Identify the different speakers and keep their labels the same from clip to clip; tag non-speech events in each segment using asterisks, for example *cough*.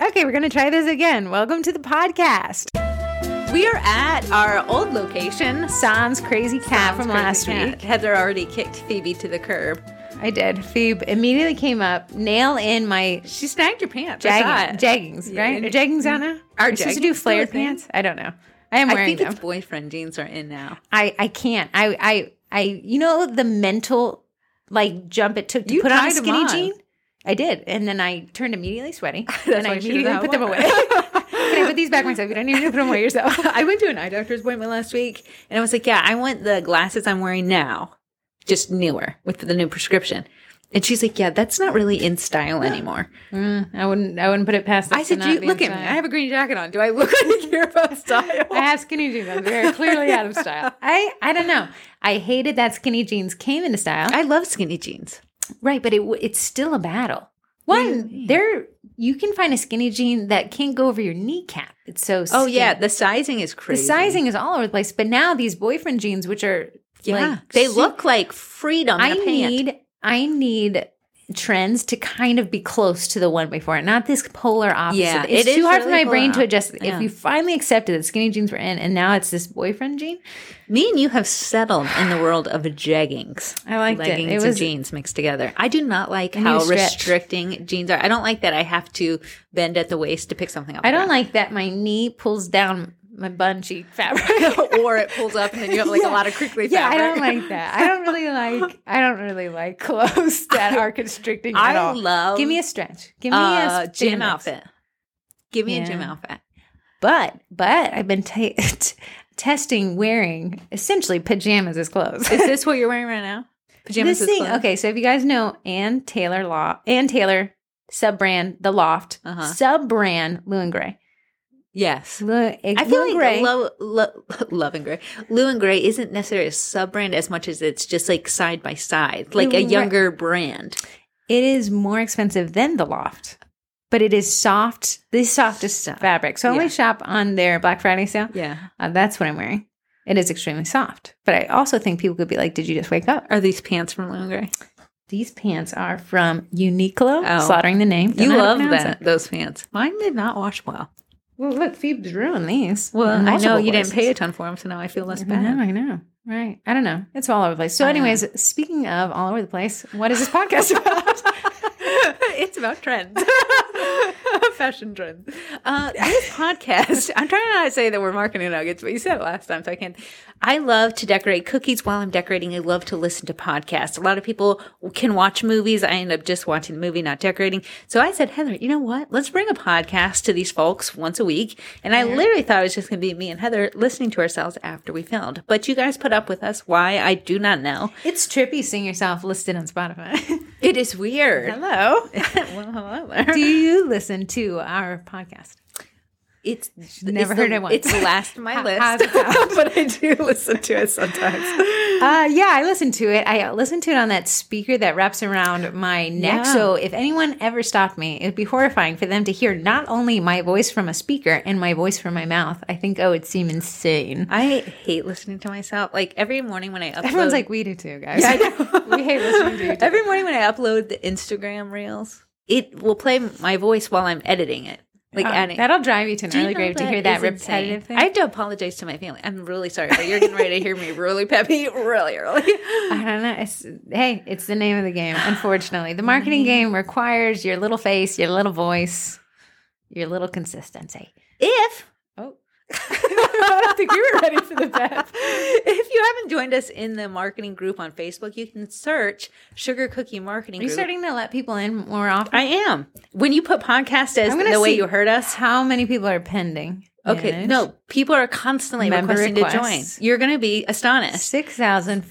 Speaker 1: okay, we're going to try this again. Welcome to the podcast. We are at our old location, Sans Crazy Cat from last week.
Speaker 2: Heather already kicked Phoebe to the curb.
Speaker 1: I did. Phoebe immediately came up, nail in my
Speaker 2: She snagged your pants. I saw
Speaker 1: jagging,
Speaker 2: it.
Speaker 1: jaggings,
Speaker 2: Yeah,
Speaker 1: right?
Speaker 2: and-
Speaker 1: Are jaggings on now?
Speaker 2: Are
Speaker 1: Am I supposed to do
Speaker 2: jaggings still a
Speaker 1: flared
Speaker 2: thing?
Speaker 1: pants? I don't know. I am
Speaker 2: I
Speaker 1: wearing
Speaker 2: think
Speaker 1: them.
Speaker 2: it's boyfriend jeans are in now.
Speaker 1: I I can't. I I I you know the mental like jump it took to
Speaker 2: You
Speaker 1: put on a
Speaker 2: tried 'em
Speaker 1: skinny
Speaker 2: on.
Speaker 1: jean. I did, and then I turned immediately *laughs* sweaty,
Speaker 2: That's
Speaker 1: and I
Speaker 2: why she was
Speaker 1: immediately
Speaker 2: out
Speaker 1: put them away. *laughs*
Speaker 2: walking.
Speaker 1: Can I put these back myself? You don't even need to put them away yourself.
Speaker 2: *laughs* I went to an eye doctor's appointment last week and I was like, Yeah, I want the glasses I'm wearing now, just newer with the new prescription. And she's like, Yeah, that's not really in *gasps* style anymore.
Speaker 1: *laughs* I wouldn't. I wouldn't put it past.
Speaker 2: I said, you, Look at me. I have a green jacket on. Do I look *laughs* like you're about style?
Speaker 1: I have skinny jeans. on. They're clearly out of style. I I don't know. I hated that skinny jeans came into style.
Speaker 2: I love skinny jeans.
Speaker 1: Right, but it w- it's still a battle. One, there you can find a skinny jean that can't go over your kneecap. It's so
Speaker 2: Oh,
Speaker 1: skinny.
Speaker 2: yeah. The sizing is
Speaker 1: the
Speaker 2: crazy.
Speaker 1: sizing is all over the place. But now these boyfriend jeans, which are
Speaker 2: Yeah.
Speaker 1: like
Speaker 2: they
Speaker 1: su-
Speaker 2: look like freedom.
Speaker 1: I
Speaker 2: in a pant.
Speaker 1: need I need trends to kind of be close to the one before it, not this polar opposite.
Speaker 2: Yeah,
Speaker 1: it's
Speaker 2: it
Speaker 1: too
Speaker 2: is
Speaker 1: hard for
Speaker 2: really
Speaker 1: my brain to
Speaker 2: polar.
Speaker 1: adjust. If
Speaker 2: Yeah.
Speaker 1: you finally accepted that skinny jeans were in, and now it's this boyfriend jean,
Speaker 2: Me and you have settled in the world of jeggings.
Speaker 1: I liked it.
Speaker 2: leggings
Speaker 1: It was-
Speaker 2: and jeans mixed together. I do not like
Speaker 1: need
Speaker 2: how
Speaker 1: to stretch.
Speaker 2: restricting jeans are. I don't like that I have to bend at the waist to pick something up.
Speaker 1: I don't like that my knee pulls down my bun cheek
Speaker 2: *laughs*
Speaker 1: fabric.
Speaker 2: *laughs* or it pulls up and then you have like a lot of crinkly
Speaker 1: *laughs* Yeah, I
Speaker 2: fabric.
Speaker 1: don't like that. I don't
Speaker 2: *laughs*
Speaker 1: really like. I don't really like clothes that are constricting at
Speaker 2: I
Speaker 1: all.
Speaker 2: love
Speaker 1: Give me a stretch. Give me
Speaker 2: uh,
Speaker 1: a
Speaker 2: gym
Speaker 1: stimulus.
Speaker 2: outfit. Give me a gym
Speaker 1: Yeah.
Speaker 2: outfit.
Speaker 1: But but I've been ta *laughs* t- testing wearing essentially pajamas as clothes. *laughs*
Speaker 2: Is this what you're wearing right now? Pajamas.
Speaker 1: this
Speaker 2: is
Speaker 1: thing,
Speaker 2: clothes?
Speaker 1: okay. So if you guys know Ann Taylor Law, Ann Taylor sub brand The Loft,
Speaker 2: Uh-huh.
Speaker 1: sub brand Lou and Gray. eh,
Speaker 2: Yes.
Speaker 1: Lou,
Speaker 2: I feel like Gray. Lo, Lo- *laughs* Love and Gray. Lou and Gray isn't necessarily a sub brand as much as it's just like side by side, like a
Speaker 1: Right.
Speaker 2: younger brand.
Speaker 1: It is more expensive than the loft, but it is soft, the softest
Speaker 2: Soft.
Speaker 1: fabric. So I only
Speaker 2: Yeah.
Speaker 1: shop on their Black Friday sale.
Speaker 2: Yeah.
Speaker 1: Uh, that's what I'm wearing. It is extremely soft, but I also think people could be like, "Did you just wake up?"
Speaker 2: Are these pants from Lou and Gray?
Speaker 1: These pants are from Uniqlo.
Speaker 2: Oh.
Speaker 1: Slaughtering the name. Don't
Speaker 2: You
Speaker 1: know how to
Speaker 2: love
Speaker 1: pronounce
Speaker 2: that
Speaker 1: it.
Speaker 2: those pants. Mine did not wash well.
Speaker 1: Well, look, Phoebe's ruined these.
Speaker 2: Well,
Speaker 1: in
Speaker 2: I know
Speaker 1: multiple
Speaker 2: you didn't
Speaker 1: places.
Speaker 2: pay a ton for them, so now I feel less
Speaker 1: I know,
Speaker 2: bad.
Speaker 1: I know. Right. I don't know. It's all over the place. So,
Speaker 2: I know.
Speaker 1: anyways, speaking of all over the place, what is this
Speaker 2: *laughs*
Speaker 1: podcast about?
Speaker 2: it's about trends, *laughs* fashion trends. Uh, this *laughs* podcast. I'm trying not to say that we're marketing nuggets, but you said it last time, so I can't. I love to decorate cookies while I'm decorating. I love to listen to podcasts. A lot of people can watch movies. I end up just watching the movie, not decorating. So I said, Heather, you know what? Let's bring a podcast to these folks once a week. And I literally thought it was just going to be me and Heather listening to ourselves after we filmed. But you guys put up with us. Why? I do not know.
Speaker 1: it's trippy seeing yourself listed on Spotify.
Speaker 2: It is weird.
Speaker 1: *laughs* Hello.
Speaker 2: *laughs* well, hello there.
Speaker 1: Do you listen to our podcast?
Speaker 2: It's
Speaker 1: never
Speaker 2: it's
Speaker 1: heard
Speaker 2: the,
Speaker 1: it once. *laughs*
Speaker 2: It's last on my
Speaker 1: How-
Speaker 2: list, *laughs* but I do listen to it sometimes.
Speaker 1: Uh, yeah, I listen to it. I listen to it on that speaker that wraps around my neck.
Speaker 2: Yeah.
Speaker 1: So if anyone ever stopped me, it would be horrifying for them to hear not only my voice from a speaker and my voice from my mouth. I think I would seem insane.
Speaker 2: I hate listening to myself. Like every morning when I upload,
Speaker 1: Everyone's like, we do too, guys.
Speaker 2: I know.
Speaker 1: *laughs* we hate listening
Speaker 2: *laughs*
Speaker 1: to you. Too.
Speaker 2: every morning when I upload the Instagram reels, it will play my voice while I'm editing it. Like
Speaker 1: Oh,
Speaker 2: adding.
Speaker 1: that'll drive you to an
Speaker 2: Do you
Speaker 1: early
Speaker 2: know
Speaker 1: grave to hear that
Speaker 2: is insane?
Speaker 1: repetitive thing.
Speaker 2: I have to apologize to my family. I'm really sorry, but you're getting ready to hear me really peppy really early.
Speaker 1: I don't know. It's, hey, it's the name of the game. Unfortunately, *sighs* the marketing game requires your little face, your little voice, your little consistency.
Speaker 2: If
Speaker 1: Oh, *laughs* I don't think we were ready for the bet.
Speaker 2: if you haven't joined us in the marketing group on Facebook, you can search Sugar Cookie Marketing
Speaker 1: Are you
Speaker 2: Group.
Speaker 1: starting to let people in more often?
Speaker 2: I am. When you put podcast as
Speaker 1: I'm gonna
Speaker 2: the way
Speaker 1: see-
Speaker 2: you heard us,
Speaker 1: How many people are pending?
Speaker 2: okay,
Speaker 1: Manage.
Speaker 2: no, people are constantly
Speaker 1: Member
Speaker 2: requesting
Speaker 1: requests.
Speaker 2: to join. You're going to be astonished.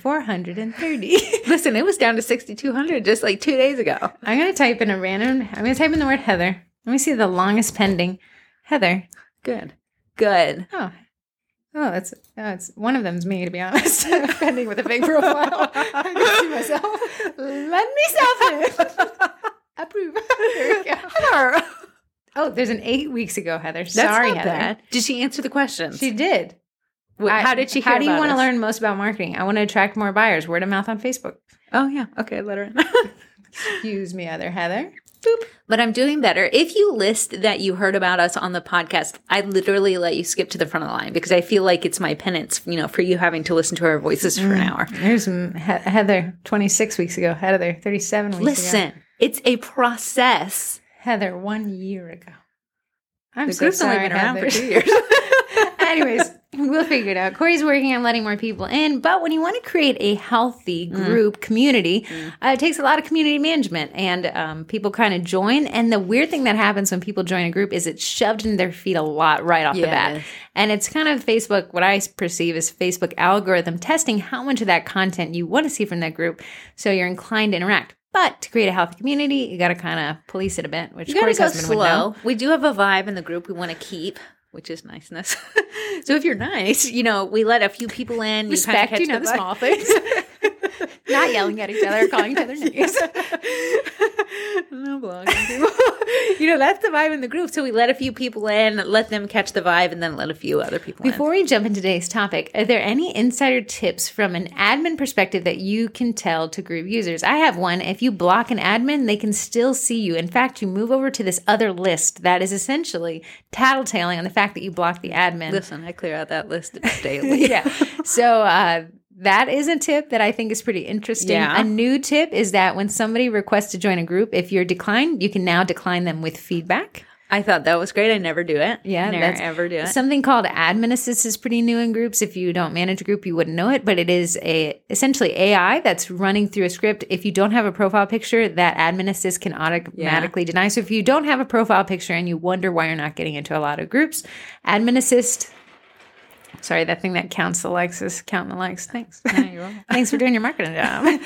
Speaker 1: 6,430.
Speaker 2: Listen, it was down to 6,200 just like two days ago.
Speaker 1: *laughs* I'm going to type in a random, I'm going to type in the word Heather. Let me see the longest pending. Heather.
Speaker 2: Good. Good.
Speaker 1: Oh. Oh, that's oh, it's one of them's me to be honest.
Speaker 2: *laughs*
Speaker 1: Pending with a fake profile. *laughs* I can see myself. Let me self in.
Speaker 2: *laughs*
Speaker 1: Approve. There we go.
Speaker 2: Heather.
Speaker 1: *laughs* Oh, there's an eight weeks ago, Heather.
Speaker 2: That's
Speaker 1: Sorry,
Speaker 2: not
Speaker 1: Heather.
Speaker 2: bad. Did she answer the questions?
Speaker 1: She did.
Speaker 2: Wh-
Speaker 1: I-
Speaker 2: how did she hear
Speaker 1: How do you
Speaker 2: about
Speaker 1: want to
Speaker 2: us?
Speaker 1: learn most about marketing? I want to attract
Speaker 2: *laughs*
Speaker 1: more buyers. Word of mouth on Facebook. *laughs*
Speaker 2: Oh, yeah. Okay, let her in.
Speaker 1: Excuse me, other Heather. Boop.
Speaker 2: but I'm doing better. If you list that you heard about us on the podcast, I literally let you skip to the front of the line because I feel like it's my penance, you know, for you having to listen to our voices for an hour.
Speaker 1: There's mm, He- Heather 26 weeks ago. Heather 37 weeks ago.
Speaker 2: Listen, it's a process.
Speaker 1: Heather one year ago. I'm
Speaker 2: The
Speaker 1: so
Speaker 2: group's
Speaker 1: sorry,
Speaker 2: only been around for
Speaker 1: Heather. *laughs*
Speaker 2: two years.
Speaker 1: Anyways, we'll figure it out. Corey's working on letting more people in, but when you want to create a healthy
Speaker 2: Mm.
Speaker 1: group community, uh, it takes a lot of community management, and um, people kind of join. And the weird thing that happens when people join a group is it's shoved into their feet a lot right off the
Speaker 2: Yeah, it
Speaker 1: bat,
Speaker 2: is.
Speaker 1: and it's kind of Facebook. What I perceive is Facebook algorithm testing how much of that content you want to see from that group, so you're inclined to interact. But to create a healthy community, you got to kind of police it a bit, which
Speaker 2: You gotta
Speaker 1: Corey's
Speaker 2: go
Speaker 1: husband would know.
Speaker 2: slow. We do have a vibe in the group we want to keep, which is niceness. *laughs* so if you're nice, you know, we let a few people in. you kinda
Speaker 1: Respect,
Speaker 2: catch
Speaker 1: you know, the
Speaker 2: vibe.
Speaker 1: small things. *laughs* Not yelling at each other, calling each other
Speaker 2: *laughs*
Speaker 1: names.
Speaker 2: no blocking people. you know, that's the vibe in the group. So we let a few people in, let them catch the vibe, and then let a few other people in.
Speaker 1: Before we jump into today's topic, are there any insider tips from an admin perspective that you can tell to group users? I have one. If you block an admin, they can still see you. In fact, you move over to this other list that is essentially tattletaling on the fact that you blocked the admin.
Speaker 2: Listen, I clear out that list *laughs*
Speaker 1: *laughs*
Speaker 2: daily.
Speaker 1: yeah. So uh, that is a tip that I think is pretty interesting.
Speaker 2: Yeah.
Speaker 1: A new tip is that when somebody requests to join a group, if you're declined, you can now decline them with feedback.
Speaker 2: I thought that was great. I never do it.
Speaker 1: Yeah,
Speaker 2: never
Speaker 1: that's-
Speaker 2: ever do it.
Speaker 1: Something called admin assist is pretty new in groups. If you don't manage a group, you wouldn't know it, but it is a essentially AI that's running through a script. If you don't have a profile picture, that admin assist can automatically deny. So if you don't have a profile picture and you wonder why you're not getting into a lot of groups, admin assist. Sorry, that thing that counts the likes is counting the likes. Thanks. *laughs* Thanks for doing your marketing
Speaker 2: *laughs*
Speaker 1: job.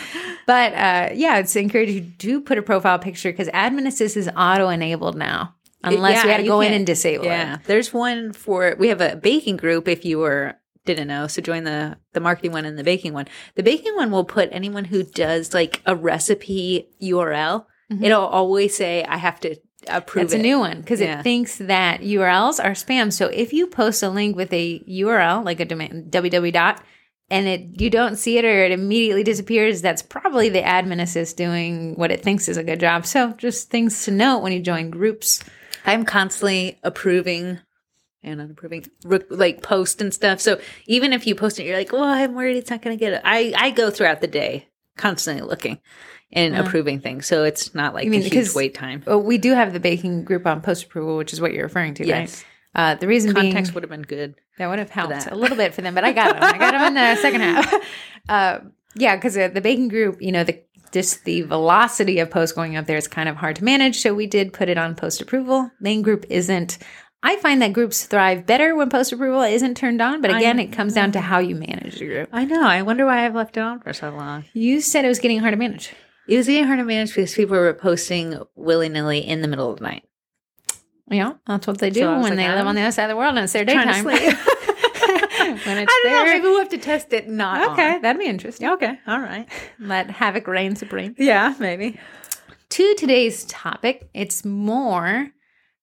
Speaker 1: But uh, yeah, it's encouraged you do put a profile picture because admin assist is auto enabled now, unless
Speaker 2: Yeah,
Speaker 1: you had to
Speaker 2: you
Speaker 1: go in
Speaker 2: can't-
Speaker 1: and disable it.
Speaker 2: Yeah, there's one for we have a baking group. If you were didn't know, so join the the marketing one and the baking one. The baking one will put anyone who does like a recipe URL. It'll always say I have to approve.
Speaker 1: Mm-hmm. That's a
Speaker 2: it."
Speaker 1: new one because
Speaker 2: Yeah.
Speaker 1: it thinks that URLs are spam. So if you post a link with a URL like a domain www dot and it you don't see it or it immediately disappears, that's probably the admin assist doing what it thinks is a good job. So just things to note when you join groups.
Speaker 2: I'm constantly approving and unapproving re- like post and stuff. So even if you post it, you're like, well, I'm worried it's not going to get it. I I go throughout the day constantly looking and approving things, so it's not like
Speaker 1: mean,
Speaker 2: a huge
Speaker 1: because-
Speaker 2: wait time.
Speaker 1: Oh, we do have the baking group on post approval, which is what you're referring to,
Speaker 2: Yes.
Speaker 1: right? Uh, the reason being,
Speaker 2: Context would have been good.
Speaker 1: That would have helped
Speaker 2: that.
Speaker 1: a little bit for them, but I got them. I got them in
Speaker 2: *laughs*
Speaker 1: the second half. Uh, yeah, because the baking group, you know, the just the velocity of posts going up there is kind of hard to manage. So we did put it on post approval. Main group isn't. I find that groups thrive better when post approval isn't turned on. But again, it comes down to
Speaker 2: Mm-hmm.
Speaker 1: how you manage the group.
Speaker 2: I know. I wonder why I've left it on for so long.
Speaker 1: You said it was getting hard to manage.
Speaker 2: It was getting hard to manage because people were posting willy nilly in the middle of the night.
Speaker 1: Yeah, that's what they do
Speaker 2: So I
Speaker 1: when
Speaker 2: was like,
Speaker 1: they
Speaker 2: I
Speaker 1: live
Speaker 2: don't-
Speaker 1: on the other side of the world and it's their daytime.
Speaker 2: Trying to *laughs* sleep.
Speaker 1: when
Speaker 2: I
Speaker 1: it's
Speaker 2: don't know.
Speaker 1: there.
Speaker 2: Maybe we'll have to test it.
Speaker 1: *laughs*
Speaker 2: Not
Speaker 1: Okay,
Speaker 2: on.
Speaker 1: that'd be interesting.
Speaker 2: Okay. All right.
Speaker 1: Let havoc reign supreme.
Speaker 2: Yeah. Maybe.
Speaker 1: to today's topic, it's more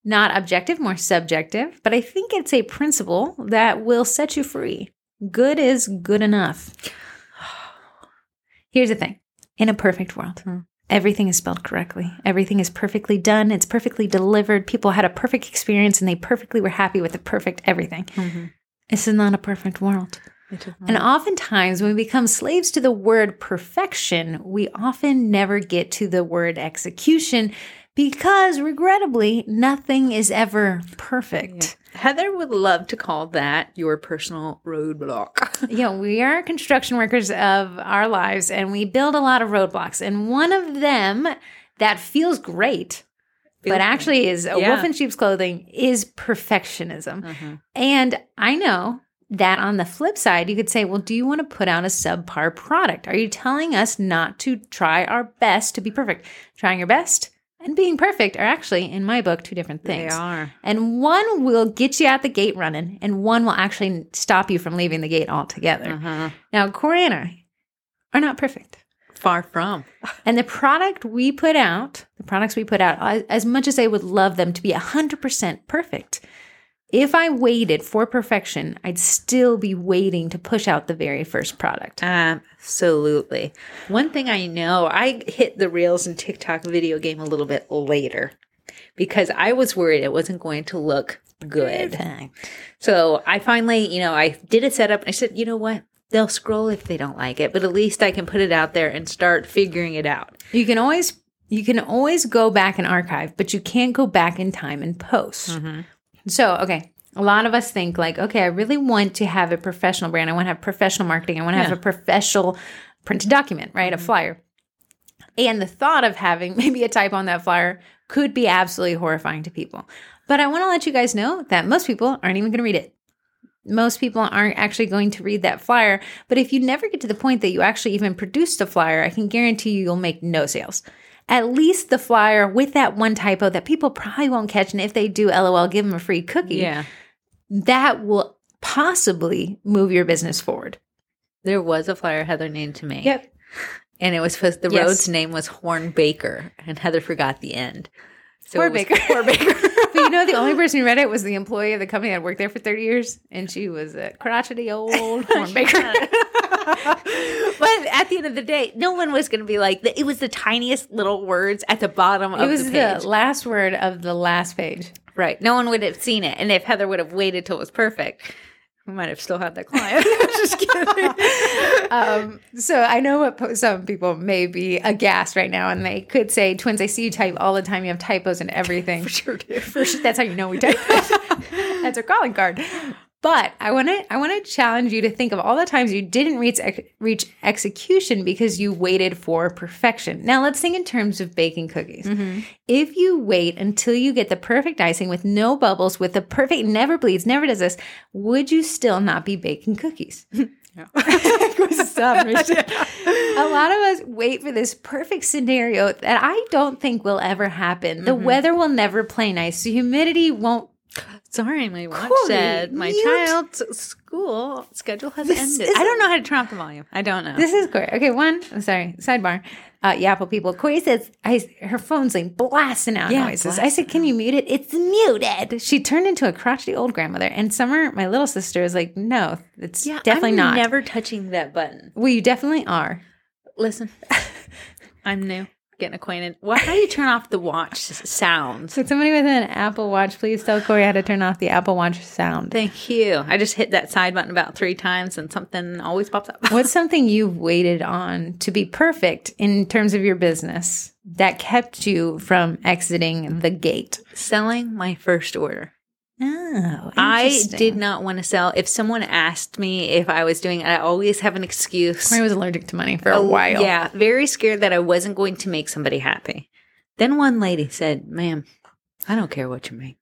Speaker 1: not objective, more subjective, but I think it's a principle that will set you free. Good is good enough. *sighs* Here's the thing in a perfect world,
Speaker 2: Hmm.
Speaker 1: everything is spelled correctly, everything is perfectly done, it's perfectly delivered. People had a perfect experience and they perfectly were happy with the perfect everything. This is not a perfect world. And oftentimes, when we become slaves to the word perfection, we often never get to the word execution because, regrettably, nothing is ever perfect.
Speaker 2: Heather would love to call that your personal roadblock. *laughs*
Speaker 1: Yeah. we are construction workers of our lives and we build a lot of roadblocks. And one of them that feels great,
Speaker 2: Feels
Speaker 1: but actually is a
Speaker 2: Yeah. Mm-hmm.
Speaker 1: wolf in sheep's clothing is perfectionism. And I know that on the flip side, you could say, well, do you want to put out a subpar product? Are you telling us not to try our best to be perfect? Trying your best and being perfect are actually, in my book, two different things.
Speaker 2: are.
Speaker 1: And one will get you out the gate running, and one will actually stop you from leaving the gate altogether. Now, Corey and I are not perfect.
Speaker 2: Far from.
Speaker 1: And the product we put out, the products we put out, a- as much as I would love them to be 100% perfect, If I waited for perfection, I'd still be waiting to push out the very first product.
Speaker 2: Absolutely. One thing I know, I hit the Reels and TikTok video game a little bit later because I was worried it wasn't going to look good. So I finally, you know, I did a setup and I said, you know what? They'll scroll if they don't like it, but at least I can put it out there and start figuring it out.
Speaker 1: You can always you can always go back and archive, but you can't go back in time and post. So, okay. A lot of us think like, okay, I really want to have a professional brand. I want to have professional marketing. I want to have
Speaker 2: Yeah.
Speaker 1: a professional printed document, right? A flyer. And the thought of having *laughs* maybe a type on that flyer could be absolutely horrifying to people. But I want to let you guys know that most people aren't even going to read it. Most people aren't actually going to read that flyer. But if you never get to the point that you actually even produce the flyer, I can guarantee you you'll make no sales. At least the flyer with that one typo that people probably won't catch. And if they do, lol, give them a free cookie. That will possibly move your business forward.
Speaker 2: There was a flyer Heather named to me.
Speaker 1: Yep.
Speaker 2: And it was supposed the
Speaker 1: Yes.
Speaker 2: road's name was Horn Baker and Heather forgot the end. So
Speaker 1: Poor
Speaker 2: it was
Speaker 1: Baker. *laughs*
Speaker 2: Horn Baker.
Speaker 1: But you know, the only person who read it was the employee of the company that worked there for 30 years. And she was a crotchety
Speaker 2: *laughs*
Speaker 1: old horn baker.
Speaker 2: but at the end of the day, no one was going to be like it was the tiniest little words at the bottom
Speaker 1: It
Speaker 2: of
Speaker 1: was
Speaker 2: the
Speaker 1: the,
Speaker 2: page.
Speaker 1: last word of the last page.
Speaker 2: right. No one would have seen it, and if Heather would have waited till it was perfect, we might have still had
Speaker 1: *laughs*
Speaker 2: that client. *laughs* Just kidding.
Speaker 1: Um, so I know what po- some people may be aghast right now, and they could say, "Twins, I see you type all the time. You have typos and
Speaker 2: *laughs*
Speaker 1: everything."
Speaker 2: sure do.
Speaker 1: That's how you know we type. That's our calling card. But I want to I want to challenge you to think of all the times you didn't reach ex- reach execution because you waited for perfection. Now let's think in terms of baking cookies. If you wait until you get the perfect icing with no bubbles, with the perfect never bleeds, never does this, would you still not be baking cookies? Stop, Michelle. A lot of us wait for this perfect scenario that I don't think will ever happen. The weather will never play nice. The humidity won't
Speaker 2: *laughs* Sorry, my watch
Speaker 1: Corey,
Speaker 2: said my
Speaker 1: mute.
Speaker 2: child's school schedule has ended.
Speaker 1: is-
Speaker 2: I don't know how to turn off the volume. I don't know.
Speaker 1: This is Corey. Okay, one. I'm sorry. Sidebar. Uh, Yapple people. Corey says I, her phone's like blasting out
Speaker 2: Yeah,
Speaker 1: noises. I said, "Can you mute it?" It's muted. She turned into a crotchety old grandmother. And Summer, my little sister, is like, "No, it's definitely
Speaker 2: I'm
Speaker 1: not."
Speaker 2: Never touching that button.
Speaker 1: well, you definitely are.
Speaker 2: Listen, *laughs* I'm new, getting acquainted. Why how do you turn off the watch s- sounds?
Speaker 1: Could somebody with an Apple Watch please tell Corey how to turn off the Apple Watch sound?
Speaker 2: Thank you. I just hit that side button about three times, and something always pops up.
Speaker 1: What's something you've waited on to be perfect in terms of your business that kept you from exiting the gate?
Speaker 2: *laughs* Selling my first order.
Speaker 1: Oh,
Speaker 2: I
Speaker 1: interesting.
Speaker 2: did not want to sell. If someone asked me if I was doing, I always have an excuse.
Speaker 1: Corey was allergic to money for a while.
Speaker 2: Oh, Yeah, very scared that I wasn't going to make somebody happy. Then one lady said, "Ma'am, I don't care what you make.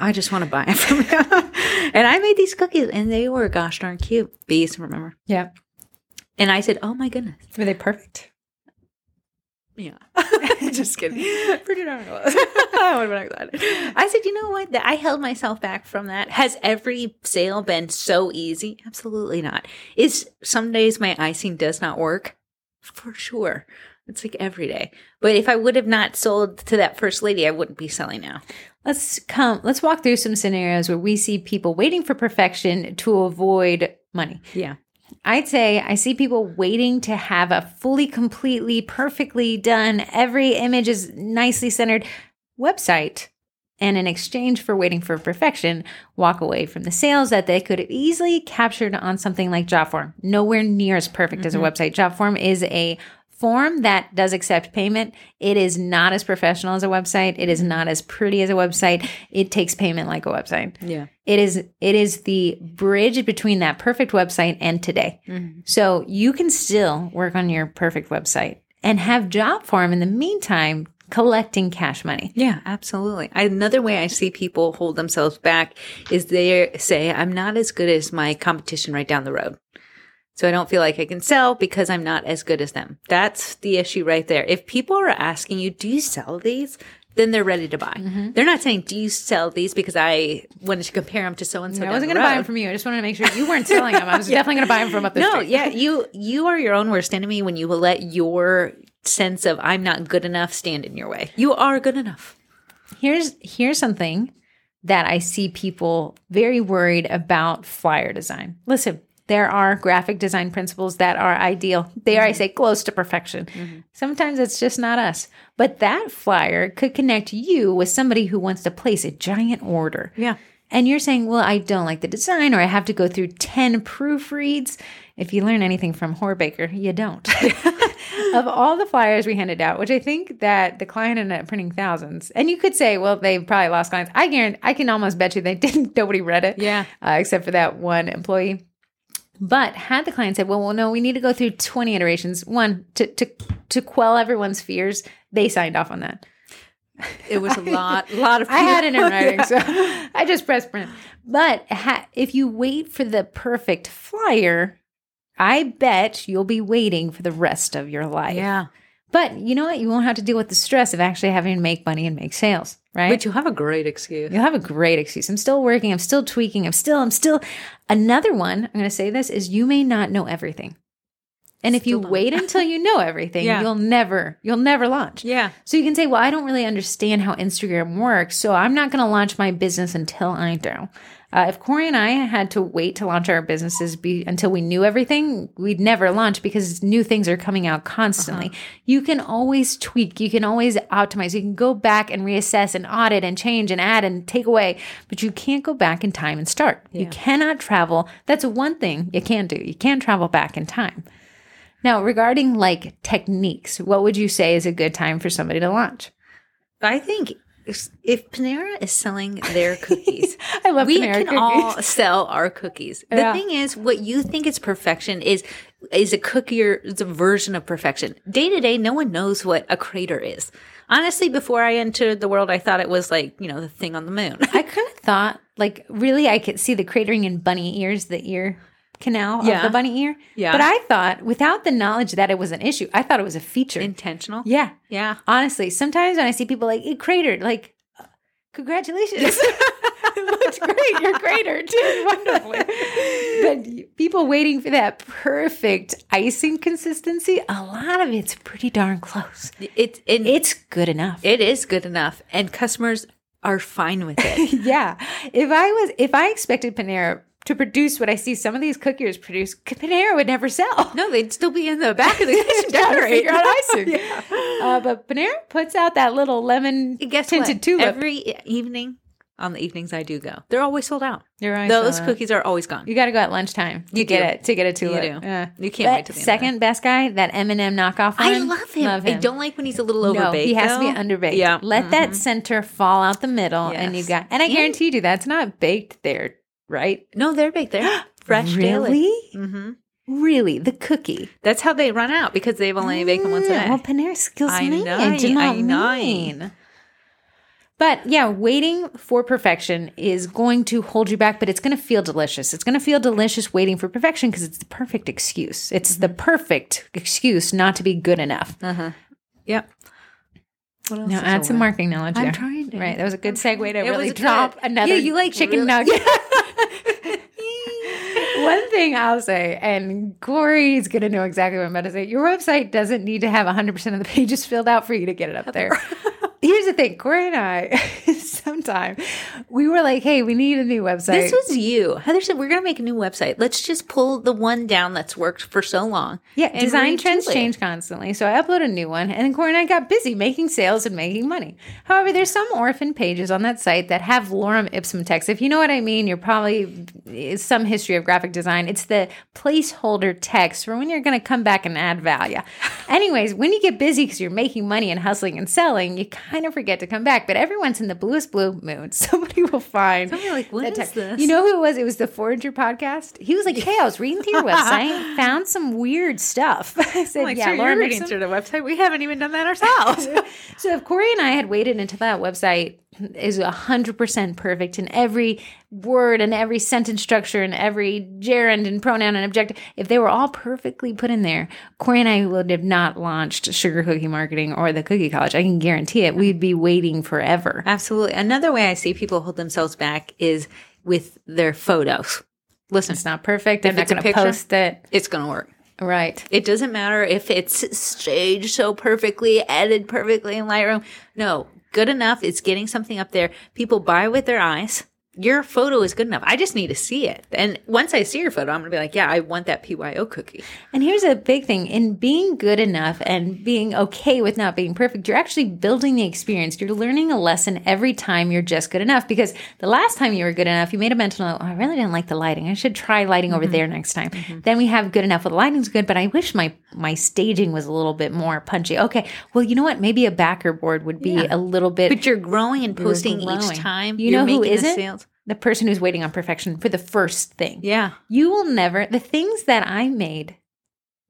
Speaker 2: I just want to buy it from you." *laughs* and I made these cookies, and they were gosh darn cute. Bees, remember?
Speaker 1: Yeah.
Speaker 2: And I said, "Oh my goodness."
Speaker 1: Were they perfect?
Speaker 2: *laughs* Yeah. Just *laughs* kidding. Pretty darn close. *laughs* I would have been excited. *laughs* I said, you know what? That I held myself back from that. Has every sale been so easy? Absolutely not. Is some days my icing does not work? For sure. It's like every day. But if I would have not sold to that first lady, I wouldn't be selling now.
Speaker 1: Let's come. Let's walk through some scenarios where we see people waiting for perfection to avoid money.
Speaker 2: Yeah.
Speaker 1: I'd say I see people waiting to have a fully, completely, perfectly done, every image is nicely centered website. And in exchange for waiting for perfection, walk away from the sales that they could have easily captured on something like JobForm. Nowhere near as perfect as a website. JobForm is a form that does accept payment. It is not as professional as a website. It is not as pretty as a website. It takes payment like a website
Speaker 2: Yeah.
Speaker 1: it is it is the bridge between that perfect website and today so you can still work on your perfect website and have job form in the meantime collecting cash money
Speaker 2: Yeah, absolutely. Another way I see people hold themselves back is they say, I'm not as good as my competition right down the road. So I don't feel like I can sell because I'm not as good as them. That's the issue right there. If people are asking you, do you sell these? Then they're ready to buy.
Speaker 1: Mm-hmm.
Speaker 2: They're not saying, do you sell these? Because I wanted to compare them to so and so.
Speaker 1: i wasn't going to buy them from you i just wanted to make sure you weren't selling them i was definitely going to buy them from up the
Speaker 2: No,
Speaker 1: street
Speaker 2: yeah, you you are your own worst enemy when you will let your sense of I'm not good enough stand in your way. You are good enough.
Speaker 1: here's here's something that I see people very worried about flyer design. Listen, there are graphic design principles that are ideal. They are, I say, close to perfection. Sometimes it's just not us. But that flyer could connect you with somebody who wants to place a giant order.
Speaker 2: Yeah.
Speaker 1: And you're saying, well, I don't like the design, or I have to go through 10 proofreads. If you learn anything from Horbaker, you don't. *laughs* of all the flyers we handed out, which I think that the client ended up printing thousands, and you could say, well, they probably lost clients. I guarantee, I can almost bet you they *laughs* didn't, nobody read it.
Speaker 2: Yeah.
Speaker 1: Uh, except for that one employee. But had the client said, well, well, no, we need to go through 20 iterations, one, to, to, to quell everyone's fears, they signed off on that.
Speaker 2: It was *laughs* a lot, lot of.
Speaker 1: I had
Speaker 2: *laughs*
Speaker 1: it in
Speaker 2: people.
Speaker 1: writing,
Speaker 2: Yeah.
Speaker 1: so I just pressed print. But ha- if you wait for the perfect flyer, I bet you'll be waiting for the rest of your life.
Speaker 2: yeah.
Speaker 1: But you know what? You won't have to deal with the stress of actually having to make money and make sales, right?
Speaker 2: But you have a great excuse.
Speaker 1: You'll have a great excuse. I'm still working. I'm still tweaking. I'm still, I'm still. Another one, I'm going to say this is you may not know everything. And if you
Speaker 2: Still don't.
Speaker 1: wait until you
Speaker 2: *laughs*
Speaker 1: know everything,
Speaker 2: Yeah.
Speaker 1: you'll never, you'll never launch.
Speaker 2: Yeah.
Speaker 1: So you can say, well, I don't really understand how Instagram works, so I'm not going to launch my business until I do. Uh, if Corey and I had to wait to launch our businesses be, until we knew everything, we'd never launch because new things are coming out constantly. You can always tweak, you can always optimize, you can go back and reassess and audit and change and add and take away, but you can't go back in time and start. You cannot travel. That's one thing you can do. You can travel back in time. Now, regarding like techniques, what would you say is a good time for somebody to launch?
Speaker 2: I think if if Panera is selling *laughs* their cookies,
Speaker 1: I love
Speaker 2: we
Speaker 1: Panera
Speaker 2: can
Speaker 1: cookies.
Speaker 2: all sell our cookies. The
Speaker 1: Yeah.
Speaker 2: thing is, what you think is perfection is is a cookier is a version of perfection. Day to day, no one knows what a crater is. Honestly, before I entered the world, I thought it was like you know the thing on the moon. *laughs*
Speaker 1: I kind of thought, like, really, I could see the cratering in bunny ears, the ear canal of
Speaker 2: Yeah.
Speaker 1: the bunny ear.
Speaker 2: Yeah.
Speaker 1: But I thought, without the knowledge that it was an issue, I thought it was a feature.
Speaker 2: Intentional.
Speaker 1: yeah.
Speaker 2: Yeah.
Speaker 1: Honestly, sometimes when I see people like, it cratered, like, congratulations. *laughs* it looks great. You're cratered. *laughs* Did wonderfully. But people waiting for that perfect icing consistency, a lot of it's pretty darn close.
Speaker 2: It's it,
Speaker 1: It's good enough.
Speaker 2: it is good enough, and customers are fine with
Speaker 1: *laughs*
Speaker 2: it.
Speaker 1: yeah. If I was, if I expected Panera to produce what I see some of these cookies produce, Panera would never sell. *laughs*
Speaker 2: no, they'd still be in the back of the kitchen
Speaker 1: Trying to
Speaker 2: decorating.
Speaker 1: figure
Speaker 2: *laughs*
Speaker 1: out icing. *laughs* Uh, but Panera puts out that little lemon
Speaker 2: Guess
Speaker 1: tinted
Speaker 2: what?
Speaker 1: tulip.
Speaker 2: Every e-, evening, on the evenings I do go, they're always sold out.
Speaker 1: You're right,
Speaker 2: Those
Speaker 1: sold out.
Speaker 2: cookies are always gone.
Speaker 1: you got to go at lunchtime to
Speaker 2: You
Speaker 1: get
Speaker 2: do.
Speaker 1: it to get a tulip.
Speaker 2: do.
Speaker 1: Yeah.
Speaker 2: You can't wait
Speaker 1: But
Speaker 2: till the end of
Speaker 1: second best guy that M&M knockoff.
Speaker 2: I
Speaker 1: one,
Speaker 2: love him. I don't like when he's a little
Speaker 1: No,
Speaker 2: overbaked.
Speaker 1: he has to be
Speaker 2: though.
Speaker 1: underbaked.
Speaker 2: Yeah, Mm-hmm.
Speaker 1: Let that center fall out the middle, and you
Speaker 2: Yes.
Speaker 1: got. And I
Speaker 2: And-
Speaker 1: guarantee you, that's not baked there, right?
Speaker 2: no, they're
Speaker 1: *gasps*
Speaker 2: baked. They're fresh daily.
Speaker 1: really,
Speaker 2: hmm
Speaker 1: really, the cookie.
Speaker 2: That's how they run out because they've only baked them once a
Speaker 1: Mm,
Speaker 2: day.
Speaker 1: Well, Panera skills
Speaker 2: I
Speaker 1: mean,
Speaker 2: know,
Speaker 1: do not
Speaker 2: I know.
Speaker 1: mean. But yeah, waiting for perfection is going to hold you back, but it's going to feel delicious. It's going to feel delicious waiting for perfection because it's the perfect excuse. It's
Speaker 2: Mm-hmm.
Speaker 1: the perfect excuse not to be good enough.
Speaker 2: Yep. What else
Speaker 1: Now
Speaker 2: is
Speaker 1: add some
Speaker 2: over?
Speaker 1: marketing knowledge.
Speaker 2: I'm
Speaker 1: there.
Speaker 2: trying to.
Speaker 1: Right, that was a good segue to
Speaker 2: It
Speaker 1: really
Speaker 2: was
Speaker 1: drop
Speaker 2: good.
Speaker 1: another.
Speaker 2: Yeah, you like
Speaker 1: chicken
Speaker 2: really-
Speaker 1: nuggets. *laughs* One thing I'll say, and Corey's going to know exactly what I'm about to say. Your website doesn't need to have 100% of the pages filled out for you to get it
Speaker 2: *laughs*
Speaker 1: up there. Here's the thing Corey and I, *laughs* sometime, we were like, hey, we need a new website.
Speaker 2: This was you. Heather said, We're going to make a new website. Let's just pull the one down that's worked for so long.
Speaker 1: yeah,
Speaker 2: and
Speaker 1: design trends
Speaker 2: retool it."
Speaker 1: change constantly. So I upload a new one, and then Corey and I got busy making sales and making money. However, there's some orphan pages on that site that have lorem ipsum text. If you know what I mean, you're probably it's some history of graphic design. It's the placeholder text for when you're going to come back and add
Speaker 2: *laughs*
Speaker 1: value. Anyways, when you get busy because you're making money and hustling and selling, you kind of forget to come back. But everyone's in the bluest blue mood. *laughs* Somebody will find.
Speaker 2: Somebody like, "What
Speaker 1: that
Speaker 2: is
Speaker 1: text."
Speaker 2: this?
Speaker 1: You know who it was? It was the Forager podcast. He was like, "Hey, I was reading through your
Speaker 2: *laughs*
Speaker 1: website, found some weird stuff." *laughs* I said,
Speaker 2: Like,
Speaker 1: "Yeah,
Speaker 2: sir,
Speaker 1: Lauren
Speaker 2: you're reading
Speaker 1: Nixon."
Speaker 2: through the website. We haven't even done that
Speaker 1: *laughs*
Speaker 2: ourselves.
Speaker 1: So if Corey and I had waited until that website is 100% perfect in every word and every sentence structure and every gerund and pronoun and objective, if they were all perfectly put in there, Corey and I would have not launched Sugar Cookie Marketing or the Cookie College. I can guarantee it. We'd be waiting forever.
Speaker 2: Absolutely. Another way I see people hold themselves back is with their photos. Listen,
Speaker 1: It's not perfect. I'm not
Speaker 2: it's a
Speaker 1: going to
Speaker 2: picture-
Speaker 1: post it.
Speaker 2: it's going to work.
Speaker 1: Right.
Speaker 2: It doesn't matter if it's staged so perfectly, edited perfectly in Lightroom. No, good enough. It's getting something up there. People buy with their eyes. Your photo is good enough. I just need to see it. And once I see your photo, I'm going to be like, yeah, I want that PYO cookie.
Speaker 1: And here's a big thing in being good enough and being okay with not being perfect, you're actually building the experience. You're learning a lesson every time you're just good enough because the last time you were good enough, you made a mental note, oh, I really didn't like the lighting. I should try lighting
Speaker 2: Mm-hmm.
Speaker 1: over there next time. Then we have good enough. Well, the lighting's good, but I wish my, my staging was a little bit more punchy. Okay. Well, you know what? Maybe a backer board would be a little bit.
Speaker 2: But you're growing and posting
Speaker 1: growing.
Speaker 2: each time.
Speaker 1: You
Speaker 2: you're
Speaker 1: know who
Speaker 2: making the
Speaker 1: isn't?
Speaker 2: sales.
Speaker 1: the person who's waiting on perfection for the first thing.
Speaker 2: Yeah.
Speaker 1: You will never, the things that I made,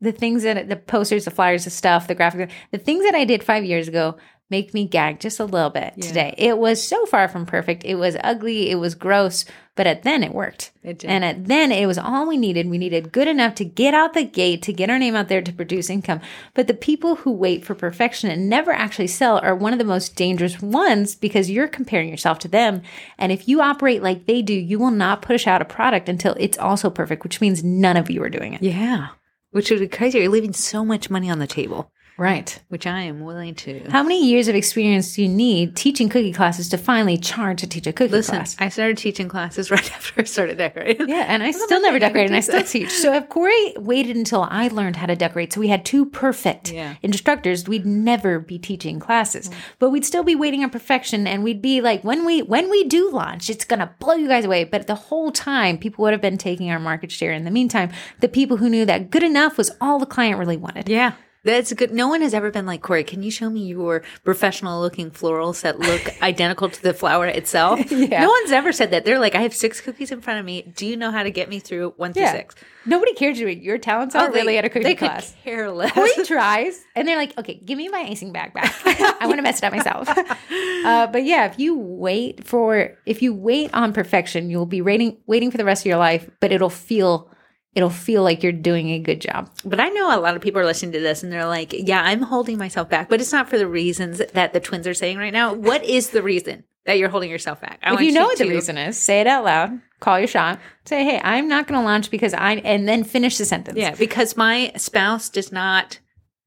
Speaker 1: the things that the posters, the flyers, the stuff, the graphic, the things that I did five years ago make me gag just a little bit
Speaker 2: Yeah.
Speaker 1: today. It was so far from perfect. It was ugly. It was gross. But at then it worked.
Speaker 2: It did.
Speaker 1: And at then it was all we needed. We needed good enough to get out the gate, to get our name out there, to produce income. But the people who wait for perfection and never actually sell are one of the most dangerous ones because you're comparing yourself to them. And if you operate like they do, you will not push out a product until it's also perfect, which means none of you are doing it.
Speaker 2: Yeah. Which would be crazy. You're leaving so much money on the table,
Speaker 1: Right.
Speaker 2: which I am willing to.
Speaker 1: How many years of experience do you need teaching cookie classes to finally charge to teach a cookie
Speaker 2: Listen,
Speaker 1: class?
Speaker 2: I started teaching classes *laughs* right after I started decorating.
Speaker 1: Yeah, and I still never decorated and I still teach. So if Corey waited until I learned how to decorate, so we had two perfect
Speaker 2: Yeah. Mm.
Speaker 1: instructors, we'd never be teaching classes. But we'd still be waiting on perfection and we'd be like, when we when we do launch, it's gonna blow you guys away. But the whole time people would have been taking our market share. In the meantime, the people who knew that good enough was all the client really wanted.
Speaker 2: Yeah. That's good. No one has ever been like, Corey, can you show me your professional looking florals that *laughs* look identical to the flower *laughs* itself? No one's ever said that. They're like, I have six cookies in front of me. Do you know how to get me through one through six?
Speaker 1: Nobody cares what your talents are
Speaker 2: Oh, they-
Speaker 1: really at a cookie
Speaker 2: they
Speaker 1: class.
Speaker 2: Could care less.
Speaker 1: He tries, and they're like, "Okay, give me my icing bag back. *laughs* I want to mess it up myself." Uh, but yeah, if you wait for if you wait on perfection, you'll be waiting waiting for the rest of your life. But it'll feel it'll feel like you're doing a good job.
Speaker 2: But I know a lot of people are listening to this and they're like, yeah, I'm holding myself back, but it's not for the reasons that the twins are saying right now. What is the reason that you're holding yourself back? I
Speaker 1: If
Speaker 2: want
Speaker 1: you know what the
Speaker 2: to-
Speaker 1: reason is, say it out loud. Call your shot. Say, "Hey, I'm not going to launch because I'm," and then finish the sentence.
Speaker 2: Yeah, because my spouse does not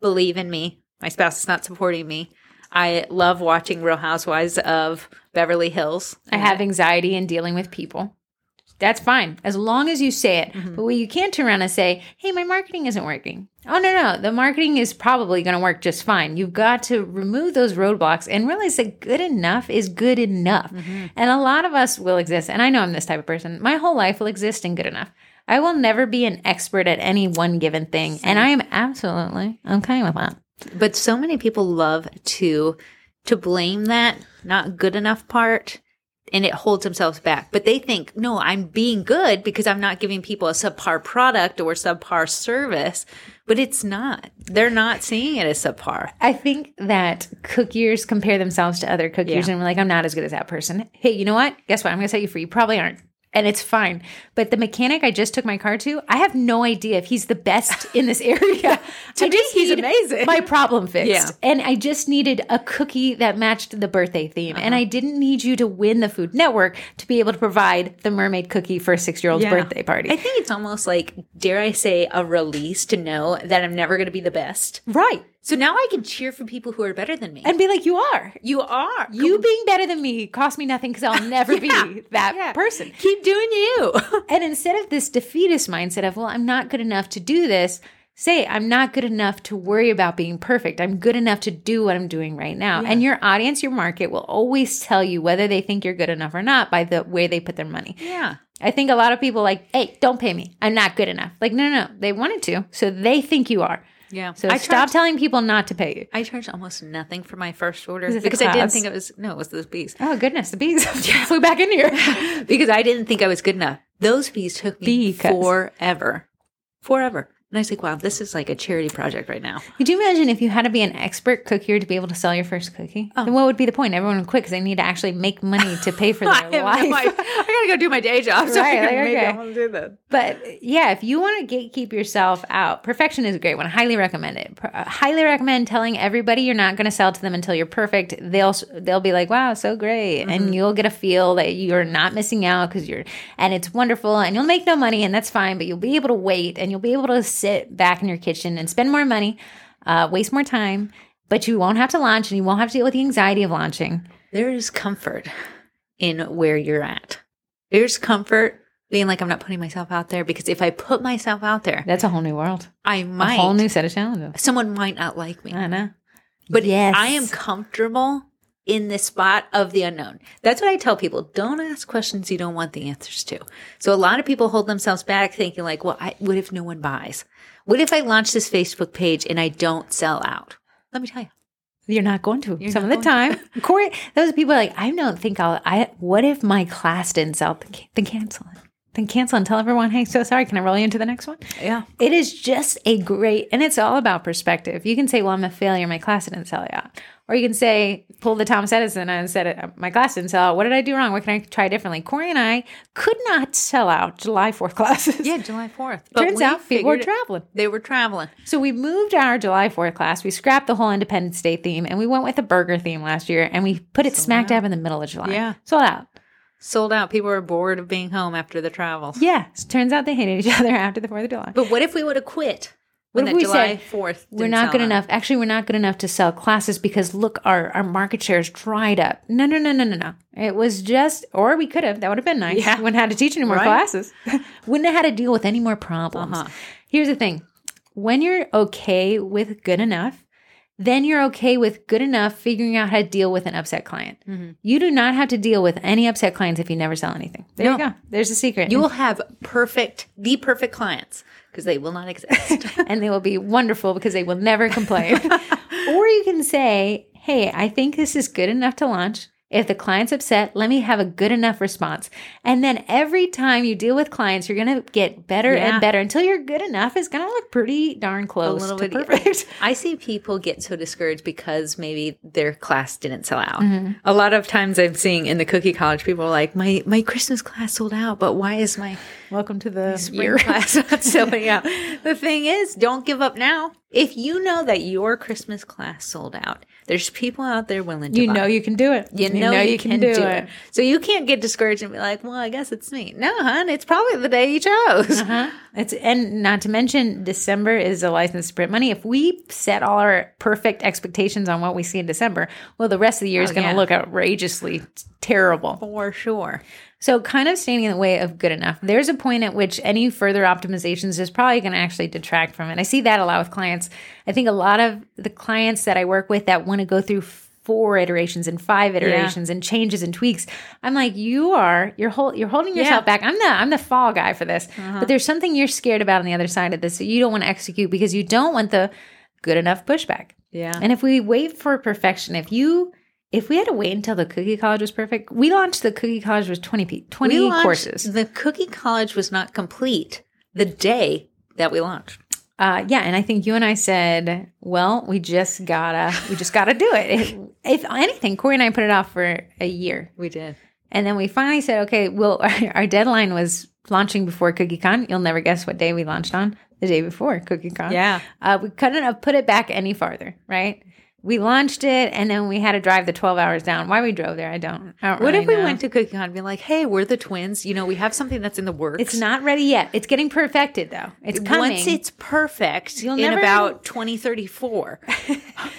Speaker 2: believe in me. My spouse is not supporting me. I love watching Real Housewives of Beverly Hills.
Speaker 1: I have anxiety in dealing with people. That's fine as long as you say it. But what you can't turn around and say, hey, my marketing isn't working. Oh, no, no. The marketing is probably going to work just fine. You've got to remove those roadblocks and realize that good enough is good enough. And a lot of us will exist. And I know I'm this type of person. My whole life will exist in good enough. I will never be an expert at any one given thing. And I am absolutely okay with that.
Speaker 2: But so many people love to to blame that not good enough part and it holds themselves back. But they think, no, I'm being good because I'm not giving people a subpar product or subpar service. But it's not. They're not seeing it as subpar.
Speaker 1: I think that cookiers compare themselves to other cookiers
Speaker 2: Yeah.
Speaker 1: and we're like, I'm not as good as that person. Hey, you know what? Guess what? I'm going to set you free. You probably aren't. And it's fine. But the mechanic I just took my car to, I have no idea if he's the
Speaker 2: *laughs*
Speaker 1: best in this area. *laughs* to
Speaker 2: me, he's amazing.
Speaker 1: My problem fixed.
Speaker 2: Yeah.
Speaker 1: And I just needed a cookie that matched the birthday theme. And
Speaker 2: Uh-huh.
Speaker 1: I didn't need you to win the Food Network to be able to provide the mermaid cookie for a six year old's
Speaker 2: Yeah.
Speaker 1: birthday party.
Speaker 2: I think it's almost like, dare I say, a release to know that I'm never going to be the best.
Speaker 1: right.
Speaker 2: So now I can cheer for people who are better than me.
Speaker 1: And be like, you are.
Speaker 2: you are.
Speaker 1: You being better than me cost me nothing because I'll never
Speaker 2: *laughs* Yeah.
Speaker 1: be that
Speaker 2: Yeah.
Speaker 1: person.
Speaker 2: keep doing
Speaker 1: *laughs*
Speaker 2: you.
Speaker 1: And instead of this defeatist mindset of, well, I'm not good enough to do this, say, I'm not good enough to worry about being perfect. I'm good enough to do what I'm doing right now. And your audience, your market will always tell you whether they think you're good enough or not by the way they put their money.
Speaker 2: yeah.
Speaker 1: I think a lot of people like, hey, don't pay me. I'm not good enough. Like, no, no, no. They wanted to. So they think you are.
Speaker 2: Yeah.
Speaker 1: So
Speaker 2: I
Speaker 1: stop
Speaker 2: charged-
Speaker 1: telling people not to pay you.
Speaker 2: I charged almost nothing for my first order
Speaker 1: it the
Speaker 2: because I didn't
Speaker 1: class?
Speaker 2: think it was no, it was those bees.
Speaker 1: Oh, goodness. The bees *laughs* flew back in here.
Speaker 2: Because I didn't think I was good enough. Those bees took me
Speaker 1: Because-
Speaker 2: forever. Forever. And I was like, wow, this is like a charity project
Speaker 1: *laughs*
Speaker 2: right now.
Speaker 1: Could you imagine if you had to be an expert cookier to be able to sell your first cookie? Then what would be the point? Everyone would quit because they need to actually make money to pay for
Speaker 2: *laughs* I,
Speaker 1: their life.
Speaker 2: gotta go do my
Speaker 1: *laughs*
Speaker 2: day job.
Speaker 1: so Right, like, maybe
Speaker 2: maybe
Speaker 1: okay. I
Speaker 2: I want to do that.
Speaker 1: But yeah, if you want to gatekeep yourself out, perfection is a great one. Highly recommend it. Pr- uh, highly recommend telling everybody you're not going to sell to them until you're perfect. They'll s- they'll be like, "Wow, so great," and you'll get a feel that you're not missing out because you're and it's wonderful, and you'll make no money, and that's fine. But you'll be able to wait, and you'll be able to sit back in your kitchen and spend more money, uh, waste more time. but you won't have to launch and you won't have to deal with the anxiety of launching.
Speaker 2: There is comfort in where you're at. There's comfort being like, I'm not putting myself out there because if I put myself out there,
Speaker 1: That's a whole new world.
Speaker 2: I
Speaker 1: A whole
Speaker 2: might,
Speaker 1: new set of challenges.
Speaker 2: someone might not like me.
Speaker 1: I know.
Speaker 2: But
Speaker 1: Yes.
Speaker 2: I am comfortable in the spot of the unknown. That's what I tell people. Don't ask questions you don't want the answers to. So a lot of people hold themselves back thinking like, well, I, what if no one buys? What if I launch this Facebook page and I don't sell out? Let me tell you.
Speaker 1: You're not going to some of
Speaker 2: not
Speaker 1: the time. *laughs* Corey, those people are like, I don't think I'll. I what if my class didn't sell? Then ca- Then cancel it. Then cancel and tell everyone, hey, so sorry. Can I roll you into the next one?
Speaker 2: Yeah.
Speaker 1: It is just a great, and it's all about perspective. You can say, well, I'm a failure. My class didn't sell out. Or you can say, pull the Thomas Edison and said, uh, my class didn't sell out. What did I do wrong? What can I try differently? Corey and I could not sell out July 4th *laughs* classes.
Speaker 2: Yeah, July 4th.
Speaker 1: Turns out people were traveling.
Speaker 2: They were traveling.
Speaker 1: So we moved our July 4th class. We scrapped the whole Independence Day theme and we went with a burger theme last year and we put it smack dab in the middle of July.
Speaker 2: Yeah.
Speaker 1: Sold out.
Speaker 2: Sold out. People were bored of being home after the travels.
Speaker 1: Yeah. So turns out they hated each *laughs* other after the 4th of July.
Speaker 2: But what if we would have quit when
Speaker 1: What if
Speaker 2: that
Speaker 1: we
Speaker 2: July
Speaker 1: said,
Speaker 2: 4th?
Speaker 1: we're
Speaker 2: didn't
Speaker 1: not
Speaker 2: sell
Speaker 1: good
Speaker 2: out?
Speaker 1: enough. Actually, we're not good enough to sell classes because look, our, our market share is dried up. No, no, no, no, no, no. It was just, or we could have. That would have been nice.
Speaker 2: Yeah.
Speaker 1: Wouldn't have had to teach any more
Speaker 2: Right. *laughs*
Speaker 1: classes. Wouldn't have had to deal with any more problems.
Speaker 2: Uh-huh.
Speaker 1: Here's the thing: when you're okay with good enough, then you're okay with good enough figuring out how to deal with an upset client.
Speaker 2: Mm-hmm.
Speaker 1: You do not have to deal with any upset clients if you never sell anything. There you
Speaker 2: No.
Speaker 1: go. There's a secret.
Speaker 2: You will have perfect, the perfect clients because they will
Speaker 1: *laughs*
Speaker 2: not exist.
Speaker 1: and they will be wonderful because they will never
Speaker 2: *laughs*
Speaker 1: complain. or you can say, hey, I think this is good enough to launch. If the client's upset, let me have a good enough response. And then every time you deal with clients, you're going to get better
Speaker 2: Yeah.
Speaker 1: and better until you're good enough. It's going to look pretty darn close
Speaker 2: little
Speaker 1: to
Speaker 2: bit-
Speaker 1: *laughs* perfect.
Speaker 2: I see people get so discouraged because maybe their class didn't sell out. A lot of times I'm seeing in the cookie college people are like, my, my Christmas class sold out, but why is *laughs* my
Speaker 1: Welcome to the
Speaker 2: spring class not selling out? The thing is, don't give up now. If you know that your Christmas class sold out, there's people out there willing
Speaker 1: *laughs*
Speaker 2: to
Speaker 1: You
Speaker 2: buy.
Speaker 1: know you can do it.
Speaker 2: You know, you, can, do, it. So you can't get discouraged and be like, well, I guess it's me. No, hon, it's probably the day you chose.
Speaker 1: Uh-huh. It's and not to mention December is a license to print money. If we set all our perfect expectations on what we see in December, well, the rest of the year is going to
Speaker 2: yeah.
Speaker 1: look outrageously terrible.
Speaker 2: *laughs* For sure.
Speaker 1: So, kind of standing in the way of good enough. There's a point at which any further optimizations is probably going to actually detract from it. I see that a lot with clients. I think a lot of the clients that I work with that want to go through four iterations and five iterations and changes and tweaks. I'm like, you are you're hol- you're holding yourself back. I'm the I'm the fall guy for this. But there's something you're scared about on the other side of this that you don't want to execute because you don't want the good enough pushback.
Speaker 2: Yeah.
Speaker 1: And if we wait for perfection, if you if we had to wait until the cookie college was perfect, we launched the cookie college with 20 pe- 20
Speaker 2: launched-
Speaker 1: courses.
Speaker 2: The Cookie College was not complete the day that we launched.
Speaker 1: Uh, yeah, and I think you and I said, well, we just gotta we just gotta do it.
Speaker 2: *laughs*
Speaker 1: If, if anything, Corey and I put it off for a year.
Speaker 2: We did.
Speaker 1: And then we finally said, okay, well, *laughs* our, our deadline was launching before CookieCon. You'll never guess what day we launched on. The day before CookieCon.
Speaker 2: Yeah.
Speaker 1: Uh, we couldn't have put it back any farther, right? We launched it and then we had to drive the 12 hours down. Why we drove there, I don't. I don't
Speaker 2: What
Speaker 1: really
Speaker 2: if we
Speaker 1: know.
Speaker 2: went to Cookie Con and be like, hey, we're the twins. You know, we have something that's in the works.
Speaker 1: It's not ready yet. It's getting perfected though. It's coming.
Speaker 2: Once it's *laughs* perfect
Speaker 1: You'll
Speaker 2: in
Speaker 1: never- *laughs*
Speaker 2: about 2034,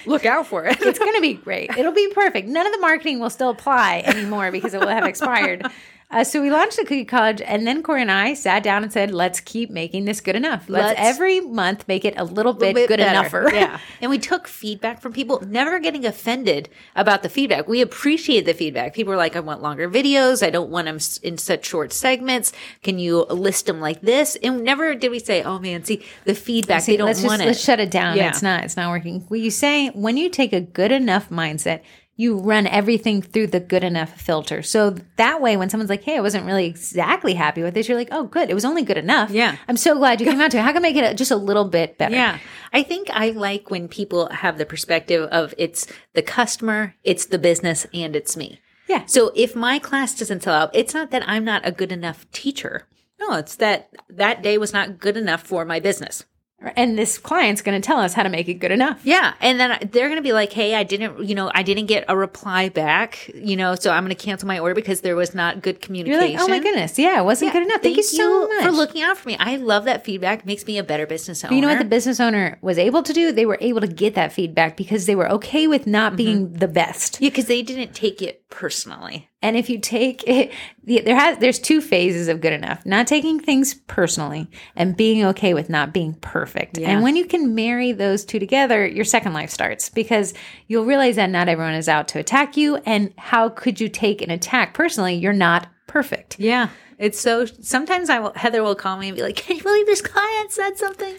Speaker 2: look out for it.
Speaker 1: it's going to be great. It'll be perfect. None of the marketing will still apply anymore because it will have
Speaker 2: *laughs*
Speaker 1: expired. Uh, so we launched the Cookie College, and then Corey and I sat down and said, "Let's keep making this good enough. Let's,
Speaker 2: Let's-
Speaker 1: every month make it a little bit,
Speaker 2: bit
Speaker 1: good
Speaker 2: better.
Speaker 1: enougher."
Speaker 2: Yeah. *laughs* And we took feedback from people, never getting offended about the feedback. We appreciate the feedback. People were like, I want longer videos. I don't want them s- in such short segments. Can you list them like this? And never did we say, oh man, see the feedback. they don't
Speaker 1: let's
Speaker 2: want
Speaker 1: let's
Speaker 2: it.
Speaker 1: shut it down.
Speaker 2: Yeah.
Speaker 1: It's not it's not working. Well, you say when you take a good enough mindset, you run everything through the good enough filter. So that way, when someone's like, "Hey, I wasn't really exactly happy with this," you're like, "Oh, good. It was only good enough."
Speaker 2: Yeah.
Speaker 1: I'm so glad you came out to. it. How can I make it just a little bit better?
Speaker 2: Yeah. I think I like when people have the perspective of it's the customer, it's the business, and it's me.
Speaker 1: Yeah.
Speaker 2: So if my class doesn't sell out, it's not that I'm not a good enough teacher. No, it's that that day was not good enough for my business.
Speaker 1: and this client's going to tell us how to make it good enough.
Speaker 2: Yeah, and then they're going to be like, "Hey, I didn't, you know, I didn't get a reply back, you know, so I'm going to cancel my order because there was not good
Speaker 1: You're
Speaker 2: communication."
Speaker 1: like, oh my goodness, yeah, it wasn't
Speaker 2: Yeah,
Speaker 1: good enough. Thank, you so much
Speaker 2: for looking out for me. I love that feedback. Makes me a better business owner.
Speaker 1: You know what the business owner was able to do? They were able to get that feedback because they were okay with
Speaker 2: Mm-hmm.
Speaker 1: not being the best.
Speaker 2: yeah, because they didn't take it personally.
Speaker 1: And if you take it, the- there has there's two phases of good enough: not taking things personally and being okay with not being perfect.
Speaker 2: Yeah.
Speaker 1: And when you can marry those two together, your second life starts because you'll realize that not everyone is out to attack you. And how could you take an attack personally? You're not perfect.
Speaker 2: Yeah, it's so. Sometimes I will, Heather will call me and be like, "Can you believe this client said something?"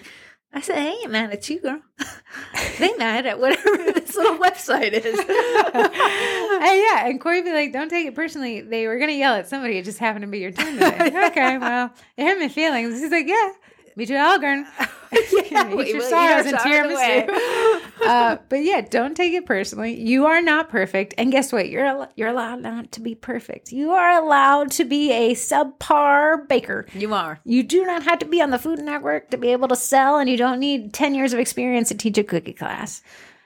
Speaker 2: I said, "I ain't mad at you, girl. *laughs* they mad at whatever *laughs* this little website is."
Speaker 1: *laughs* and yeah, and Corey be like, "Don't take it personally. They were gonna yell at somebody. It just happened to be your turn today. okay, well, it hurt my feelings." He's like, "Yeah, me too, Algren.
Speaker 2: *laughs* Yeah,
Speaker 1: Eat
Speaker 2: we-
Speaker 1: your
Speaker 2: we-
Speaker 1: sorrows and
Speaker 2: sorrows
Speaker 1: tiramisu."
Speaker 2: away.
Speaker 1: *laughs* uh, but yeah, don't take it personally. You are not perfect, and guess what? You're al- you're allowed not to be perfect. You are allowed to be a subpar baker.
Speaker 2: you are.
Speaker 1: You do not have to be on the Food Network to be able to sell, and you don't need ten years of experience to teach a cookie class.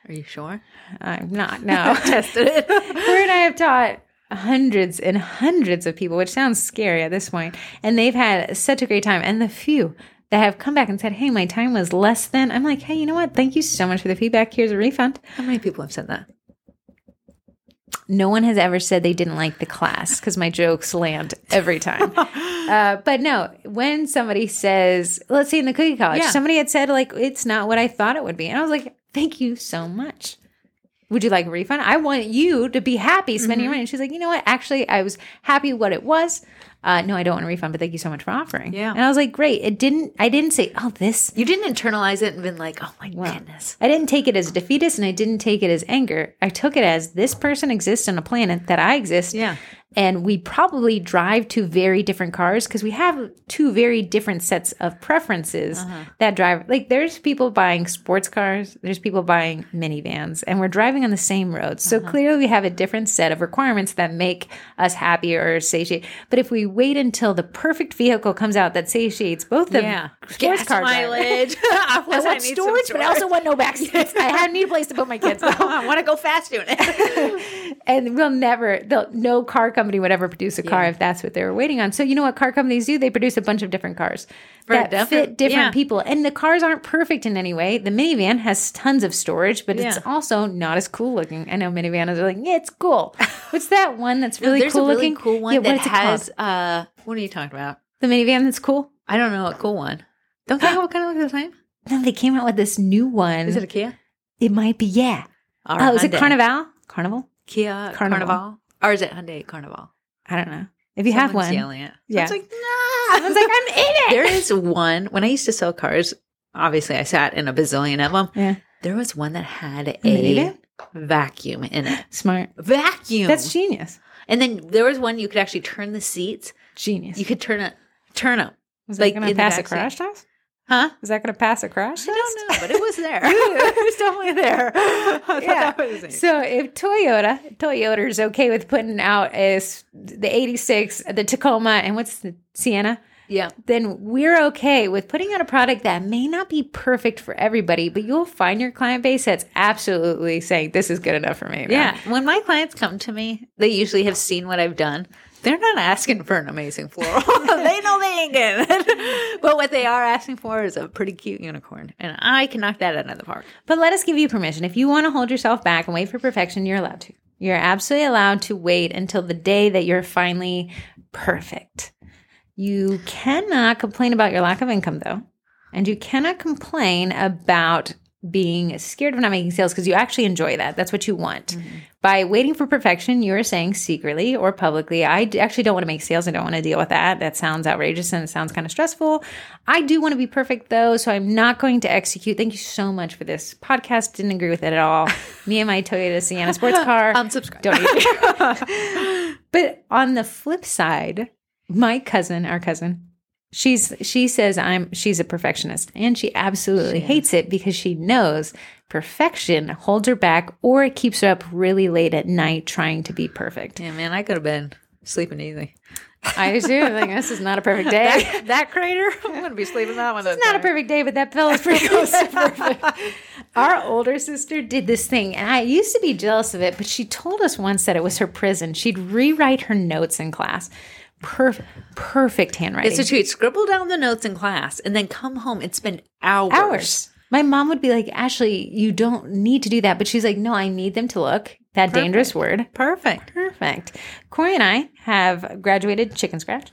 Speaker 2: Are you sure?
Speaker 1: I'm not. No.
Speaker 2: tested *laughs* it.
Speaker 1: Corey and I have taught hundreds and hundreds of people, which sounds scary at this point, and they've had such a great time. And the few that have come back and said, "Hey, my time was less than," I'm like, "Hey, you know what? Thank you so much for the feedback. Here's a refund."
Speaker 2: How many people have said that?
Speaker 1: No one has ever said they didn't like the class because my jokes land every
Speaker 2: *laughs*
Speaker 1: time. uh, but no, when somebody says, let's say in the cookie college,
Speaker 2: Yeah.
Speaker 1: somebody had said, like, it's not what I thought it would be. And I was like, thank you so much. Would you like a refund? I want you to be happy spending
Speaker 2: Mm-hmm.
Speaker 1: your money. And she's like, you know what? Actually, I was happy what it was. Uh, no, I don't want a refund, but thank you so much for offering.
Speaker 2: Yeah.
Speaker 1: And I was like, great. It didn't, I didn't say, oh, this
Speaker 2: You didn't internalize it and been like, "Oh my goodness."
Speaker 1: I didn't take it as defeatist and I didn't take it as anger. I took it as this person exists on a planet that I exist.
Speaker 2: Yeah.
Speaker 1: And we probably drive two very different cars because we have two very different sets of preferences
Speaker 2: Uh-huh.
Speaker 1: that drive. Like, there's people buying sports cars, there's people buying minivans, and we're driving on the same roads. So
Speaker 2: Uh-huh.
Speaker 1: clearly, we have a different set of requirements that make us happy or satiate. But if we wait until the perfect vehicle comes out that satiates both of
Speaker 2: Yeah.
Speaker 1: sports car drivers- *laughs*
Speaker 2: *laughs* I,
Speaker 1: I want
Speaker 2: need
Speaker 1: storage,
Speaker 2: some
Speaker 1: but I also want no back *laughs* seats. I have, need a place to put my kids. though.
Speaker 2: *laughs* I want to go fast doing it.
Speaker 1: *laughs* and we'll never, they'll- no car company would ever produce a car if that's what they were waiting on. So you know what car companies do? They produce a bunch of different cars that
Speaker 2: different-
Speaker 1: fit different
Speaker 2: yeah.
Speaker 1: people, and the cars aren't perfect in any way. The minivan has tons of storage, but it's
Speaker 2: Yeah.
Speaker 1: also not as cool looking. I know minivans are like, yeah, it's *laughs* cool. What's that one that's *laughs* really
Speaker 2: There's
Speaker 1: cool
Speaker 2: a really
Speaker 1: looking?
Speaker 2: cool one
Speaker 1: Yeah,
Speaker 2: that
Speaker 1: what's it called?
Speaker 2: has. Uh, what are you talking about?
Speaker 1: the minivan that's cool.
Speaker 2: I don't know a cool one.
Speaker 1: *gasps*
Speaker 2: Don't they all kind of look the same?
Speaker 1: No, they came out with this new one.
Speaker 2: Is it a Kia?
Speaker 1: It might be yeah.
Speaker 2: Or
Speaker 1: Oh, is it
Speaker 2: Hyundai?
Speaker 1: Carnival? Carnival?
Speaker 2: Kia
Speaker 1: Carnival.
Speaker 2: Carnival. or is it Hyundai Carnival?
Speaker 1: I don't know. If you have
Speaker 2: Someone's
Speaker 1: one,
Speaker 2: yelling it.
Speaker 1: Yeah.
Speaker 2: Someone's
Speaker 1: *laughs*
Speaker 2: like, nah.
Speaker 1: I was like, I'm in it.
Speaker 2: there is one when I used to sell cars. Obviously, I sat in a bazillion of them.
Speaker 1: Yeah.
Speaker 2: There was one that had a
Speaker 1: Minivan?
Speaker 2: vacuum in it.
Speaker 1: Smart.
Speaker 2: Vacuum.
Speaker 1: That's genius.
Speaker 2: and then there was one you could actually turn the seats.
Speaker 1: Genius.
Speaker 2: You could turn it, turn them,
Speaker 1: was
Speaker 2: like,
Speaker 1: that going to
Speaker 2: in the
Speaker 1: pass a
Speaker 2: back seat.
Speaker 1: crash test?
Speaker 2: huh?
Speaker 1: Was that going to pass a crash
Speaker 2: I
Speaker 1: test?
Speaker 2: don't know, but it was *laughs* there.
Speaker 1: It
Speaker 2: was definitely there. *laughs*
Speaker 1: Yeah. So if Toyota, Toyota's okay with putting out is the 86, the Tacoma, and what's the Sienna,
Speaker 2: yeah.
Speaker 1: then we're okay with putting out a product that may not be perfect for everybody, but you'll find your client base that's absolutely saying, this is good enough for me. man."
Speaker 2: Yeah. Um, When my clients come to me, they usually have seen what I've done. They're not asking for an amazing *laughs* floral. they know they ain't getting it. *laughs* but what they are asking for is a pretty cute unicorn. And I can knock that out of the park.
Speaker 1: But let us give you permission. If you want to hold yourself back and wait for perfection, you're allowed to. You're absolutely allowed to wait until the day that you're finally perfect. You cannot complain about your lack of income, though. And you cannot complain about being scared of not making sales because you actually enjoy that. That's what you want. By waiting for perfection, you're saying secretly or publicly, I d- actually don't want to make sales. I don't want to deal with that. That sounds outrageous and it sounds kind of stressful. I do want to be perfect though, so I'm not going to execute. Thank you so much for this podcast. Didn't agree with it at all. Me and my Toyota Sienna sports car.
Speaker 2: Unsubscribe.
Speaker 1: Don't need But on the flip side, my cousin, our cousin, she's she says I'm she's a perfectionist and she absolutely hates it because she knows perfection holds her back or it keeps her up really late at night trying to be perfect.
Speaker 2: yeah, man, I could have been Sleeping easy.
Speaker 1: I do. Like, this is not a perfect
Speaker 2: *laughs*
Speaker 1: day.
Speaker 2: That, that crater, I'm going to be sleeping that
Speaker 1: *laughs*
Speaker 2: one.
Speaker 1: It's not a perfect day, but that pillow is pretty *laughs* close to perfect. Our older sister did this thing, and I used to be jealous of it, but she told us once that it was her prison. She'd rewrite her notes in class. Perfect, perfect handwriting.
Speaker 2: It's a treat. Scribble down the notes in class and then come home and spend hours.
Speaker 1: Hours. My mom would be like, Ashley, you don't need to do that. But she's like, no, I need them to look. That
Speaker 2: Perfect.
Speaker 1: dangerous word.
Speaker 2: Perfect.
Speaker 1: Perfect. Corey and I have graduated chicken scratch.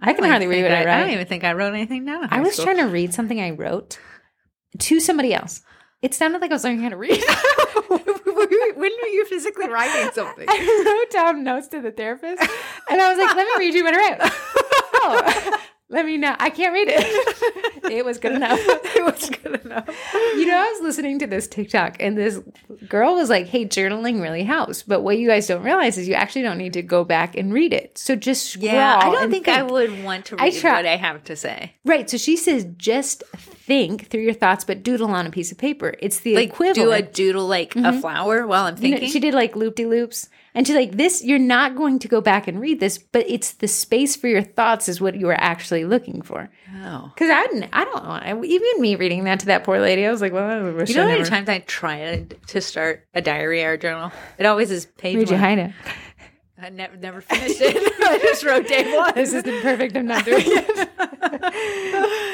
Speaker 1: I can
Speaker 2: don't
Speaker 1: hardly read
Speaker 2: think
Speaker 1: what I
Speaker 2: I don't
Speaker 1: write.
Speaker 2: even think I wrote anything down. in
Speaker 1: I
Speaker 2: high
Speaker 1: was
Speaker 2: school.
Speaker 1: trying to read something I wrote to somebody else. It sounded like I was learning how to read.
Speaker 2: *laughs* when were you physically writing something?
Speaker 1: I *laughs* wrote down notes to the therapist and I was like, let me read you what I
Speaker 2: *laughs*
Speaker 1: wrote. Oh, let me know. I can't read
Speaker 2: *laughs*
Speaker 1: it. It was good enough.
Speaker 2: it was good enough.
Speaker 1: You know, I was listening to this TikTok and this girl was like, hey, journaling really helps. But what you guys don't realize is you actually don't need to go back and read it. So just scroll.
Speaker 2: *laughs* Yeah, I don't
Speaker 1: and
Speaker 2: think, I would want to
Speaker 1: I
Speaker 2: read
Speaker 1: try-
Speaker 2: what I have to say.
Speaker 1: Right. So she says, just think through your thoughts, but doodle on a piece of paper. It's the
Speaker 2: Like,
Speaker 1: equivalent.
Speaker 2: do a doodle like a flower while I'm
Speaker 1: You know,
Speaker 2: thinking.
Speaker 1: she did like loop de loops. And she's like, this, you're not going to go back and read this, but it's the space for your thoughts is what you are actually looking for.
Speaker 2: oh.
Speaker 1: Because I, didn't- I don't know. I- Even me reading that to that poor lady, I was like, well, I wish
Speaker 2: You know
Speaker 1: I
Speaker 2: how many
Speaker 1: never-
Speaker 2: times I tried to start a diary or a journal? It always is page
Speaker 1: Where'd you
Speaker 2: one.
Speaker 1: hide *laughs* it?
Speaker 2: I never, never finished it. *laughs* I just wrote *laughs* day one.
Speaker 1: This isn't perfect. I'm not doing *laughs* it.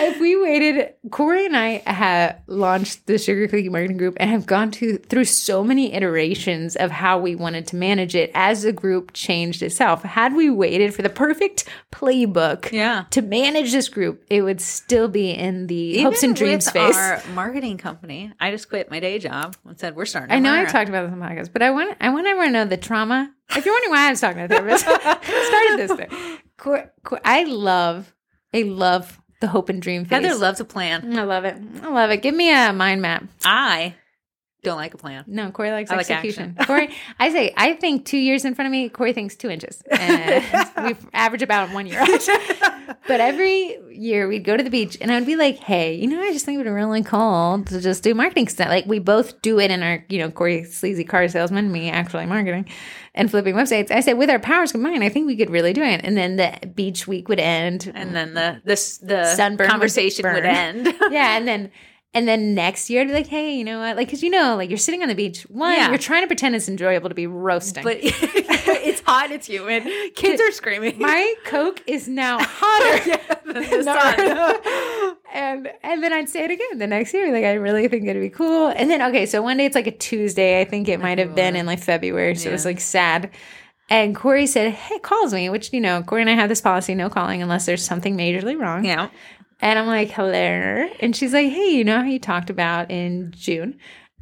Speaker 1: if we waited, Corey and I had launched the Sugar Cookie Marketing Group and have gone to, through so many iterations of how we wanted to manage it as the group changed itself. Had we waited for the perfect playbook
Speaker 2: Yeah.
Speaker 1: to manage this group, it would still be in the hopes and
Speaker 2: Even
Speaker 1: dreams
Speaker 2: with
Speaker 1: phase.
Speaker 2: *laughs* Our marketing company. I just quit my day job and said we're starting.
Speaker 1: I know I
Speaker 2: tomorrow."
Speaker 1: talked about this on the podcast, but I want I want everyone to know the trauma. If you're wondering why I was talking to the therapist, *laughs* started this thing. Cor- Cor- I love, I love the hope and dream phase.
Speaker 2: Heather loves a plan.
Speaker 1: I love it. I love it. Give me a mind map.
Speaker 2: I don't like a plan.
Speaker 1: No, Corey likes
Speaker 2: I like
Speaker 1: execution.
Speaker 2: *laughs*
Speaker 1: Corey, I say I think two years in front of me. Corey thinks two inches. And we average about one
Speaker 2: *laughs*
Speaker 1: year. out. but every year we'd go to the beach, and I'd be like, "Hey, you know, I just think it would be really cool to just do marketing stuff. Like we both do it in our, you know, Corey sleazy car salesman, me actually marketing and flipping websites. I said, with our powers combined, I think we could really do it. And then the beach week would end,
Speaker 2: and then the this the
Speaker 1: Sunburn would
Speaker 2: conversation would,
Speaker 1: burn.
Speaker 2: end.
Speaker 1: *laughs* yeah, and then and then next year I'd be like, hey, you know what? Like, cause you know, like you're sitting on the beach. One,
Speaker 2: Yeah.
Speaker 1: you're trying to pretend it's enjoyable to be roasting.
Speaker 2: *laughs* but *laughs* it's hot. It's humid. Kids are screaming. *laughs*
Speaker 1: my Coke is *laughs* now hotter.
Speaker 2: The
Speaker 1: No. *laughs*
Speaker 2: sun.
Speaker 1: And and then I'd say it again the next year. Like I really think it'd be cool. And then okay, so one day it's like a Tuesday. I think it might have been in like February. So it was
Speaker 2: Yeah.
Speaker 1: like sad. And Corey said, Hey, calls me, which you know, Corey and I have this policy, no calling unless there's something majorly wrong.
Speaker 2: yeah.
Speaker 1: And I'm like, hello. And she's like, hey, you know how you talked about in June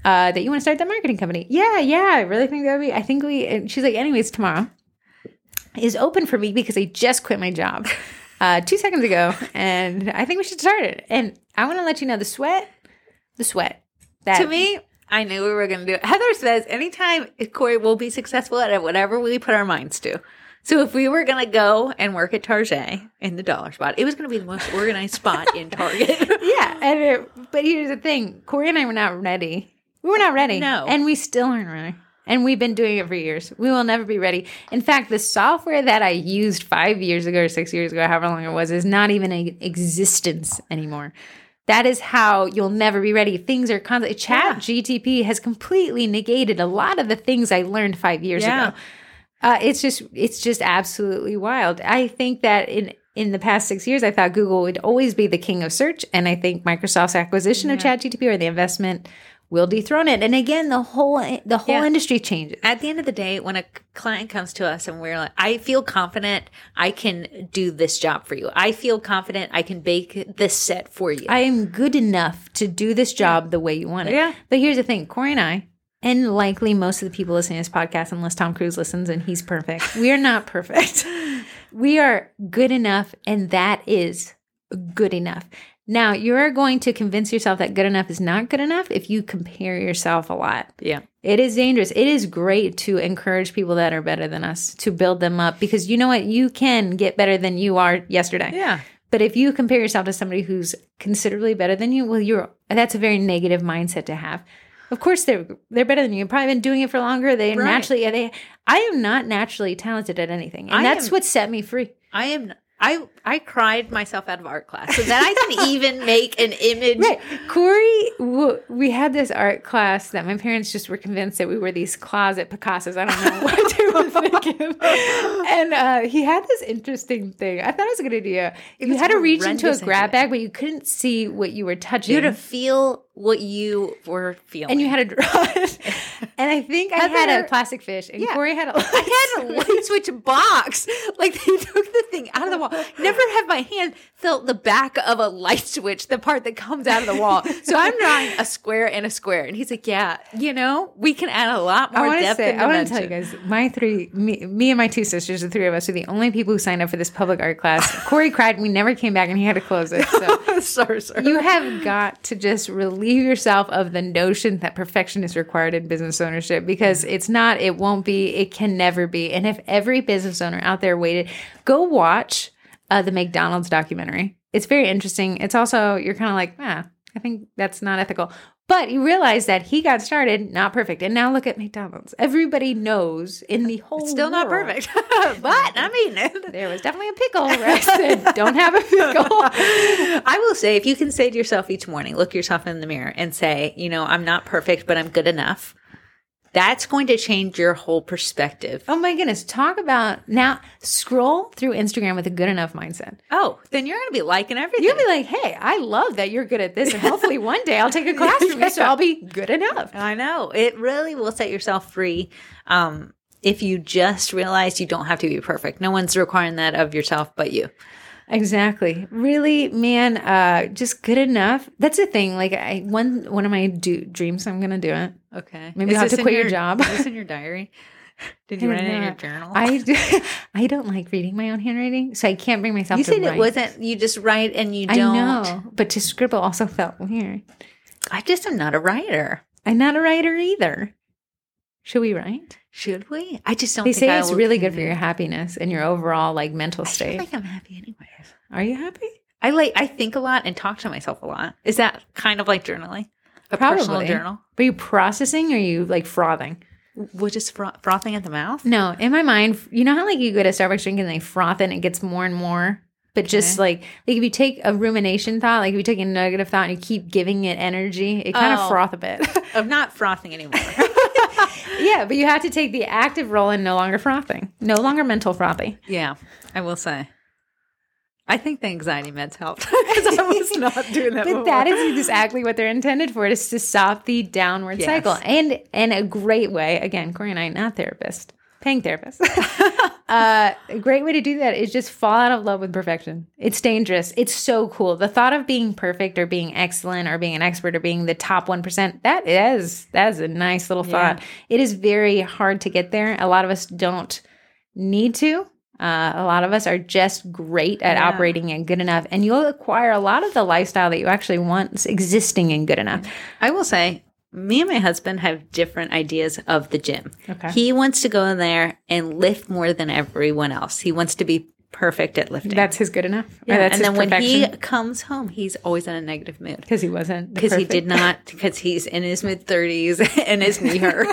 Speaker 1: uh, that you want to start that marketing company? Yeah, yeah. I really think that would be, I think we, and she's like, anyways, tomorrow is open for me because I just quit my
Speaker 2: *laughs*
Speaker 1: job uh, two seconds ago. And I think we should start it. And I want to let you know the sweat, the sweat. That
Speaker 2: To me, I knew we were going to do it. Heather says anytime Corey will be successful at whatever we put our minds to. So if we were going to go and work at Target in the dollar spot, it was going to be the most organized spot
Speaker 1: *laughs*
Speaker 2: in Target.
Speaker 1: Yeah. And it, but here's the thing Corey and I were not ready. We were not ready.
Speaker 2: No.
Speaker 1: And we still aren't ready. And we've been doing it for years. We will never be ready. In fact, the software that I used five years ago or six years ago, however long it was, is not even in existence anymore. That is how you'll never be ready. Things are constantly. Chat GTP has completely negated a lot of the things I learned five years
Speaker 2: Yeah.
Speaker 1: ago. Uh, it's just it's just absolutely wild. I think that in in the past six years, I thought Google would always be the king of search, and I think Microsoft's acquisition of ChatGTP or the investment will dethrone it. And again, the whole the whole
Speaker 2: Yeah.
Speaker 1: industry changes.
Speaker 2: at the end of the day, when a client comes to us and we're like, I feel confident I can do this job for you. I feel confident I can bake this set for you.
Speaker 1: I am good enough to do this job the way you want it.
Speaker 2: Yeah.
Speaker 1: But here's the thing, Corey and I. And likely most of the people listening to this podcast, unless Tom Cruise listens and he's perfect, we are not perfect. we are good enough, and that is good enough. Now, you're going to convince yourself that good enough is not good enough if you compare yourself a lot.
Speaker 2: yeah.
Speaker 1: It is dangerous. It is great to encourage people that are better than us to build them up because you know what? You can get better than you are yesterday.
Speaker 2: Yeah.
Speaker 1: But if you compare yourself to somebody who's considerably better than you, well, you're that's a very negative mindset to have. Of course, they're they're better than you. You've probably been doing it for longer. They
Speaker 2: Right.
Speaker 1: naturally they. I am not naturally talented at anything, and
Speaker 2: I
Speaker 1: that's
Speaker 2: am-
Speaker 1: what set me free.
Speaker 2: I am. I I cried myself out of art class so that I *laughs* can even make an image.
Speaker 1: Right. Corey, w- we had this art class that my parents just were convinced that we were these closet Picassos. I don't know what they *laughs* were thinking. And uh, he had this interesting thing. I thought it was a good idea. you
Speaker 2: was
Speaker 1: had to reach into a
Speaker 2: horrendous
Speaker 1: grab
Speaker 2: idea.
Speaker 1: bag, but you couldn't see what you were touching.
Speaker 2: You had to feel what you were feeling.
Speaker 1: and you had to draw *laughs* it. And I think I had
Speaker 2: Heather-
Speaker 1: a plastic fish, and
Speaker 2: Yeah.
Speaker 1: Corey had a.
Speaker 2: *laughs* I had a light switch box. *laughs* Like they took the thing out of the wall. Never have my hand felt the back of a light switch, the part that comes out of the *laughs* wall. So I'm drawing a square and a square. And he's like, Yeah, you know, we can add a lot more
Speaker 1: *laughs* I want to
Speaker 2: depth
Speaker 1: say,
Speaker 2: and
Speaker 1: I want to tell you
Speaker 2: dimension."
Speaker 1: guys, my three, me, me and my two sisters, the three of us, are the only people who signed up for this public art class. Corey cried, and we never came back, and he had to close it. So
Speaker 2: *laughs* sorry, sorry.
Speaker 1: you have got to just relieve yourself of the notion that perfection is required in business ownership because it's not, it won't be, it can never be. And if every business owner out there waited, go watch uh, the McDonald's documentary. It's very interesting. It's also, you're kind of like, ah, I think that's not ethical. But you realize that he got started not perfect. And now look at McDonald's. Everybody knows in the whole
Speaker 2: Still not
Speaker 1: world *laughs*
Speaker 2: perfect. *laughs* but I mean *laughs*
Speaker 1: There was definitely a pickle where I said, *laughs* don't have a pickle.
Speaker 2: I will say, if you can say to yourself each morning, look yourself in the mirror and say, you know, I'm not perfect, but I'm good enough, that's going to change your whole perspective.
Speaker 1: Oh my goodness. Talk about now scroll through Instagram with a good enough mindset.
Speaker 2: Oh, then you're going to be liking everything.
Speaker 1: You'll be like, hey, I love that you're good at this. And *laughs* hopefully one day I'll take a class from you so I'll be good enough.
Speaker 2: I know. It really will set yourself free. Um, if you just realize you don't have to be perfect, no one's requiring that of yourself but you.
Speaker 1: Exactly. Really, man, uh, just good enough. That's the thing. Like I one one of my do, dreams, I'm gonna do it.
Speaker 2: Okay.
Speaker 1: Maybe I'll have
Speaker 2: this
Speaker 1: to
Speaker 2: in
Speaker 1: quit your job.
Speaker 2: Is this in your diary? Did *laughs* you
Speaker 1: I
Speaker 2: write it in your
Speaker 1: not.
Speaker 2: journal?
Speaker 1: I do, *laughs* I don't like reading my own handwriting, so I can't bring myself
Speaker 2: you
Speaker 1: to
Speaker 2: said
Speaker 1: write.
Speaker 2: it wasn't. You just write and you
Speaker 1: I
Speaker 2: don't.
Speaker 1: know. But to scribble also felt weird.
Speaker 2: I just am not a writer.
Speaker 1: I'm not a writer either. Should we write?
Speaker 2: Should we? I just don't.
Speaker 1: They
Speaker 2: think I
Speaker 1: say it's
Speaker 2: will
Speaker 1: really good for
Speaker 2: commit.
Speaker 1: your happiness and your overall like mental
Speaker 2: I feel
Speaker 1: state.
Speaker 2: like I'm happy anyways.
Speaker 1: Are you happy?
Speaker 2: I like. I think a lot and talk to myself a lot. Is that kind of like journaling? A personal
Speaker 1: Probably.
Speaker 2: journal.
Speaker 1: Are you processing or are you like frothing?
Speaker 2: What is fro- frothing at the *laughs* mouth?
Speaker 1: No, in my mind, you know how like you go to Starbucks drink and they froth and it gets more and more. But just like like if you take a rumination thought, like if you take a negative thought and you keep giving it energy, it kind
Speaker 2: Oh.
Speaker 1: of froth a bit. *laughs*
Speaker 2: I'm not frothing anymore.
Speaker 1: yeah, but you have to take the active role in no longer frothing, no longer mental frothy.
Speaker 2: Yeah, I will say. I think the anxiety meds helped *laughs* because I was
Speaker 1: *laughs*
Speaker 2: not doing that.
Speaker 1: But that is exactly what they're intended for, is to stop the downward
Speaker 2: Yes.
Speaker 1: cycle. And and a great way, again, Corey and I, not therapist, paying
Speaker 2: *laughs*
Speaker 1: therapist. uh, a great way to do that is just fall out of love with perfection. It's dangerous. It's so cool. The thought of being perfect or being excellent or being an expert or being the top one percent, that is that is a nice little
Speaker 2: Yeah.
Speaker 1: thought. It is very hard to get there. A lot of us don't need to. Uh, a lot of us are just great at
Speaker 2: Yeah.
Speaker 1: operating and good enough, and you'll acquire a lot of the lifestyle that you actually want existing in good enough.
Speaker 2: I will say, me and my husband have different ideas of the gym.
Speaker 1: Okay.
Speaker 2: He wants to go in there and lift more than everyone else. He wants to be perfect at lifting.
Speaker 1: That's his good enough.
Speaker 2: yeah.
Speaker 1: or that's
Speaker 2: and
Speaker 1: his
Speaker 2: then when he
Speaker 1: perfection.
Speaker 2: comes home, he's always in a negative mood.
Speaker 1: Because he wasn't.
Speaker 2: because he did not because he's in his mid 30s *laughs* and his
Speaker 1: *laughs*
Speaker 2: knee hurt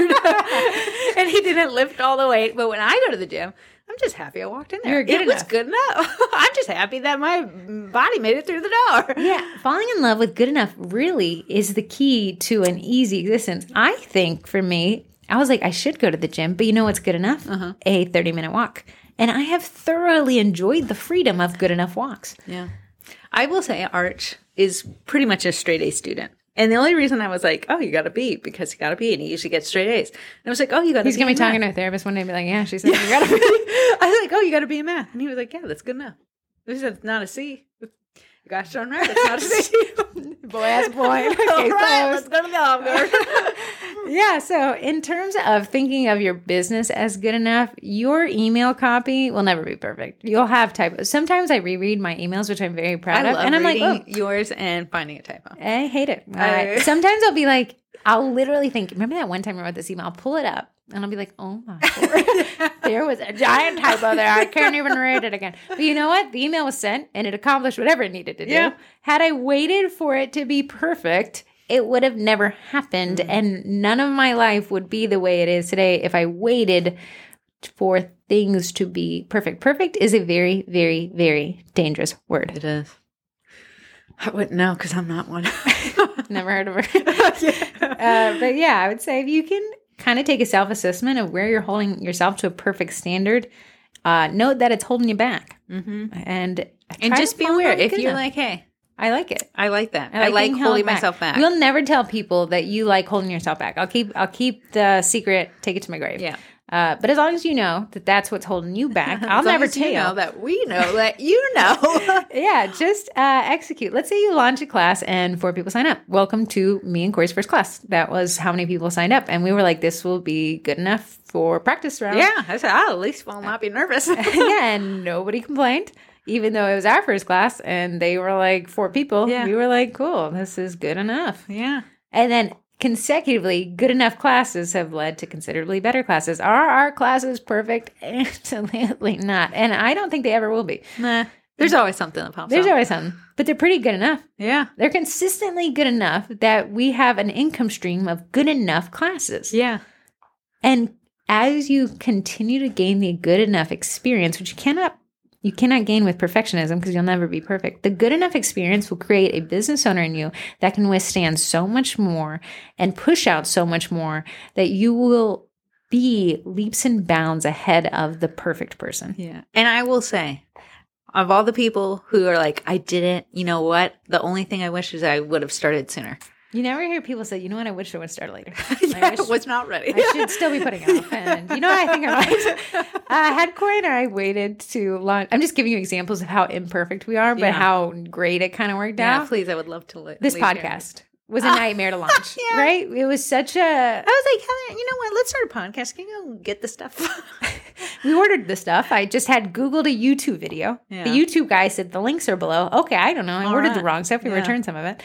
Speaker 2: and he didn't lift all the weight but when i go to the gym i'm just happy i walked in there
Speaker 1: You're good
Speaker 2: it was
Speaker 1: enough.
Speaker 2: good enough *laughs* i'm just happy that my body made it through the door
Speaker 1: Yeah, falling in love with good enough really is the key to an easy existence. I think for me, I was like, I should go to the gym, but you know what's good enough? A 30 minute walk. And I have thoroughly enjoyed the freedom of good enough walks.
Speaker 2: yeah i will say arch is pretty much a straight a student and the only reason I was like, "Oh, you got a B because you got a B, and he usually gets straight A's." And I was like, "Oh, you got."
Speaker 1: He's
Speaker 2: a
Speaker 1: going
Speaker 2: B
Speaker 1: to be
Speaker 2: in math."
Speaker 1: talking to a therapist one day and be like, yeah, she said, you *laughs* gotta
Speaker 2: *laughs* I was like, "Oh, you got to be a math," and he was like, "Yeah, that's good enough." This is not a C. Gosh darn right, it's not
Speaker 1: *laughs*
Speaker 2: a C. *laughs*
Speaker 1: boy ass boy. *laughs* Okay, so-
Speaker 2: go to the *laughs* Olive
Speaker 1: Yeah. So, in terms of thinking of your business as good enough, your email copy will never be perfect. You'll have typos. Sometimes I reread my emails, which I'm very proud
Speaker 2: I
Speaker 1: of,
Speaker 2: love
Speaker 1: and I'm like,
Speaker 2: reading
Speaker 1: oh,
Speaker 2: yours and finding a typo.
Speaker 1: I hate it.
Speaker 2: I-
Speaker 1: I- sometimes I'll be like, I'll literally think, remember that one time I wrote this email? I'll pull it up and I'll be like, oh my Lord, there was a giant typo there. I can't even read it again. But you know what? The email was sent and it accomplished whatever it needed to do.
Speaker 2: Yeah.
Speaker 1: Had I waited for it to be perfect, it would have never happened. And none of my life would be the way it is today if I waited for things to be perfect. Perfect is a very, very, very dangerous word.
Speaker 2: It is. I wouldn't know because I'm not *laughs* one.
Speaker 1: Never heard of her.
Speaker 2: *laughs*
Speaker 1: uh, but yeah, I would say if you can kind of take a self assessment of where you're holding yourself to a perfect standard, uh, note that it's holding you back.
Speaker 2: mm-hmm.
Speaker 1: And
Speaker 2: And
Speaker 1: try
Speaker 2: just
Speaker 1: to
Speaker 2: be
Speaker 1: follow
Speaker 2: aware
Speaker 1: how
Speaker 2: if
Speaker 1: do
Speaker 2: you're
Speaker 1: that.
Speaker 2: like, hey,
Speaker 1: I like it.
Speaker 2: I like that. I like,
Speaker 1: being held
Speaker 2: holding myself back.
Speaker 1: You'll never tell people that you like holding yourself back. I'll keep I'll keep the secret. Take it to my grave.
Speaker 2: Yeah.
Speaker 1: Uh, but as long as you know that that's what's holding you back, I'll
Speaker 2: *laughs* As long
Speaker 1: never
Speaker 2: as you
Speaker 1: tell.
Speaker 2: know that we know *laughs* that you know.
Speaker 1: *laughs* yeah, just uh, execute. Let's say you launch a class and four people sign up. Welcome to me and Corey's first class. That was how many people signed up, and we were like, this will be good enough for practice round.
Speaker 2: yeah, I said I at least will not be
Speaker 1: *laughs*
Speaker 2: nervous. *laughs*
Speaker 1: yeah, and nobody complained, even though it was our first class, and they were like four people.
Speaker 2: Yeah.
Speaker 1: We were like, cool, this is good enough.
Speaker 2: yeah.
Speaker 1: And then consecutively, good enough classes have led to considerably better classes. Are our classes perfect? *laughs* Absolutely not. And I don't think they ever will be.
Speaker 2: Nah. There's always something that pops
Speaker 1: There's
Speaker 2: up.
Speaker 1: always something, but they're pretty good enough.
Speaker 2: yeah.
Speaker 1: They're consistently good enough that we have an income stream of good enough classes.
Speaker 2: Yeah.
Speaker 1: And as you continue to gain the good enough experience, which you cannot you cannot gain with perfectionism because you'll never be perfect. The good enough experience will create a business owner in you that can withstand so much more and push out so much more that you will be leaps and bounds ahead of the perfect person.
Speaker 2: Yeah. And I will say, of all the people who are like, I didn't, you know what? The only thing I wish is I would have
Speaker 1: *laughs*
Speaker 2: started sooner.
Speaker 1: You never hear people say, "You know what? I wish I would start later." *laughs*
Speaker 2: I
Speaker 1: wish-
Speaker 2: was not ready.
Speaker 1: I *laughs* should still be putting it off. And you know, I think I
Speaker 2: *laughs*
Speaker 1: might. Uh, had Corey and I waited to launch, I'm just giving you examples of how imperfect we are, but
Speaker 2: Yeah.
Speaker 1: how great it kind of worked
Speaker 2: yeah,
Speaker 1: out.
Speaker 2: please, I would love to li-
Speaker 1: This
Speaker 2: leave here.
Speaker 1: podcast was a nightmare
Speaker 2: *laughs*
Speaker 1: to launch,
Speaker 2: Yeah.
Speaker 1: right? It was such a.
Speaker 2: I was like, Heather, you know what? Let's start a podcast. Can you go get
Speaker 1: *laughs*
Speaker 2: the stuff? *laughs*
Speaker 1: We ordered the stuff. I just had Googled a YouTube video.
Speaker 2: Yeah.
Speaker 1: The YouTube guy said the links are below. Okay, I don't know. I
Speaker 2: All
Speaker 1: ordered the
Speaker 2: right.
Speaker 1: wrong stuff. We
Speaker 2: Yeah.
Speaker 1: returned some of it.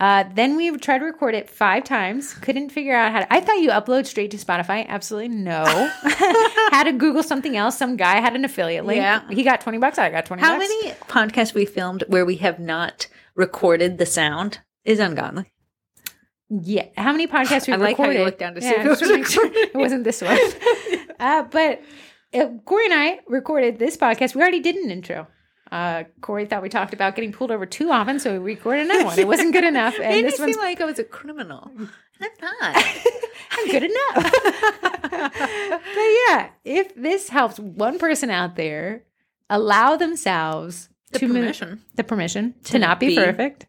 Speaker 1: Uh, then we tried to record it five times. Couldn't figure out how to. I thought you upload straight to Spotify. Absolutely no.
Speaker 2: *laughs*
Speaker 1: had to Google something else. Some guy had an affiliate link.
Speaker 2: Yeah.
Speaker 1: He got 20 bucks. I got 20
Speaker 2: How
Speaker 1: bucks.
Speaker 2: many podcasts we filmed where we have not recorded the sound is ungodly.
Speaker 1: Yeah. How many podcasts we
Speaker 2: I like how you
Speaker 1: recorded?
Speaker 2: looked down to see
Speaker 1: Yeah,
Speaker 2: if *laughs* it was
Speaker 1: just make sure
Speaker 2: recorded.
Speaker 1: it wasn't this one. uh, but uh, Corey and I recorded this podcast. We already did an intro. Uh, Corey thought we talked about getting pulled over too often, so we recorded another one. It wasn't good enough, and
Speaker 2: Made me
Speaker 1: this
Speaker 2: seem
Speaker 1: one's
Speaker 2: like I was
Speaker 1: *laughs*
Speaker 2: a criminal. And I'm not.
Speaker 1: good
Speaker 2: *laughs*
Speaker 1: enough. but yeah, if this helps one person out there, allow themselves
Speaker 2: The
Speaker 1: to mo-
Speaker 2: permission.
Speaker 1: the permission to, not be,
Speaker 2: be-
Speaker 1: perfect,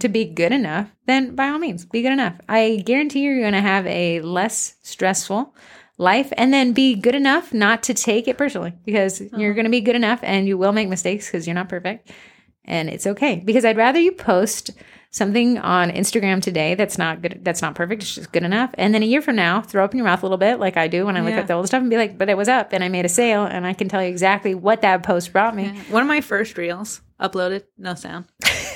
Speaker 1: to be good enough, then by all means, be good enough. I guarantee you're going to have a less stressful life and then be good enough not to take it personally because you're going to be good enough and you will make mistakes because you're not perfect and it's okay because I'd rather you post something on Instagram today that's not good that's not perfect it's just good enough and then a year from now throw up in your mouth a little bit like I do when I look
Speaker 2: Yeah.
Speaker 1: at the old stuff and be like but it was up and I made a sale and I can tell you exactly what that post brought me
Speaker 2: One of my first reels uploaded, no sound.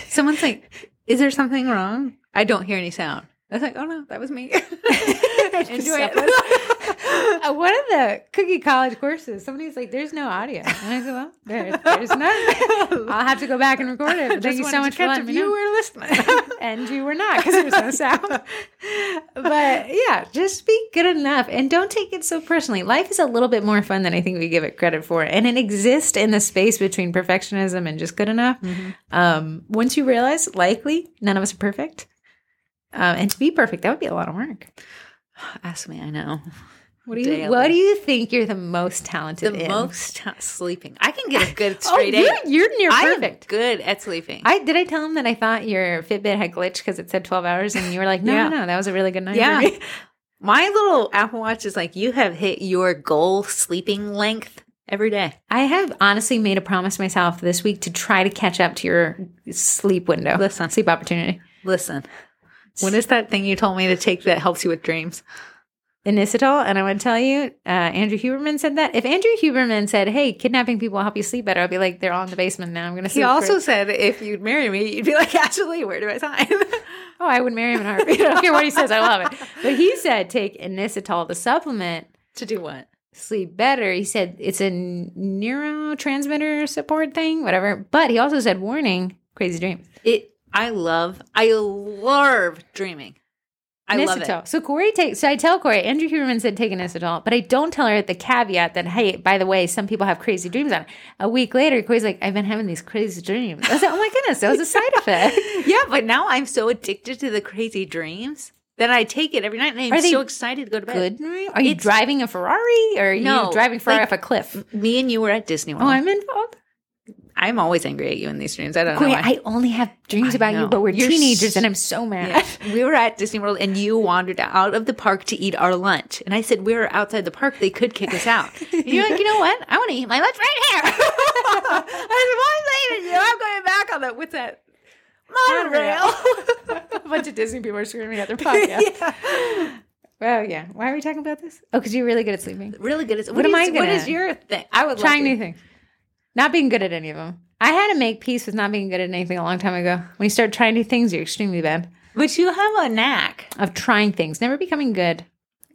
Speaker 2: Someone's like, "Is there something wrong? I don't hear any sound." I was like, "Oh no, that was *laughs* me." Enjoy
Speaker 1: *laughs*
Speaker 2: it. *laughs*
Speaker 1: Uh, one of the cookie college courses, somebody's like, "There's no audio," and I said, "Well, there,
Speaker 2: *laughs*
Speaker 1: there's none. I'll have to go back and record it." But thank you so much for letting me
Speaker 2: You
Speaker 1: know.
Speaker 2: were listening.
Speaker 1: And you were not because there was no sound. but yeah, just be good enough and don't take it so personally. Life is a little bit more fun than I think we give it credit for, and it exists in the space between perfectionism and just good enough.
Speaker 2: Mm-hmm.
Speaker 1: Um, once you realize, likely none of us are perfect, uh, and to be perfect, that would be a lot of work.
Speaker 2: *laughs* Ask me, I know.
Speaker 1: What do you
Speaker 2: Daily.
Speaker 1: What do you think you're the most talented?
Speaker 2: The
Speaker 1: in?
Speaker 2: most t- sleeping. I can get a *laughs* good straight
Speaker 1: oh,
Speaker 2: eight.
Speaker 1: You're, you're near
Speaker 2: I am
Speaker 1: perfect.
Speaker 2: good at sleeping.
Speaker 1: I did I tell him that I thought your Fitbit had glitched because it said 12 hours and you were like, no,
Speaker 2: Yeah.
Speaker 1: no, no, that was a really good night.
Speaker 2: Yeah.
Speaker 1: for me. *laughs*
Speaker 2: My little Apple Watch is like, you have hit your goal sleeping length every day.
Speaker 1: I have honestly made a promise to myself this week to try to catch up to your sleep window.
Speaker 2: Listen.
Speaker 1: Sleep opportunity.
Speaker 2: Listen, Oh. what is that thing you told me to take that helps you with dreams?
Speaker 1: Inisitol, and I want to tell you, uh, Andrew Huberman said that. If Andrew Huberman said, hey, kidnapping people will help you sleep better, I'd be like, they're all in the basement now. I'm going to sleep.
Speaker 2: He
Speaker 1: for-
Speaker 2: also said, if you'd marry me, you'd be like, actually, where do I sign? *laughs*
Speaker 1: Oh, I would marry him in a heartbeat. I don't care what he says. I love it. But he said, take Inisitol, the supplement,
Speaker 2: to do what?
Speaker 1: sleep better. He said it's a neurotransmitter support thing, whatever. But he also said warning, crazy dreams.
Speaker 2: It. I love, I love dreaming. I love it.
Speaker 1: Inositol. So Corey takes. So I tell Corey, Andrew Huberman said take an inositol, but I don't tell her the caveat that hey, by the way, some people have crazy dreams on. it. A week later, Corey's like, I've been having these crazy dreams. I was like, oh my goodness, that was a
Speaker 2: *laughs*
Speaker 1: side effect.
Speaker 2: *laughs* Yeah, but now I'm so addicted to the crazy dreams that I take it every night and I'm
Speaker 1: Are they
Speaker 2: so excited to go to bed.
Speaker 1: Good. Marie? Are you driving a Ferrari or are
Speaker 2: No,
Speaker 1: you driving Ferrari
Speaker 2: like- oh,
Speaker 1: off a cliff?
Speaker 2: Me and you were at Disney World.
Speaker 1: Oh,
Speaker 2: I'm,
Speaker 1: I'm involved.
Speaker 2: always angry at you in these dreams. I don't
Speaker 1: Corey,
Speaker 2: know why.
Speaker 1: I only have dreams
Speaker 2: I
Speaker 1: about
Speaker 2: know.
Speaker 1: you, but we're
Speaker 2: You're
Speaker 1: teenagers,
Speaker 2: s-
Speaker 1: and I'm so mad.
Speaker 2: Yeah. *laughs* we were at Disney World and you wandered out of the park to eat our lunch. And I said, We were outside the park. They could kick
Speaker 1: *laughs*
Speaker 2: us out. And you're like, You know what? I want to eat my lunch right here. I said, Well, I'm leaving you. I'm going back on the, what's that?
Speaker 1: *laughs* a bunch of Disney people are screaming at their
Speaker 2: *laughs*
Speaker 1: podcast. Well, *laughs* yeah. Why are we talking about this? Oh, because you're really good at sleeping.
Speaker 2: Really good. At, what,
Speaker 1: What am
Speaker 2: is-
Speaker 1: I
Speaker 2: What
Speaker 1: good
Speaker 2: is
Speaker 1: at?
Speaker 2: your thing? I would
Speaker 1: Trying new
Speaker 2: love to.
Speaker 1: things. Not being good at any of them. I had to make peace with not being good at anything a long time ago. When you start trying new things, you're extremely bad
Speaker 2: But you have a knack.
Speaker 1: of trying things, never becoming good.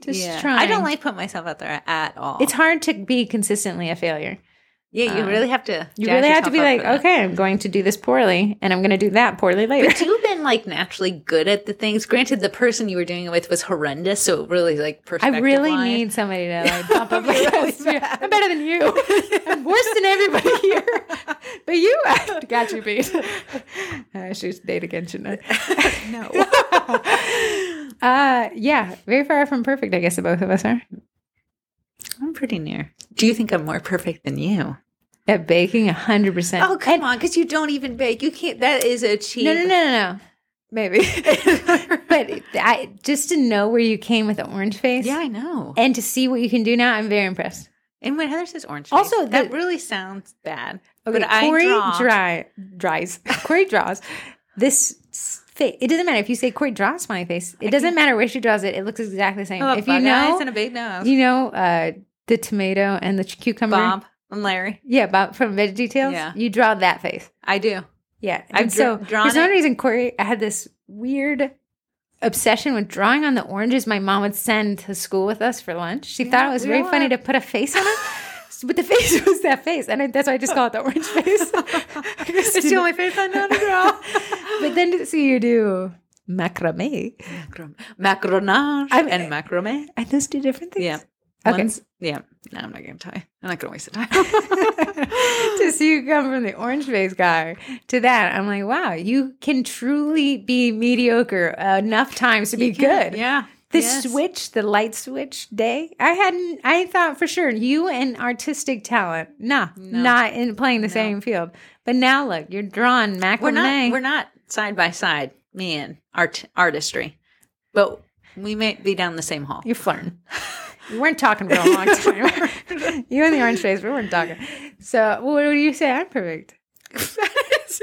Speaker 1: Just trying.
Speaker 2: I don't like put myself out there at all.
Speaker 1: It's hard to be consistently a failure.
Speaker 2: yeah. You really have to.
Speaker 1: You
Speaker 2: jazz
Speaker 1: really have to
Speaker 2: yourself
Speaker 1: be
Speaker 2: up
Speaker 1: like,
Speaker 2: for that.
Speaker 1: okay, I'm going to do this poorly, and I'm going to do that poorly later.
Speaker 2: But you've been like naturally good at the things. Granted, the person you were doing it with was horrendous, so it really like
Speaker 1: I
Speaker 2: perspective.
Speaker 1: really
Speaker 2: wise.
Speaker 1: need somebody to
Speaker 2: *laughs*
Speaker 1: like bump up my
Speaker 2: Really
Speaker 1: ass. Yeah, I'm better than you. I'm worse than everybody here. But you I got you beat. *laughs* I should date again, shouldn't I?
Speaker 2: *laughs* No.
Speaker 1: *laughs* Uh, yeah, very far from perfect. I guess the both of us are
Speaker 2: I'm pretty near. Do you think I'm more perfect than you?
Speaker 1: at baking, hundred percent.
Speaker 2: Oh, come on, because you don't even bake. You can't. That is a cheat.
Speaker 1: No, no, no,
Speaker 2: *laughs*
Speaker 1: no, no. Maybe, *laughs* but I just to know where you came with the orange face,
Speaker 2: yeah, I know.
Speaker 1: and to see what you can do now, I'm very impressed.
Speaker 2: And when Heather says orange,
Speaker 1: Also,
Speaker 2: face, that
Speaker 1: the-
Speaker 2: really sounds bad.
Speaker 1: Okay,
Speaker 2: but I
Speaker 1: Corey
Speaker 2: draw.
Speaker 1: dry
Speaker 2: *laughs*
Speaker 1: dries. Corey draws this face. It doesn't matter if you say Corey draws my face. It doesn't matter where she draws it. It looks exactly the same.
Speaker 2: Oh,
Speaker 1: if you
Speaker 2: bug eyes
Speaker 1: know,
Speaker 2: and a big nose.
Speaker 1: you know uh, the tomato and the ch- cucumber.
Speaker 2: Bob and Larry,
Speaker 1: Yeah, Bob from Veggie Tales.
Speaker 2: Yeah.
Speaker 1: You draw that face.
Speaker 2: I do.
Speaker 1: Yeah,
Speaker 2: I've
Speaker 1: and so
Speaker 2: dra- drawn
Speaker 1: for some
Speaker 2: it.
Speaker 1: reason Corey had this weird obsession with drawing on the oranges my mom would send to school with us for lunch. She thought it was
Speaker 2: we
Speaker 1: very
Speaker 2: all
Speaker 1: funny
Speaker 2: are.
Speaker 1: to put a face on
Speaker 2: *laughs*
Speaker 1: it. But the face *laughs* was that face, and I, that's why I just call it the orange
Speaker 2: *laughs*
Speaker 1: face.
Speaker 2: *laughs*
Speaker 1: *laughs*
Speaker 2: It's the only face I know to *laughs* draw.
Speaker 1: but then to see you do macrame,
Speaker 2: Macronage
Speaker 1: I'm-
Speaker 2: and macrame.
Speaker 1: are those two different things?
Speaker 2: Yeah.
Speaker 1: Okay.
Speaker 2: One's- yeah. No, I'm not going to tell you. I'm not going to waste the *laughs*
Speaker 1: *laughs*
Speaker 2: time.
Speaker 1: to see you come from the orange face guy to that, I'm like, wow, you can truly be mediocre enough times to be good.
Speaker 2: Yeah.
Speaker 1: The
Speaker 2: Yes.
Speaker 1: switch, the light switch day, I hadn't, I thought for sure you and artistic talent, nah, not in playing the same field. But now look, you're drawn macrame.
Speaker 2: We're not. We're not side by side. Me and art artistry, but we may be down the same hall.
Speaker 1: You're *laughs* flirting. we weren't talking for a *laughs* long time. *laughs* you and the orange face, we weren't talking. So, what do you say? I'm *laughs* perfect.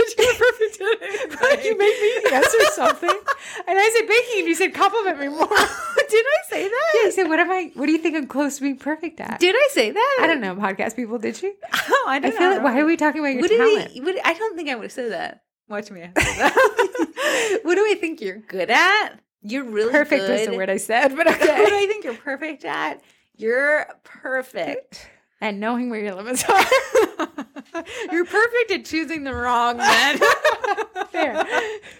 Speaker 1: *laughs* you made me yes or something. *laughs* And I said baking, and you said compliment me more. *laughs* Did I say that? Yeah, you said what am I? What do you think I'm close to being perfect at?
Speaker 2: Did I say that? *laughs*
Speaker 1: I don't know, podcast people. Did you?
Speaker 2: know. I
Speaker 1: I
Speaker 2: don't
Speaker 1: feel
Speaker 2: know.
Speaker 1: like why are we talking about your
Speaker 2: What
Speaker 1: talent?
Speaker 2: do we? What, I don't think I would have said that. Watch *laughs* me. after that. what do we think you're good at? You're really
Speaker 1: perfect was
Speaker 2: good.
Speaker 1: the
Speaker 2: *laughs*
Speaker 1: word I said, but
Speaker 2: What do
Speaker 1: okay.
Speaker 2: I think you're perfect at? *laughs* You're perfect.
Speaker 1: *laughs* and knowing where your limits are. *laughs*
Speaker 2: You're perfect at choosing the *laughs* wrong men.
Speaker 1: Fair.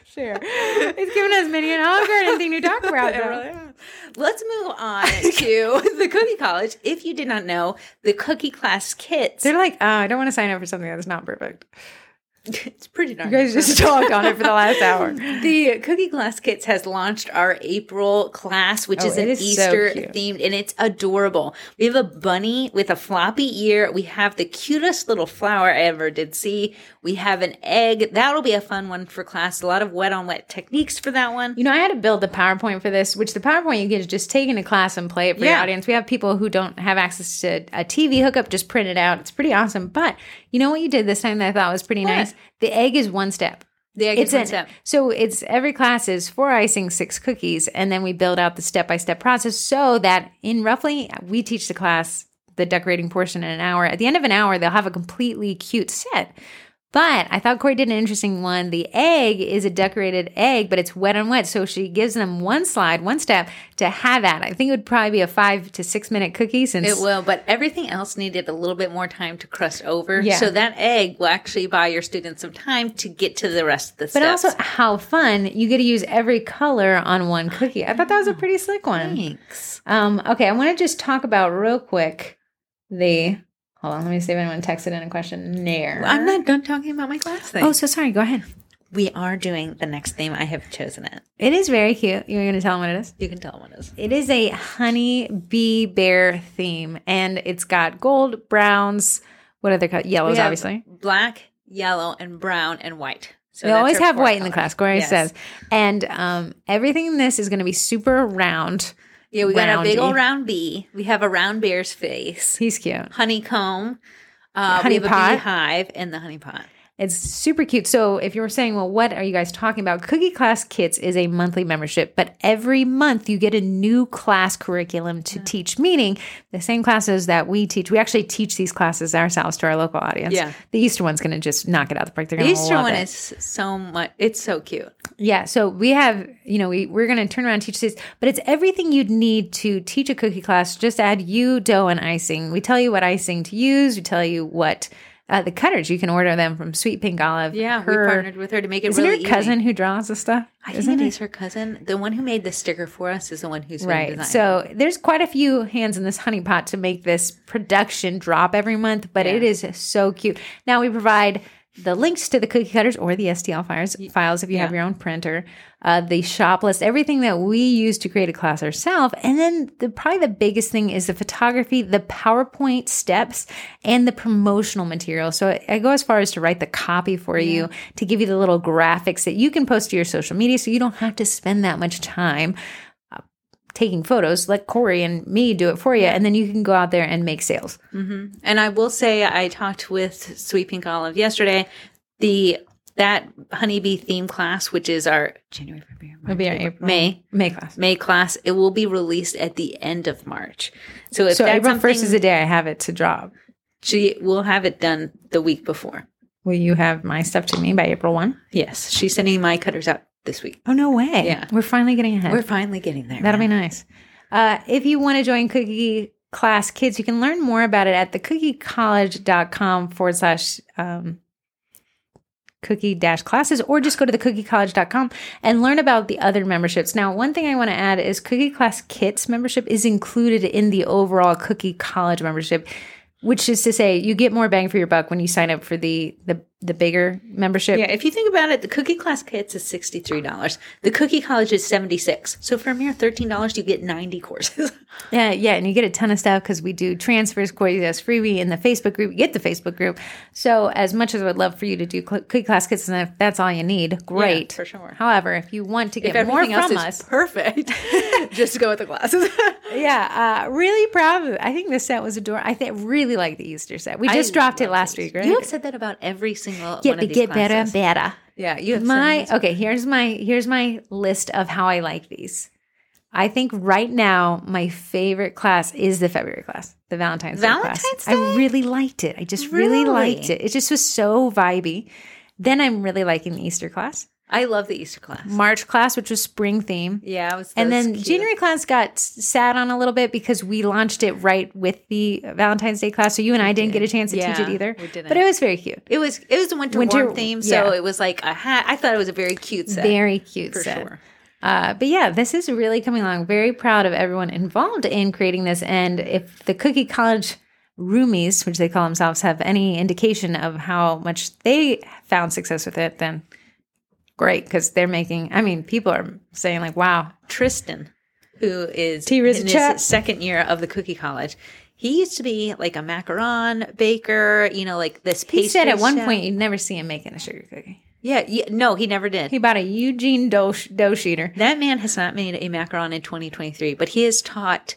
Speaker 1: Fair. It's given us many an Olive Garden thing to
Speaker 2: *laughs*
Speaker 1: talk about.
Speaker 2: It
Speaker 1: though.
Speaker 2: really is. Let's move
Speaker 1: *laughs*
Speaker 2: on to the Cookie College. If you did not know, the Cookie Class Kits.
Speaker 1: They're like, oh, I don't want to sign up for something that's not perfect.
Speaker 2: *laughs* It's pretty darn.
Speaker 1: You guys just talked on it for the last hour.
Speaker 2: *laughs* the Cookie Class Kits has launched our April class, which
Speaker 1: Oh,
Speaker 2: is an
Speaker 1: it is so
Speaker 2: Easter
Speaker 1: cute.
Speaker 2: themed, and it's adorable. We have a bunny with a floppy ear. We have the cutest little flower I ever did see. We have an egg. That'll be a fun one for class. A lot of wet on wet techniques for that one.
Speaker 1: You know, I had to build the PowerPoint for this, which the PowerPoint you can just take into class and play it for your
Speaker 2: Yeah.
Speaker 1: audience. We have people who don't have access to a TV hookup, just print it out. It's pretty awesome. But you know what you did this time that I thought was pretty nice? The egg is one step.
Speaker 2: The egg
Speaker 1: It's
Speaker 2: is one
Speaker 1: an-
Speaker 2: step.
Speaker 1: so it's every class is four icing, six cookies, and then we build out the step by step process so that in roughly we teach the class the decorating portion in an hour. At the end of an hour, they'll have a completely cute set. But I thought Corey did an interesting one. The egg is a decorated egg, but it's wet on wet. So she gives them one slide, one step to have at. I think it would probably be a five to six minute cookie since
Speaker 2: It will, but everything else needed a little bit more time to crust over.
Speaker 1: Yeah.
Speaker 2: So that egg will actually buy your students some time to get to the rest of the
Speaker 1: But
Speaker 2: steps.
Speaker 1: also, how fun! You get to use every color on one cookie. I thought that was a pretty slick one.
Speaker 2: thanks.
Speaker 1: Um, okay, I want to just talk about real quick the. Hold on, let me see if anyone texted in a question. Nair.
Speaker 2: I'm not done talking about my class thing.
Speaker 1: Oh, so sorry. Go ahead.
Speaker 2: we are doing the next theme. I have chosen it.
Speaker 1: It is very cute. You're going to tell them what it is.
Speaker 2: You can tell what it is.
Speaker 1: It is a honey bee bear theme, and it's got gold, browns, what other color? Yellows,
Speaker 2: We have
Speaker 1: obviously.
Speaker 2: Black, yellow, and brown, and white. So
Speaker 1: they
Speaker 2: that's
Speaker 1: always
Speaker 2: our
Speaker 1: have
Speaker 2: four
Speaker 1: white in the class.
Speaker 2: colors.
Speaker 1: Corey
Speaker 2: Yes.
Speaker 1: says, and um, everything in this is going to be super round.
Speaker 2: Yeah, we got a
Speaker 1: roundy.
Speaker 2: big old round bee. We have a round bear's face,
Speaker 1: He's cute.
Speaker 2: honeycomb, uh,
Speaker 1: Honey
Speaker 2: we have
Speaker 1: pot.
Speaker 2: a beehive, and the honey pot.
Speaker 1: It's super cute. So if you were saying, well, what are you guys talking about? Cookie Class Kits is a monthly membership, but every month you get a new class curriculum to teach, meaning the same classes that we teach. We actually teach these classes ourselves to our local audience.
Speaker 2: Yeah.
Speaker 1: The Easter one's going to just knock it out of the park. They're
Speaker 2: The
Speaker 1: going to
Speaker 2: Easter
Speaker 1: love
Speaker 2: one
Speaker 1: it.
Speaker 2: is so much. It's so cute.
Speaker 1: Yeah, so we have, you know, we, we're going to turn around and teach this, but it's everything you'd need to teach a cookie class. Just add you, dough, and icing. We tell you what icing to use. We tell you what uh, the cutters. You can order them from Sweet Pink Olive.
Speaker 2: Yeah, we
Speaker 1: her,
Speaker 2: partnered with her to make it
Speaker 1: isn't
Speaker 2: really
Speaker 1: her cousin who draws the stuff?
Speaker 2: Easy. I think
Speaker 1: isn't
Speaker 2: it is her cousin. The one who made the sticker for us is the one who's right.
Speaker 1: Right.
Speaker 2: Been
Speaker 1: So there's quite a few hands in this honey pot to make this production drop every month, but it is so cute. Now we provide the links to the cookie cutters or the STL files, files if you have your own printer, uh, the shop list, everything that we use to create a class ourselves. And then the, probably the biggest thing is the photography, the PowerPoint steps, and the promotional material. So I- I go as far as to write the copy for you to give you the little graphics that you can post to your social media so you don't have to spend that much time taking photos. Let Corey and me do it for you, and then you can go out there and make sales.
Speaker 2: Mm-hmm. and I will say, I talked with Sweet Pink Olive yesterday. The that honeybee theme class, which is our January, February, March,
Speaker 1: be our
Speaker 2: April,
Speaker 1: April.
Speaker 2: May,
Speaker 1: May class.
Speaker 2: May class, it will be released at the end of March. So if
Speaker 1: So
Speaker 2: that's
Speaker 1: April
Speaker 2: something,
Speaker 1: first is the day I have it to drop.
Speaker 2: she will have it done the week before.
Speaker 1: Will you have my stuff to me by April one?
Speaker 2: Yes, she's sending my cutters out this week.
Speaker 1: Oh no way!
Speaker 2: Yeah.
Speaker 1: we're finally getting ahead.
Speaker 2: We're finally getting there.
Speaker 1: That'll be nice. Uh, if you want to join Cookie Class Kids, you can learn more about it at thecookiecollege.com forward slash um, cookie dash classes, or just go to thecookiecollege.com and learn about the other memberships. Now, one thing I want to add is Cookie Class Kits membership is included in the overall Cookie College membership. Which is to say, you get more bang for your buck when you sign up for the the, the bigger membership.
Speaker 2: Yeah, if you think about it, the cookie class kits is sixty three dollars. The cookie college is seventy six. So for a mere thirteen dollars, you get ninety courses. *laughs*
Speaker 1: Yeah, yeah, and you get a ton of stuff because we do transfers, Corey does freebie in the Facebook group. You get the Facebook group. So as much as I would love for you to do cl- Cookie Class Kits, and if that's all you need, great
Speaker 2: for sure.
Speaker 1: However, if you want to get more from us,
Speaker 2: perfect, *laughs* just go with the classes. *laughs*
Speaker 1: yeah, uh, really proud. of it. I think this set was adorable. I th- really like the Easter set. We just dropped it last week, right?
Speaker 2: You have said that about every single
Speaker 1: yeah,
Speaker 2: one
Speaker 1: they
Speaker 2: of these
Speaker 1: get better and
Speaker 2: classes.
Speaker 1: better.
Speaker 2: Yeah, you have said
Speaker 1: My
Speaker 2: this-
Speaker 1: okay, here's my here's my list of how I like these. I think right now my favorite class is the February class, the Valentine's, Day class.
Speaker 2: Valentine's
Speaker 1: I really liked it. I just really? liked
Speaker 2: Really?
Speaker 1: it. It just was so vibey. Then I'm really liking the Easter class,
Speaker 2: I love the Easter class.
Speaker 1: March class, which was spring theme.
Speaker 2: Yeah, I was.
Speaker 1: And
Speaker 2: that's
Speaker 1: then
Speaker 2: cute.
Speaker 1: January class got s- sat on a little bit because we launched it right with the Valentine's Day class. So you and I didn't get a chance to teach it
Speaker 2: Yeah,
Speaker 1: either.
Speaker 2: we didn't.
Speaker 1: But it was very cute.
Speaker 2: It was it was a winter,
Speaker 1: Winter-
Speaker 2: warm theme, so
Speaker 1: yeah.
Speaker 2: it was like a hat. I thought it was a very cute set.
Speaker 1: Very cute
Speaker 2: for
Speaker 1: set.
Speaker 2: sure.
Speaker 1: Uh, but yeah, this is really coming along. Very proud of everyone involved in creating this. And if the Cookie College roomies, which they call themselves, have any indication of how much they found success with it, then great because they're making. I mean, people are saying like, "Wow,
Speaker 2: Tristan, who is
Speaker 1: T. Riz
Speaker 2: in
Speaker 1: Chat.
Speaker 2: his second year of the Cookie College. He used to be like a macaron baker, you know, like this pastry.
Speaker 1: he said at one
Speaker 2: chef.
Speaker 1: point you'd never see him making a sugar cookie."
Speaker 2: yeah, yeah, no, he never did.
Speaker 1: He bought a Eugene dough, sh- dough sheeter.
Speaker 2: that man has not made a macaron in 2023, but he has taught.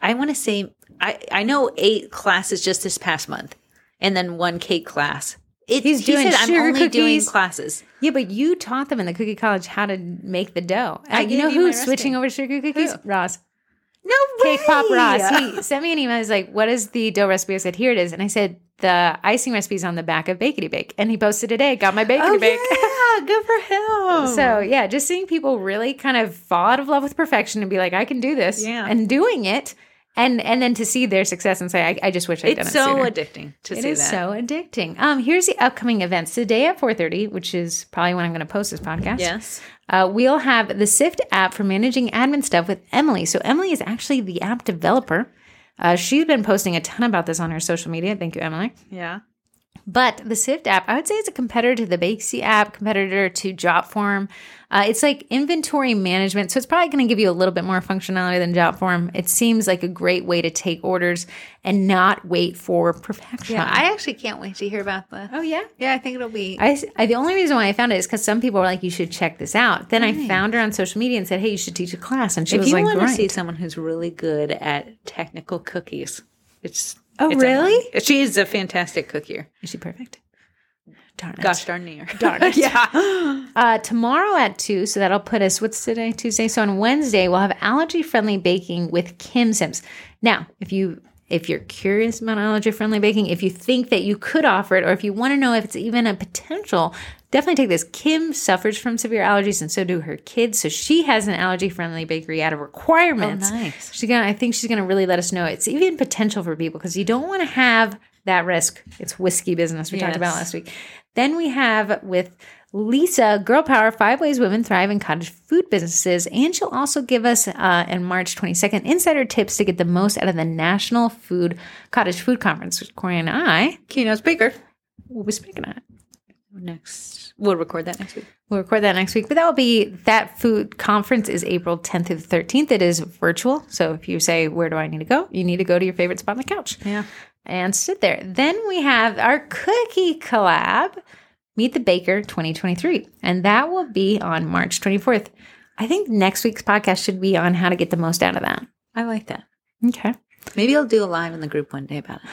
Speaker 2: I want to say I I know eight classes just this past month, and then one cake class. It,
Speaker 1: He's
Speaker 2: he
Speaker 1: doing
Speaker 2: said,
Speaker 1: sugar
Speaker 2: I'm only doing
Speaker 1: cookies.
Speaker 2: classes.
Speaker 1: Yeah, but you taught them in the Cookie College how to make the dough. Uh, you know
Speaker 2: gave you my
Speaker 1: who's switching
Speaker 2: recipe.
Speaker 1: over to sugar cookies? Ross.
Speaker 2: No way.
Speaker 1: Cake Pop Ross. He sent me an email. He's like, "What is the dough recipe?" I said, "Here it is." And I said, "The icing recipe is on the back of Bakety Bake." And he posted today. Got my Bakety
Speaker 2: Oh,
Speaker 1: Bake.
Speaker 2: yeah, good for *laughs* him.
Speaker 1: *laughs* So yeah, just seeing people really kind of fall out of love with perfection and be like, "I can do this,"
Speaker 2: Yeah.
Speaker 1: and doing it, and and then to see their success and say, "I, I just wish I'd done
Speaker 2: it's
Speaker 1: it
Speaker 2: so
Speaker 1: sooner."
Speaker 2: addicting to
Speaker 1: It
Speaker 2: see
Speaker 1: is
Speaker 2: that.
Speaker 1: so addicting. Um, here's the upcoming events today at 4:30, which is probably when I'm going to post this podcast.
Speaker 2: yes.
Speaker 1: Uh, we'll have the Sift app for managing admin stuff with Emily. So Emily is actually the app developer. Uh, she's been posting a ton about this on her social media. Thank you, Emily.
Speaker 2: Yeah.
Speaker 1: But the Sift app, I would say, it's a competitor to the Bakesy app, competitor to Jotform. Uh, it's like inventory management, so it's probably going to give you a little bit more functionality than Jotform. It seems like a great way to take orders and not wait for perfection.
Speaker 2: Yeah. I actually can't wait to hear about that.
Speaker 1: oh yeah.
Speaker 2: Yeah, I think it'll be.
Speaker 1: I, s- I- the only reason why I found it is because some people were like, "You should check this out." Then I found her on social media and said, "Hey, you should teach a class," and she
Speaker 2: if
Speaker 1: was
Speaker 2: you
Speaker 1: like,
Speaker 2: want
Speaker 1: "Great."
Speaker 2: to see someone who's really good at technical cookies, it's
Speaker 1: Oh,
Speaker 2: it's
Speaker 1: really?
Speaker 2: Emily. She is a fantastic cookier.
Speaker 1: "Is she perfect?" Darn it.
Speaker 2: Gosh darn near. *laughs*
Speaker 1: Darn it.
Speaker 2: yeah.
Speaker 1: Uh, tomorrow at two, so that'll put us. What's today? Tuesday. So on Wednesday, we'll have allergy-friendly baking with Kim Sims. Now, if you if you're curious about allergy-friendly baking, if you think that you could offer it, or if you want to know if it's even a potential, definitely take this. Kim suffers from severe allergies, and so do her kids. So she has an allergy-friendly bakery out of requirements.
Speaker 2: Oh, nice.
Speaker 1: She's gonna. I think she's gonna really let us know it's even potential for people because you don't want to have that risk. It's whiskey business we talked about
Speaker 2: Yes.
Speaker 1: last week. Then we have with Lisa, Girl Power, Five Ways Women Thrive in Cottage Food Businesses. And she'll also give us, uh, in March 22nd, insider tips to get the most out of the National Food Cottage Food Conference, which Corey and I
Speaker 2: Keynote speaker.
Speaker 1: will be speaking at.
Speaker 2: Next, we'll record that next week.
Speaker 1: We'll record that next week, but that will be that food conference is April 10th through the 13th. It is virtual. So if you say, Where do I need to go? You need to go to your favorite spot on the couch.
Speaker 2: Yeah.
Speaker 1: and sit there. Then we have our cookie collab, Meet the Baker 2023, and that will be on March 24th. I think next week's podcast should be on how to get the most out of that.
Speaker 2: I like that.
Speaker 1: Okay.
Speaker 2: Maybe I'll do a live in the group one day about it.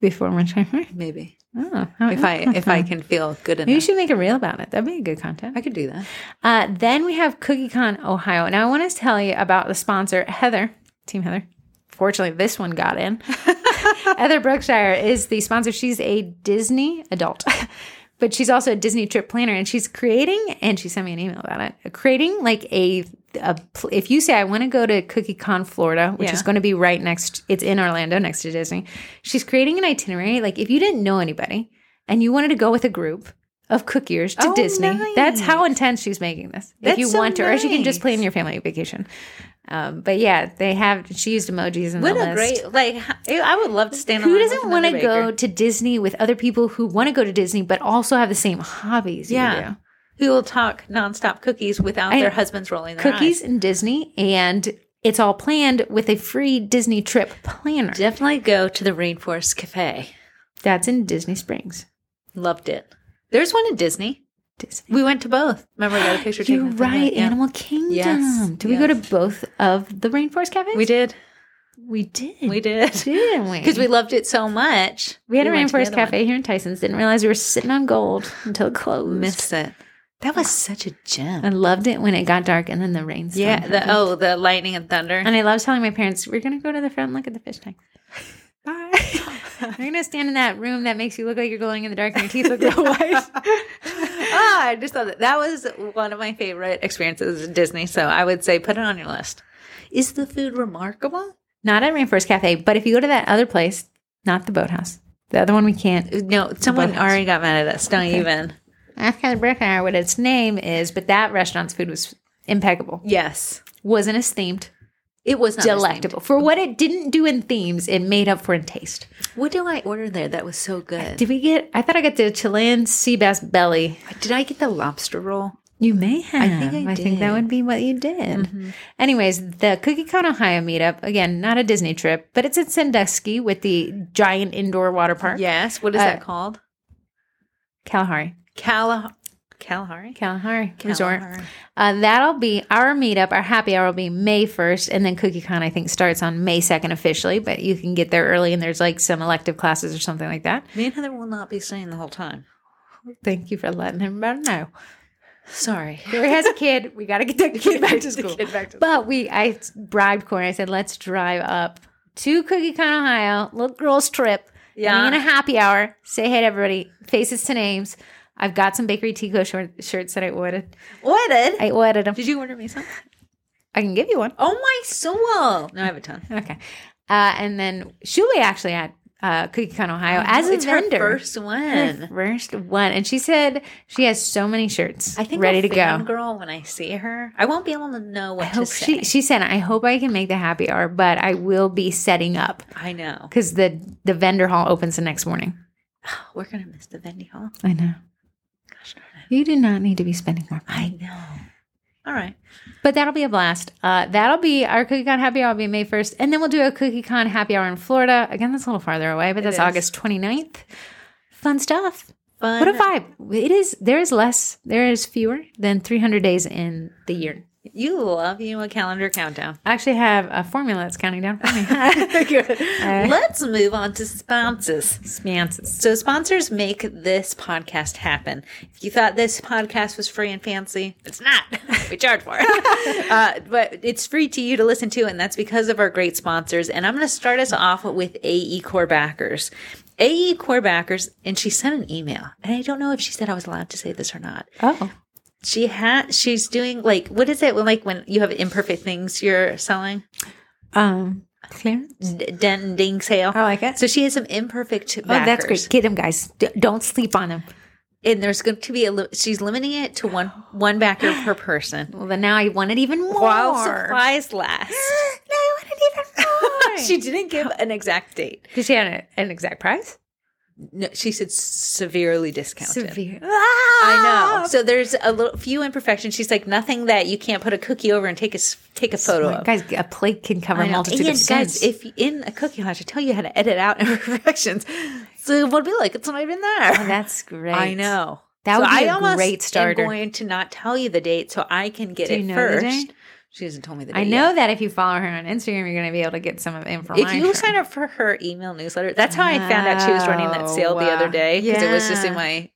Speaker 1: Before March 24th.
Speaker 2: Maybe
Speaker 1: Oh,
Speaker 2: if I if I can feel good
Speaker 1: Maybe you
Speaker 2: enough,
Speaker 1: should make a reel about it. That'd be a good content.
Speaker 2: I could do that.
Speaker 1: Uh, then we have CookieCon Ohio. Now I want to tell you about the sponsor, Heather, Team Heather. Fortunately, this one got in. Heather Brookshire is the sponsor. She's a Disney adult, *laughs* but she's also a Disney trip planner, and she's creating. And she sent me an email about it. Creating like a, a pl- if you say I want to go to CookieCon Florida, which
Speaker 2: Yeah.
Speaker 1: is going to be right next, it's in Orlando next to Disney. She's creating an itinerary. Like if you didn't know anybody and you wanted to go with a group of cookiers to
Speaker 2: Oh,
Speaker 1: Disney, that's
Speaker 2: nice.
Speaker 1: how how intense she's making this. if
Speaker 2: That's
Speaker 1: you
Speaker 2: so
Speaker 1: want to, or she can just
Speaker 2: nice.
Speaker 1: plan your family vacation. Um, but yeah, they have. She used emojis in
Speaker 2: What
Speaker 1: the
Speaker 2: a
Speaker 1: list.
Speaker 2: great like! h- I would love to stand.
Speaker 1: who
Speaker 2: online with
Speaker 1: doesn't want
Speaker 2: another
Speaker 1: to go
Speaker 2: baker.
Speaker 1: to Disney with other people who want to go to Disney but also have the same hobbies? you
Speaker 2: Yeah.
Speaker 1: do?
Speaker 2: Who will talk nonstop cookies without
Speaker 1: I-
Speaker 2: their husbands rolling their
Speaker 1: cookies
Speaker 2: eyes?
Speaker 1: and Disney, and it's all planned with a free Disney trip planner.
Speaker 2: Definitely go to the Rainforest Cafe.
Speaker 1: That's in Disney Springs.
Speaker 2: Loved it. There's one in Disney.
Speaker 1: Disney.
Speaker 2: We went to both. Remember, I got
Speaker 1: *gasps*
Speaker 2: a picture taken.
Speaker 1: You're
Speaker 2: with them,
Speaker 1: right,
Speaker 2: yeah.
Speaker 1: Animal Kingdom.
Speaker 2: Yes,
Speaker 1: Did we go to
Speaker 2: yes.
Speaker 1: both of the Rainforest Cafes?
Speaker 2: We did.
Speaker 1: We did.
Speaker 2: We *laughs* did.
Speaker 1: Didn't we?
Speaker 2: Because we loved it so much.
Speaker 1: We had a
Speaker 2: went to the
Speaker 1: Rainforest
Speaker 2: other one.
Speaker 1: Cafe here in Tyson's. Didn't realize we were sitting on gold until it closed.
Speaker 2: Missed it. That was such a
Speaker 1: I
Speaker 2: gem.
Speaker 1: loved it when it got dark and then the rain. storm
Speaker 2: Yeah. The,
Speaker 1: happened.
Speaker 2: oh, the lightning and thunder.
Speaker 1: And I love telling my parents, we're going to go to the front and look at the fish tank. *laughs* Bye. we're going to stand in that room that makes you look like you're glowing in the dark and your teeth look real white.
Speaker 2: *laughs* Ah, I just thought that that was one of my favorite experiences at Disney. So I would say put it on your list. Is the food remarkable?
Speaker 1: Not at Rainforest Cafe, but if you go to that other place, not the boathouse, the other one we can't.
Speaker 2: No, someone
Speaker 1: Both.
Speaker 2: already got mad at us. Don't even.
Speaker 1: Ask Heather Brickhauer what its name is, but that restaurant's food was impeccable.
Speaker 2: Yes.
Speaker 1: Wasn't as themed,
Speaker 2: It was not
Speaker 1: delectable. For what it didn't do in themes, it made up for in taste.
Speaker 2: listening. What did I order there? That was so good. Did,
Speaker 1: Did we get? I thought I got the Chilean sea bass belly.
Speaker 2: I get the lobster roll?
Speaker 1: You may have. I
Speaker 2: think I
Speaker 1: that
Speaker 2: did. Mm-hmm.
Speaker 1: would be what you did. Anyways, the CookieCon Ohio meetup again, not a Disney trip, but it's in Sandusky with the giant indoor water park.
Speaker 2: Yes. What is
Speaker 1: Uh,
Speaker 2: that called?
Speaker 1: Kalahari,
Speaker 2: Kalahari. Kalahari.
Speaker 1: Kalahari, Resort.
Speaker 2: Kalahari.
Speaker 1: Uh, that'll be our meetup. Our happy hour will be May first, and then CookieCon I think starts on May second officially. But you can get there early, and there's like some elective classes or something like that.
Speaker 2: Me and Heather will not be staying the whole time.
Speaker 1: Thank you for letting everybody know. Sorry, Corey has a kid. We got to get
Speaker 2: *laughs*
Speaker 1: that kid back to school.
Speaker 2: Kid back to
Speaker 1: But we, I bribed Corey. I said, let's drive up to Cookie Con, Ohio, little girls trip.
Speaker 2: Yeah.
Speaker 1: Yeah. in a happy hour. Say hey to everybody. Faces to names. I've got some Bakery Tico short, shirts that I ordered.
Speaker 2: Ordered.
Speaker 1: I ordered them.
Speaker 2: Did you order me some?
Speaker 1: I can give you one.
Speaker 2: Oh my soul! No, I have a ton.
Speaker 1: Okay. Uh, and then Shuli actually had uh, CookieCon Ohio as a
Speaker 2: it's
Speaker 1: vendor.
Speaker 2: her first one.
Speaker 1: Her first one. And she said she has so many shirts
Speaker 2: I think
Speaker 1: ready
Speaker 2: ready
Speaker 1: to go.
Speaker 2: Girl, when I see her, I won't be able to know
Speaker 1: I
Speaker 2: what to
Speaker 1: hope
Speaker 2: say.
Speaker 1: she, she said, I hope I can make the happy hour, but I will be setting up
Speaker 2: I know
Speaker 1: because the, the vendor hall opens the next morning.
Speaker 2: *gasps* we're gonna miss the vending hall.
Speaker 1: I know.
Speaker 2: Gosh darn it!
Speaker 1: You do not need to be spending more money.
Speaker 2: I know. All right.
Speaker 1: But that'll be a blast. Uh, that'll be our CookieCon happy hour will be May 1st. And then we'll do a CookieCon happy hour in Florida. Again, that's a little farther away, but that's
Speaker 2: is.
Speaker 1: August 29th. Fun stuff.
Speaker 2: Fun.
Speaker 1: What a vibe. It is, there is less, there is fewer than 300 days in the year.
Speaker 2: You love you a calendar countdown.
Speaker 1: I actually have a formula that's counting down for *laughs* me.
Speaker 2: Good.
Speaker 1: Uh,
Speaker 2: Let's move on to sponsors.
Speaker 1: Spances.
Speaker 2: So sponsors make this podcast happen. If you thought this podcast was free and fancy, it's not. *laughs* We charge for
Speaker 1: *laughs*
Speaker 2: it. uh, but it's free to you to listen to, and that's because of our great sponsors. And I'm going to start us off with AE Core Backers. AE Core Backers, and she sent an email, and I don't know if she said I was allowed to say this or not.
Speaker 1: Oh,
Speaker 2: She had, she's doing like, what is it when, like when you have imperfect things you're selling?
Speaker 1: um, clearance.
Speaker 2: D- dent ding sale.
Speaker 1: Oh, I like it.
Speaker 2: So she has some imperfect.
Speaker 1: Oh, that's great. Get them, guys. D- don't sleep on them.
Speaker 2: and there's going to be a li- she's limiting it to one one backer per
Speaker 1: *gasps*
Speaker 2: person
Speaker 1: Well, then now I want it even more.
Speaker 2: while
Speaker 1: *laughs*
Speaker 2: supplies last.
Speaker 1: No, I want it *laughs* even more.
Speaker 2: she didn't give an exact date.
Speaker 1: Did she have an, an exact price?
Speaker 2: No, she said severely discounted.
Speaker 1: Severe. Ah.
Speaker 2: I know. So there's a little few imperfections. She's like nothing that you can't put a cookie over and take a s- take a photo of.
Speaker 1: Oh, Guys, a plate can cover
Speaker 2: I
Speaker 1: a
Speaker 2: know.
Speaker 1: multitude
Speaker 2: and
Speaker 1: of sins.
Speaker 2: guys, if you- in a cookie launch, I tell you how to edit out *laughs* imperfections. So what would be like? It's not even there.
Speaker 1: Oh, that's great.
Speaker 2: I know.
Speaker 1: That would be
Speaker 2: a
Speaker 1: a great starter.
Speaker 2: I'm going to not tell you the date so I can get
Speaker 1: Do you
Speaker 2: it
Speaker 1: know the
Speaker 2: first.
Speaker 1: date?
Speaker 2: She hasn't told me the date.
Speaker 1: I
Speaker 2: yet.
Speaker 1: know that if you follow her on Instagram, you're going to be able to get some of information.
Speaker 2: If you sign up for her email newsletter, that's how I found out she was running that sale the
Speaker 1: Oh,
Speaker 2: other day because it was just in
Speaker 1: yeah.
Speaker 2: my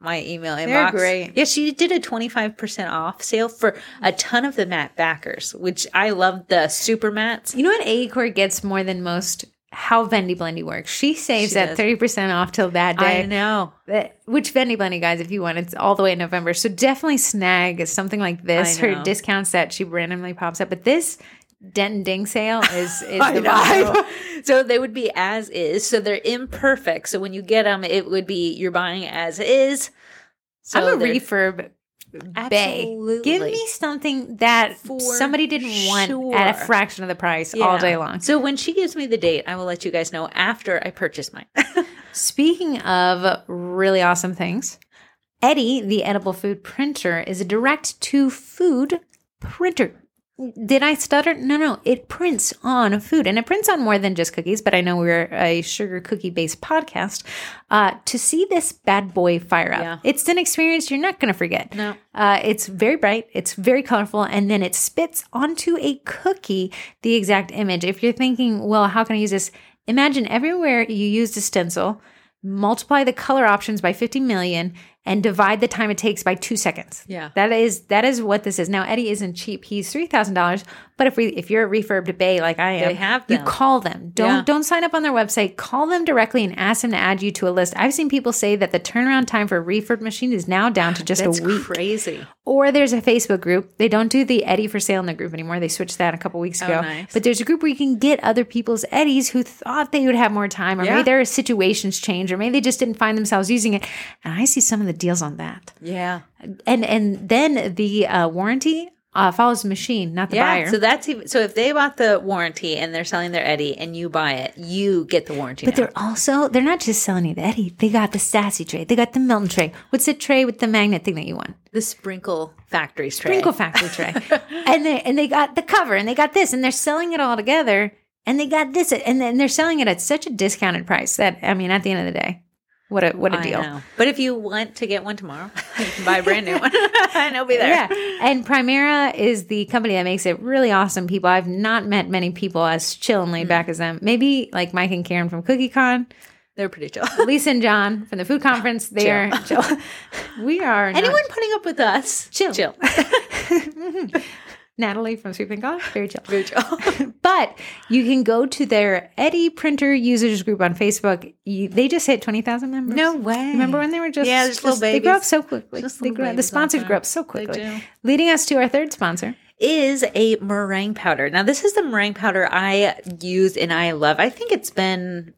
Speaker 2: my email inbox.
Speaker 1: great.
Speaker 2: Yeah, she did a twenty five percent off sale for a ton of the matte backers, which I love the super mattes.
Speaker 1: You know what AE Core gets more than most? How Vendy Blendy works. She saves
Speaker 2: She
Speaker 1: that
Speaker 2: does.
Speaker 1: thirty percent off till that
Speaker 2: I
Speaker 1: day.
Speaker 2: know.
Speaker 1: That- Which Vendy Blendy, guys, if you want, it's all the way in November. So definitely snag something like this.
Speaker 2: I
Speaker 1: Her
Speaker 2: know.
Speaker 1: discounts that she randomly pops up, but this Denton Ding sale
Speaker 2: *laughs*
Speaker 1: is is
Speaker 2: I
Speaker 1: the
Speaker 2: know.
Speaker 1: vibe.
Speaker 2: *laughs* so they would be as is. So they're imperfect. So when you get them, it would be you're buying as is. So
Speaker 1: I'm a
Speaker 2: they're-
Speaker 1: refurb bay. Give
Speaker 2: Absolutely.
Speaker 1: me something that
Speaker 2: For
Speaker 1: somebody didn't want at a
Speaker 2: sure.
Speaker 1: fraction of the price
Speaker 2: Yeah.
Speaker 1: all day long.
Speaker 2: So when she gives me the date, I will let you guys know after I purchase mine.
Speaker 1: Speaking of really awesome things, Eddie, the edible food printer, is a direct to food printer. Did I stutter? No, no. It prints on food and it prints on more than just cookies, but I know we're a sugar cookie based podcast. Uh, to see this bad boy fire up,
Speaker 2: Yeah.
Speaker 1: it's an experience you're not going to forget.
Speaker 2: No.
Speaker 1: Uh, it's very bright, it's very colorful, and then it spits onto a cookie the exact image. If you're thinking, well, how can I use this? Imagine everywhere you used a stencil, multiply the color options by 50 million, and divide the time it takes by two seconds.
Speaker 2: Yeah.
Speaker 1: That is that is what this is. Now Eddie isn't cheap. He's three thousand dollars. But if we if you're a refurbed bay like I am,
Speaker 2: They have
Speaker 1: you
Speaker 2: them.
Speaker 1: call them. Don't
Speaker 2: Yeah.
Speaker 1: don't sign up on their website. Call them directly and ask them to add you to a list. I've seen people say that the turnaround time for a refurb machine is now down to just
Speaker 2: That's
Speaker 1: a week
Speaker 2: crazy.
Speaker 1: or there's a Facebook group. They don't do the Eddie for sale in the group anymore. They switched that a couple weeks ago.
Speaker 2: Oh, nice.
Speaker 1: But there's a group where you can get other people's Eddies who thought they would have more time, or
Speaker 2: Yeah.
Speaker 1: maybe their situations change, or maybe they just didn't find themselves using it. And I see some of the deals on that.
Speaker 2: Yeah.
Speaker 1: And and then the uh, warranty uh, follows the machine, not the
Speaker 2: Yeah.
Speaker 1: buyer.
Speaker 2: So that's even so if they bought the warranty and they're selling their Eddie and you buy it, you get the warranty.
Speaker 1: but
Speaker 2: now.
Speaker 1: they're also they're not just selling you the Eddie. They got the sassy tray. They got the Milton tray. What's the tray with the magnet thing that you want?
Speaker 2: the sprinkle factory tray.
Speaker 1: Sprinkle Factory
Speaker 2: *laughs*
Speaker 1: tray. and they and they got the cover and they got this and they're selling it all together and they got this and then they're selling it at such a discounted price that I mean at the end of the day, what a what a
Speaker 2: I
Speaker 1: deal.
Speaker 2: know. But if you want to get one tomorrow, *laughs* you can buy a brand new one. *laughs* and I'll be there.
Speaker 1: Yeah. And Primera is the company that makes it really awesome people.
Speaker 2: Hmm. *laughs*
Speaker 1: I've not met many people as chill and laid back as them. Maybe like Mike and Karen from CookieCon.
Speaker 2: They're pretty chill.
Speaker 1: Lisa and John from the food conference, they are
Speaker 2: Chill.
Speaker 1: chill.
Speaker 2: *laughs*
Speaker 1: We are not-
Speaker 2: Anyone putting up with us?
Speaker 1: Chill.
Speaker 2: *laughs* Chill.
Speaker 1: Natalie from Sweet Pink College, very chill.
Speaker 2: Very chill. *laughs*
Speaker 1: But you can go to their Eddie Printer users group on Facebook. You- They just hit 20,000 members.
Speaker 2: way.
Speaker 1: Remember when they were just,
Speaker 2: Yeah, just little
Speaker 1: They grew up
Speaker 2: babies.
Speaker 1: so quickly.
Speaker 2: Just
Speaker 1: They
Speaker 2: little
Speaker 1: grew up, the
Speaker 2: babies all
Speaker 1: sponsors
Speaker 2: the
Speaker 1: grew
Speaker 2: time.
Speaker 1: up so
Speaker 2: They
Speaker 1: quickly.
Speaker 2: do.
Speaker 1: Leading us to our third sponsor.
Speaker 2: is a meringue powder. Now, this is the meringue powder I use and I love. I think it's been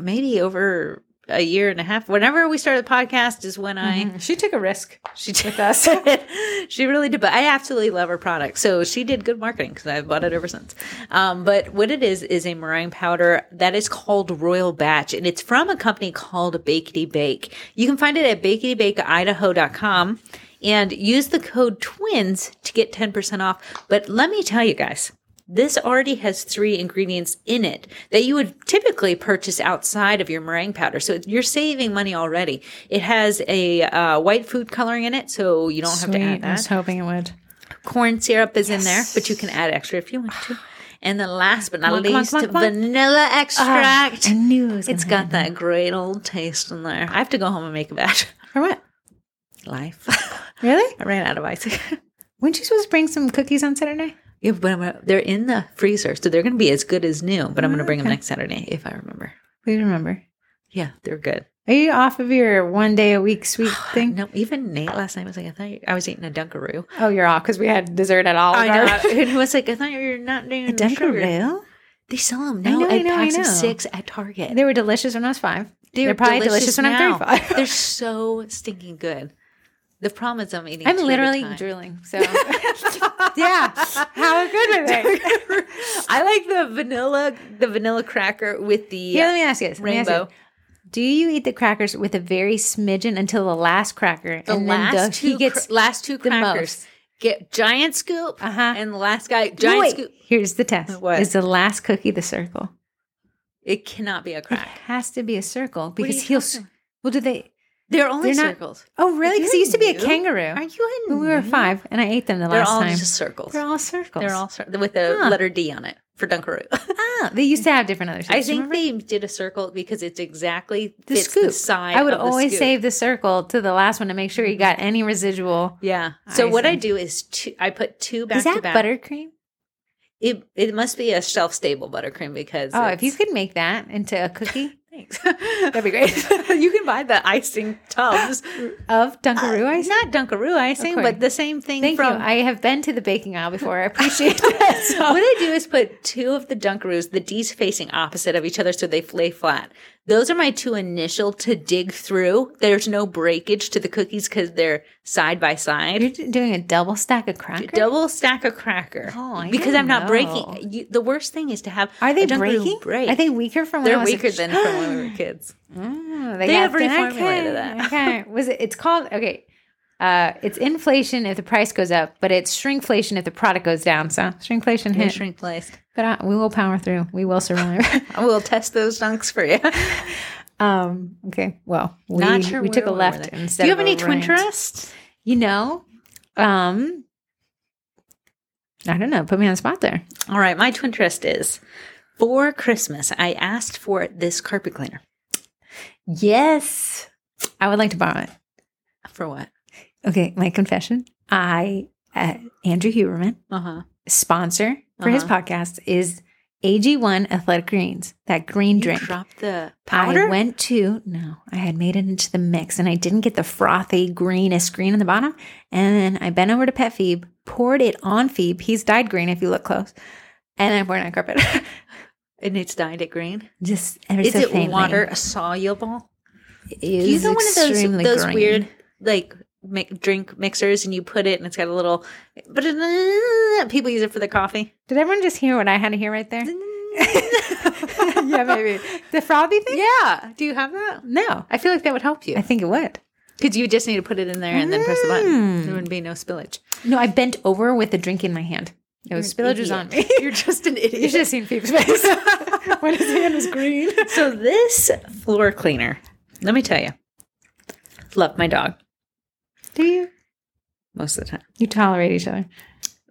Speaker 2: maybe over a year and a half. Whenever we started the podcast, is when I
Speaker 1: She took a risk.
Speaker 2: she did us. *laughs* she really did, but I absolutely love her product. So she did good marketing because I've bought it ever since. Um, but what it is is a meringue powder that is called Royal Batch, and it's from a company called Bakety Bake. You can find it at e baketybakeIdaho.com and use the code TWINS to get 10% off. But let me tell you guys, this already has three ingredients in it that you would typically purchase outside of your meringue powder. So you're saving money already. It has a uh, white food coloring in it, so you don't have to add
Speaker 1: I was
Speaker 2: that.
Speaker 1: hoping it would.
Speaker 2: Corn syrup is in there, but you can add extra if you want to. And then last but not
Speaker 1: on, come on,
Speaker 2: least,
Speaker 1: come on, come on.
Speaker 2: vanilla extract.
Speaker 1: I knew it was
Speaker 2: Ah, it's
Speaker 1: gonna
Speaker 2: got that great old taste in there. I have to go home and make a batch.
Speaker 1: For what?
Speaker 2: *laughs* Life. *laughs*
Speaker 1: Really?
Speaker 2: I ran out of ice. *laughs*
Speaker 1: Weren't you supposed to bring some cookies on Saturday?
Speaker 2: yeah, but I'm gonna, they're in the freezer, so they're going to be as good as new. But I'm going to bring them next Saturday if I remember.
Speaker 1: Please remember.
Speaker 2: Yeah, they're good.
Speaker 1: Are you off of your one day a week
Speaker 2: *sighs*
Speaker 1: sweet thing?
Speaker 2: No, even Nate last night was like, I thought you, I was eating a Dunkaroo.
Speaker 1: Oh, you're off because we had dessert at all.
Speaker 2: *laughs* and he was like, I thought you were not doing a Dunkaroo.
Speaker 1: Dunkaroo.
Speaker 2: They sell them
Speaker 1: I
Speaker 2: now
Speaker 1: know, I
Speaker 2: at
Speaker 1: know, I
Speaker 2: packs of
Speaker 1: know.
Speaker 2: six at Target.
Speaker 1: They were delicious when I was five. They're, probably delicious, when
Speaker 2: now.
Speaker 1: I'm 35.
Speaker 2: *laughs* They're so stinking good. The problem is I'm eating.
Speaker 1: I'm
Speaker 2: two at a
Speaker 1: literally
Speaker 2: time.
Speaker 1: drooling. So, *laughs* yeah, how good are they?
Speaker 2: *laughs* I like the vanilla, the vanilla cracker with the
Speaker 1: Here, let me ask you this. Let me ask you
Speaker 2: rainbow.
Speaker 1: this. Do you eat the crackers with a very smidgen until the last cracker?
Speaker 2: The last
Speaker 1: the-
Speaker 2: two,
Speaker 1: he gets
Speaker 2: cr- last two
Speaker 1: the
Speaker 2: crackers
Speaker 1: most.
Speaker 2: get giant scoop,
Speaker 1: Uh-huh.
Speaker 2: and the last guy giant
Speaker 1: Wait,
Speaker 2: scoop.
Speaker 1: Here's the test:
Speaker 2: What?
Speaker 1: Is the last cookie the circle?
Speaker 2: It cannot be a
Speaker 1: It
Speaker 2: crack.
Speaker 1: has to be a circle
Speaker 2: are
Speaker 1: because
Speaker 2: you
Speaker 1: he'll.
Speaker 2: talking
Speaker 1: s- Well, do they?
Speaker 2: They're only
Speaker 1: They're not-
Speaker 2: circles.
Speaker 1: Oh, really? Because he used to be a
Speaker 2: you?
Speaker 1: kangaroo
Speaker 2: Are you in?
Speaker 1: when we were five, and I ate them the
Speaker 2: They're
Speaker 1: last
Speaker 2: all
Speaker 1: time.
Speaker 2: just circles.
Speaker 1: They're all circles.
Speaker 2: They're all cir- with a
Speaker 1: Huh.
Speaker 2: letter D on it for Dunkaroo. *laughs*
Speaker 1: Ah, they used to have different other.
Speaker 2: I
Speaker 1: shapes,
Speaker 2: think
Speaker 1: remember?
Speaker 2: they did a circle because it's exactly
Speaker 1: the
Speaker 2: fits
Speaker 1: scoop
Speaker 2: the side.
Speaker 1: I would
Speaker 2: of the
Speaker 1: always
Speaker 2: scoop. Mm-hmm.
Speaker 1: save the circle to the last one to make sure you got any residual.
Speaker 2: Yeah. So
Speaker 1: I
Speaker 2: what I
Speaker 1: see.
Speaker 2: do is two, I put two back
Speaker 1: Is that
Speaker 2: to back.
Speaker 1: buttercream?
Speaker 2: It it must be a shelf stable buttercream because
Speaker 1: Oh, if you
Speaker 2: it's-
Speaker 1: could make that into a cookie
Speaker 2: thanks
Speaker 1: *laughs*
Speaker 2: that'd be *laughs* great. you can buy the icing tubs,
Speaker 1: of Dunkaroo ice.
Speaker 2: not Dunkaroo icing,
Speaker 1: Okay.
Speaker 2: but the same thing
Speaker 1: Thank
Speaker 2: Uh, from
Speaker 1: you. I have been to the baking aisle before.
Speaker 2: *laughs*
Speaker 1: I appreciate that. *laughs* So-
Speaker 2: What I do is put two of the Dunkaroos, the D's facing opposite of each other so they lay flat. Those are my two initial to dig through. There's no breakage to the cookies because they're side by side.
Speaker 1: You're doing a double stack of crackers.
Speaker 2: Double stack a cracker.
Speaker 1: Oh, I
Speaker 2: because
Speaker 1: didn't
Speaker 2: I'm not
Speaker 1: know.
Speaker 2: breaking. You, the worst thing is to have
Speaker 1: Are they
Speaker 2: a Dunkaroo
Speaker 1: breaking?
Speaker 2: Break.
Speaker 1: Are they weaker from when
Speaker 2: they're
Speaker 1: I was a
Speaker 2: weaker than from
Speaker 1: *gasps*
Speaker 2: when we
Speaker 1: *laughs*
Speaker 2: were kids.
Speaker 1: Oh, *gasps* they
Speaker 2: They
Speaker 1: got
Speaker 2: have
Speaker 1: thin-
Speaker 2: reformulated
Speaker 1: okay,
Speaker 2: that.
Speaker 1: Okay.
Speaker 2: *laughs*
Speaker 1: Was it? It's called okay. Uh, it's inflation if the price goes up, but it's shrinkflation if the product goes down. So shrinkflation
Speaker 2: They're
Speaker 1: hit.
Speaker 2: shrink placed.
Speaker 1: But uh, we will power through. We will
Speaker 2: *laughs*
Speaker 1: survive.
Speaker 2: I will test those dunks for you.
Speaker 1: um. Okay. Well, *laughs* we,
Speaker 2: Not sure
Speaker 1: we took a
Speaker 2: where we're
Speaker 1: left
Speaker 2: with it.
Speaker 1: instead.
Speaker 2: Do you have
Speaker 1: of a
Speaker 2: any twin
Speaker 1: right.
Speaker 2: trusts?
Speaker 1: You know, um, I don't know. Put me on the spot there.
Speaker 2: All right, my twin trust is for Christmas. I asked for this carpet cleaner.
Speaker 1: Yes, I would like to borrow it.
Speaker 2: For what?
Speaker 1: Okay, my confession. I uh, Andrew Huberman,
Speaker 2: Uh huh.
Speaker 1: sponsor for his
Speaker 2: Uh-huh.
Speaker 1: podcast, is AG1 Athletic Greens, that green drink.
Speaker 2: Drop the powder.
Speaker 1: I went to no, I had made it into the mix, and I didn't get the frothy greenest green in the bottom. And then I bent over to Pet Phoebe, poured it on Phoebe. He's dyed green if you look close, and I poured it on carpet. *laughs*
Speaker 2: and it's dyed at green.
Speaker 1: Just ever
Speaker 2: Is
Speaker 1: so
Speaker 2: it
Speaker 1: faintly.
Speaker 2: water soluble?
Speaker 1: It
Speaker 2: Do
Speaker 1: Is
Speaker 2: you know one of those
Speaker 1: extremely
Speaker 2: those
Speaker 1: green.
Speaker 2: weird like mi- drink mixers, and you put it, and it's got a little. But it- uh, people use it for their coffee. *laughs*
Speaker 1: Did everyone just hear what I had to hear right there? *laughs* yeah, maybe the frothy thing.
Speaker 2: yeah. Do you have that?
Speaker 1: No,
Speaker 2: I feel like that would help
Speaker 1: I
Speaker 2: you
Speaker 1: think it would.
Speaker 2: because you just need to put it in there and then press the button.
Speaker 1: Mm.
Speaker 2: There wouldn't be no spillage.
Speaker 1: No, I bent over with the drink in my hand. It was spillage was on me.
Speaker 2: *laughs* You're
Speaker 1: *laughs*
Speaker 2: just an
Speaker 1: You
Speaker 2: idiot.
Speaker 1: should have seen Phoebe's *laughs* face when his hand was green.
Speaker 2: So this floor cleaner, let me tell you, love my dog
Speaker 1: Do you?
Speaker 2: most of the time.
Speaker 1: You tolerate each other.